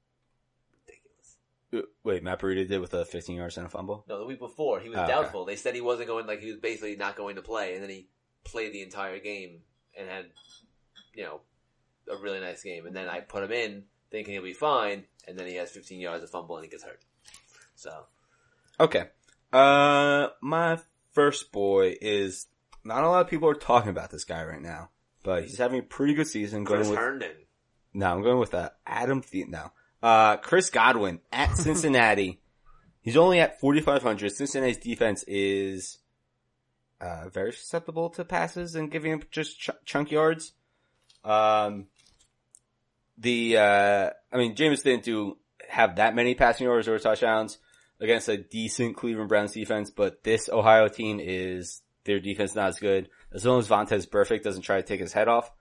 Speaker 2: Ridiculous.
Speaker 1: Uh, Wait, Matt Breeder did with a 15 yards and a fumble.
Speaker 2: No, the week before he was
Speaker 1: Oh, okay.
Speaker 2: doubtful. They said he wasn't going. Like he was basically not going to play, and then he played the entire game and had, you know, a really nice game. And then I put him in thinking he'll be fine, and then he has 15 yards of fumble and he gets hurt. So
Speaker 1: Okay. Uh, my first boy is not a lot of people are talking about this guy right now, but he's having a pretty good season. Going
Speaker 2: Chris
Speaker 1: with
Speaker 2: Herndon,
Speaker 1: no, I'm going with uh, Adam Thielen. No, uh, Chris Godwin at Cincinnati. He's only at 4,500. Cincinnati's defense is uh, very susceptible to passes and giving up just ch- chunk yards. Um, the uh, I mean, Jameis didn't do have that many passing yards or touchdowns against a decent Cleveland Browns defense, but this Ohio team is their defense not as good. As long as Vontez Perfect doesn't try to take his head off,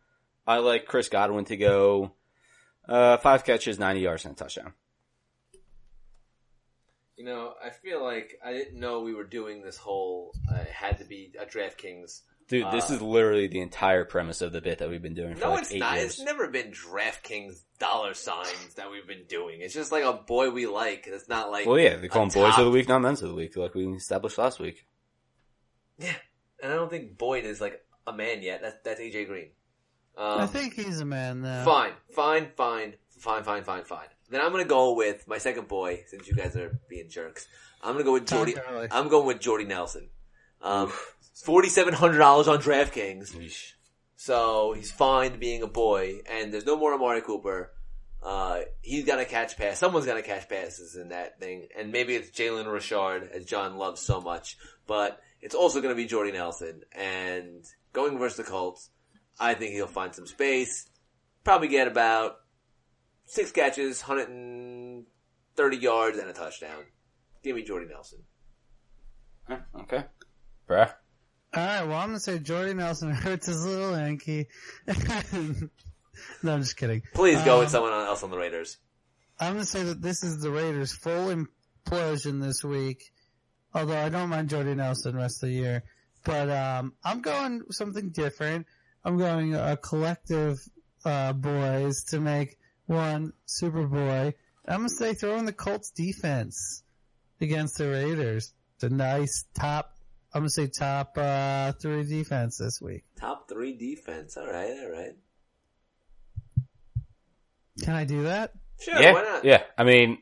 Speaker 1: I like Chris Godwin to go uh, five catches, ninety yards, and a touchdown.
Speaker 2: you know, I feel like I didn't know we were doing this whole. Uh, it had to be a DraftKings.
Speaker 1: Dude, this
Speaker 2: Uh,
Speaker 1: is literally the entire premise of the bit that we've been doing for
Speaker 2: No,
Speaker 1: like
Speaker 2: it's
Speaker 1: eight
Speaker 2: not.
Speaker 1: years.
Speaker 2: It's never been DraftKings dollar signs that we've been doing. It's just like a boy we like. It's not like
Speaker 1: well, yeah, they call
Speaker 2: a
Speaker 1: them boys of
Speaker 2: top
Speaker 1: the week, not men's of the week, like we established last week.
Speaker 2: Yeah, and I don't think Boyd is like a man yet. That's that's AJ Green. Um,
Speaker 3: I think uh, he's a man now.
Speaker 2: fine, fine, fine, fine, fine, fine, fine. Then I'm gonna go with my second boy, since you guys are being jerks. I'm gonna go with
Speaker 3: Tom
Speaker 2: Jordy.
Speaker 3: Gurley.
Speaker 2: I'm going with Jordy Nelson. Um, forty seven hundred dollars on DraftKings, so he's fine being a boy. And there's no more Amari Cooper. Uh, he's got to catch pass. Someone's got to catch passes in that thing, and maybe it's Jalen Richard, as John loves so much. But it's also going to be Jordy Nelson, and going versus the Colts, I think he'll find some space. Probably get about six catches, 130 yards, and a touchdown. Give me Jordy Nelson.
Speaker 1: Okay, bruh.
Speaker 3: All right, well, I'm gonna say Jordy Nelson hurts his little Yankee. no, I'm just kidding.
Speaker 2: Please go with
Speaker 3: Um,
Speaker 2: someone else on the Raiders.
Speaker 3: I'm gonna say that this is the Raiders' full implosion this week. Although I don't mind Jordy Nelson rest of the year, but um, I'm going something different. I'm going a collective uh, boys to make one Superboy. I'm gonna say throw in the Colts defense against the Raiders. The nice top. I'm gonna say top uh, three defense this week.
Speaker 2: Top three defense. All right, all right.
Speaker 3: Can I do that?
Speaker 2: Sure,
Speaker 1: yeah,
Speaker 2: why not?
Speaker 1: yeah. I mean,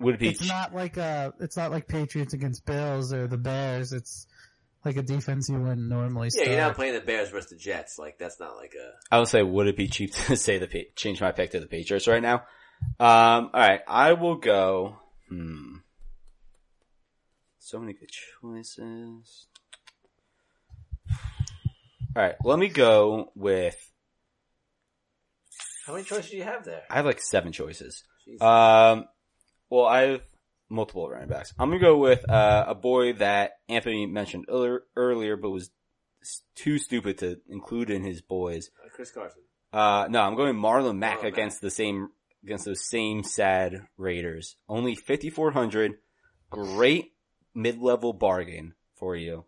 Speaker 1: would it be?
Speaker 3: It's not like uh it's not like Patriots against Bills or the Bears. It's like a defense you wouldn't normally
Speaker 2: Yeah,
Speaker 3: start.
Speaker 2: you're not playing the Bears versus the Jets. Like that's not like a.
Speaker 1: I would say, would it be cheap to say the Pa- change my pick to the Patriots right now? Um, all right, I will go. Hmm. So many good choices. All right, let me go with.
Speaker 2: How many choices do you have there?
Speaker 1: I have like seven choices.
Speaker 5: Jeez.
Speaker 1: Um, well, I have multiple running backs. I'm gonna go with uh, a boy that Anthony mentioned earlier, earlier, but was s- too stupid to include in his boys.
Speaker 2: Uh, Chris Carson.
Speaker 1: Uh, no, I'm going Marlon Mack
Speaker 2: Marlon Mack.
Speaker 1: against the same, against those same sad Raiders. Only 5,400. Great mid-level bargain for you.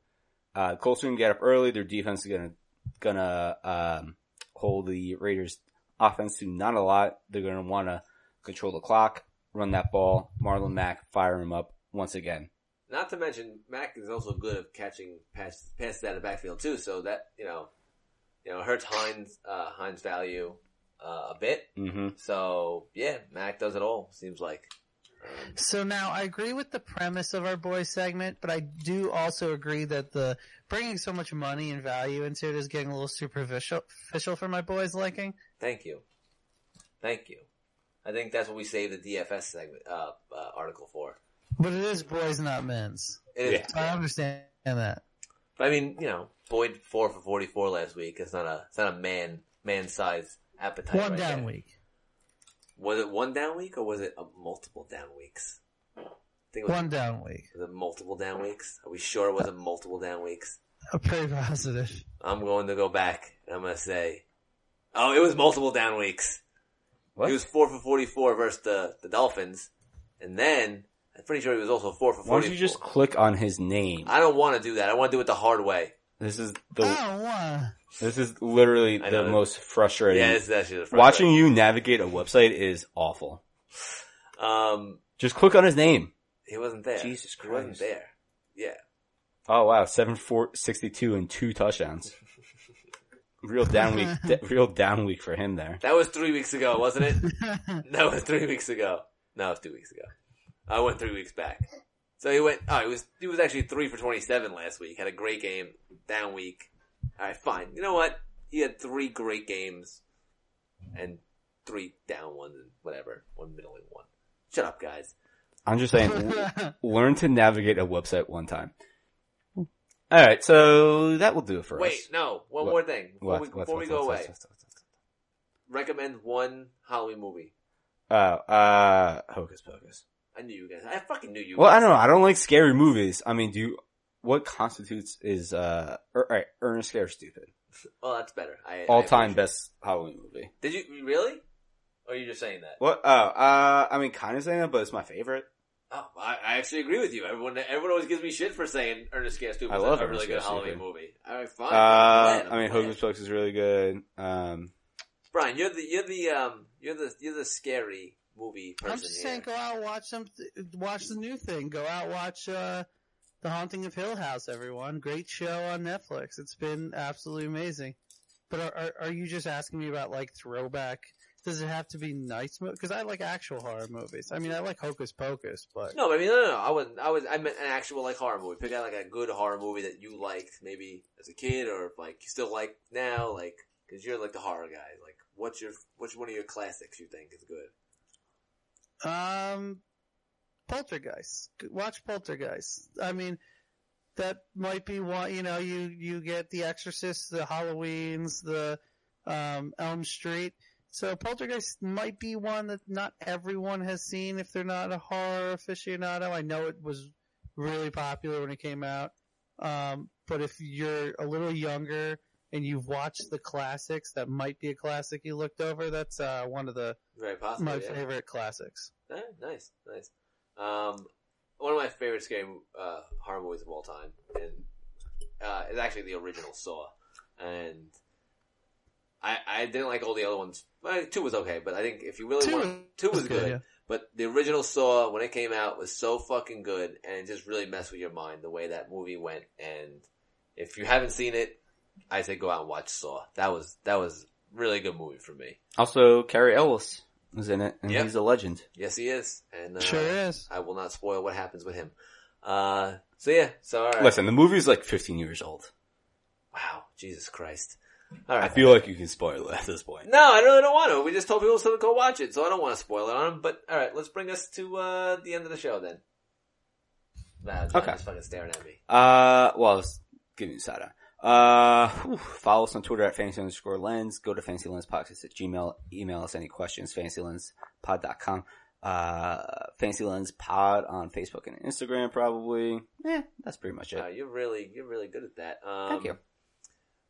Speaker 1: Uh, Colts are gonna get up early. Their defense is gonna, gonna, um, hold the Raiders offense to not a lot. They're gonna wanna control the clock, run that ball. Marlon Mack, fire him up once again.
Speaker 2: Not to mention, Mac is also good at catching pass, passes out of backfield too. So that you know, you know, hurts Hines uh, Hines' value uh, a bit.
Speaker 1: Mm-hmm.
Speaker 2: So yeah, Mac does it all. Seems like. Um,
Speaker 3: So now I agree with the premise of our boy segment, but I do also agree that the bringing so much money and value into it is getting a little superficial official for my boys liking.
Speaker 2: thank you, thank you. I think that's what we saved the DFS segment uh, uh, article for.
Speaker 3: But it is boys, not men's.
Speaker 2: It is,
Speaker 1: Yeah.
Speaker 3: So I understand that.
Speaker 2: But I mean, you know, Boyd four for forty four last week. It's not a it's not a man man size appetite.
Speaker 3: One
Speaker 2: right
Speaker 3: down
Speaker 2: there.
Speaker 3: week.
Speaker 2: Was it one down week or was it a multiple down weeks? I think it was
Speaker 3: One down week.
Speaker 2: Was it multiple down weeks? Are we sure it wasn't multiple down weeks?
Speaker 3: I'm pretty positive.
Speaker 2: I'm going to go back and I'm going to say, oh, it was multiple down weeks.
Speaker 1: What?
Speaker 2: He was four for 44 versus the, the Dolphins. And then I'm pretty sure he was also four for 44.
Speaker 1: Why don't you just click on his name?
Speaker 2: I don't want to do that. I want to do it the hard way.
Speaker 1: This is
Speaker 3: I
Speaker 1: the,
Speaker 3: don't wanna.
Speaker 1: this is literally
Speaker 2: Ah. I
Speaker 1: the
Speaker 2: know.
Speaker 1: most frustrating.
Speaker 2: Yeah, this is actually the first
Speaker 1: Watching you navigate a website is awful.
Speaker 2: one. Um,
Speaker 1: Just click on his name.
Speaker 2: he wasn't there.
Speaker 1: Jesus
Speaker 2: He wasn't
Speaker 1: Christ.
Speaker 2: there. Yeah.
Speaker 1: Oh wow, seven four sixty two and two touchdowns. Real down week, d- real down week for him there.
Speaker 2: That was three weeks ago, wasn't it? that was three weeks ago. No, it was two weeks ago. I went three weeks back. So he went, oh, he was, he was actually three for 27 last week. Had a great game, down week. Alright, fine. You know what? He had three great games and three down ones and whatever. One middling one. Shut up, guys.
Speaker 1: I'm just saying, l- learn to navigate a website one time. All right, so that will do it for
Speaker 2: Wait,
Speaker 1: us.
Speaker 2: no, one
Speaker 1: What?
Speaker 2: more thing. Before
Speaker 1: What-
Speaker 2: we,
Speaker 1: what-
Speaker 2: before
Speaker 1: what-
Speaker 2: we go
Speaker 1: what-
Speaker 2: away,
Speaker 1: what- what-
Speaker 2: recommend one Halloween movie.
Speaker 1: what- Oh, uh, Hocus Pocus.
Speaker 2: I knew you guys. I fucking knew you
Speaker 1: Well,
Speaker 2: guys.
Speaker 1: I don't know. I don't like scary movies. I mean, do you, what constitutes is uh, all right, Ernest Scared Stupid,
Speaker 2: Well, Oh, that's better. I, I
Speaker 1: all time
Speaker 2: appreciate
Speaker 1: best Halloween movie.
Speaker 2: it. Did you, really? Or are you just saying that?
Speaker 1: What? Oh, uh, I mean, kind of saying that, but it's my favorite.
Speaker 2: Oh, I, I actually agree with you. Everyone, everyone always gives me shit for saying Ernest Scared Stupid
Speaker 1: I
Speaker 2: was
Speaker 1: love
Speaker 2: a
Speaker 1: Ernest
Speaker 2: really
Speaker 1: Scared
Speaker 2: good Halloween
Speaker 1: Stupid.
Speaker 2: movie. All right, fine.
Speaker 1: Uh,
Speaker 2: I'm glad,
Speaker 1: I mean,
Speaker 2: I'm glad.
Speaker 1: Hocus Pocus is really good. Um,
Speaker 2: Brian, you're the you're the um you're the you're the scary movie person
Speaker 3: I'm just
Speaker 2: here.
Speaker 3: saying, go out watch some, watch the new thing. Go out watch uh, the Haunting of Hill House. Everyone, great show on Netflix. It's been absolutely amazing. But are are, are you just asking me about like throwback? Does it have to be nice? Because I like actual horror movies. I mean, I like Hocus Pocus, but
Speaker 2: No, but I mean, no, no, no. I was I was I meant an actual like horror movie. Pick out like a good horror movie that you liked maybe as a kid or like you still like now, like because you're like the horror guy. Like, what's your what's one of your classics you think is good?
Speaker 3: um, Poltergeist. Watch Poltergeist. I mean, that might be one. You know, you you get The Exorcist, the Halloween's, the um, Elm Street. So Poltergeist might be one that not everyone has seen if they're not a horror aficionado. I know it was really popular when it came out, um, but if you're a little younger and you've watched the classics, that might be a classic you looked over. That's uh, one of the
Speaker 2: Very possible.
Speaker 3: my
Speaker 2: yeah.
Speaker 3: favorite classics.
Speaker 2: Ah, nice, nice. Um, one of my favorite scary uh, horror movies of all time, and uh, is actually the original Saw. And I I didn't like all the other ones. Well, two was okay, but I think if you really
Speaker 3: Two
Speaker 2: want, two was,
Speaker 3: was
Speaker 2: good.
Speaker 3: good, yeah.
Speaker 2: But the original Saw when it came out was so fucking good, and it just really messed with your mind the way that movie went. And if you haven't seen it, I say go out and watch Saw. That was that was really good movie for me.
Speaker 1: also, Carrie Ellis was in it, and
Speaker 2: Yep.
Speaker 1: he's a legend.
Speaker 2: Yes, he is. And uh,
Speaker 3: Sure is.
Speaker 2: I will not spoil what happens with him. Uh, so yeah, so all right.
Speaker 1: Listen, the movie's like 15 years old.
Speaker 2: Wow, Jesus Christ. All
Speaker 6: I
Speaker 2: right.
Speaker 6: feel like you can spoil it at this point.
Speaker 2: No, I really don't want to. We just told people to go watch it, so I don't want to spoil it on them. But all right, let's bring us to uh, the end of the show then. Nah, John
Speaker 6: Okay.
Speaker 2: is fucking staring at me.
Speaker 1: Uh, well, I was giving you a side eye. Uh, whew, follow us on Twitter at fantasy underscore lens. Go to fantasy lens podcast at gmail. Email us any questions, fantasylenspod.com. Uh, fantasy lens pod on Facebook and Instagram probably. Yeah, that's pretty much it.
Speaker 2: Wow, you're really, you're really good at that. Um,
Speaker 1: Thank you.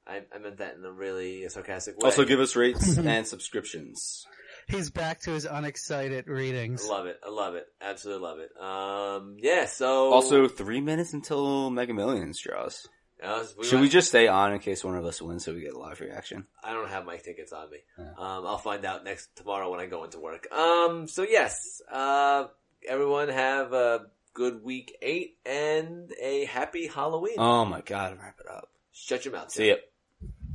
Speaker 2: I, I meant that in a really sarcastic way.
Speaker 6: Also give us rates and subscriptions.
Speaker 3: He's back to his unexcited
Speaker 2: I
Speaker 3: readings.
Speaker 2: love it. I love it. Absolutely love it. Um, yeah. So
Speaker 1: Also, three minutes until Mega Millions draws.
Speaker 2: I was-
Speaker 1: Should
Speaker 2: were-
Speaker 1: we just stay on in case one of us wins so we get a live reaction?
Speaker 2: I don't have my tickets on me.
Speaker 1: Yeah.
Speaker 2: Um, I'll find out next tomorrow when I go into work. Um, so yes, uh, everyone have a good week eight and a happy Halloween.
Speaker 1: Oh my god, wrap it up.
Speaker 2: Shut your mouth. Jim.
Speaker 6: Um, See ya.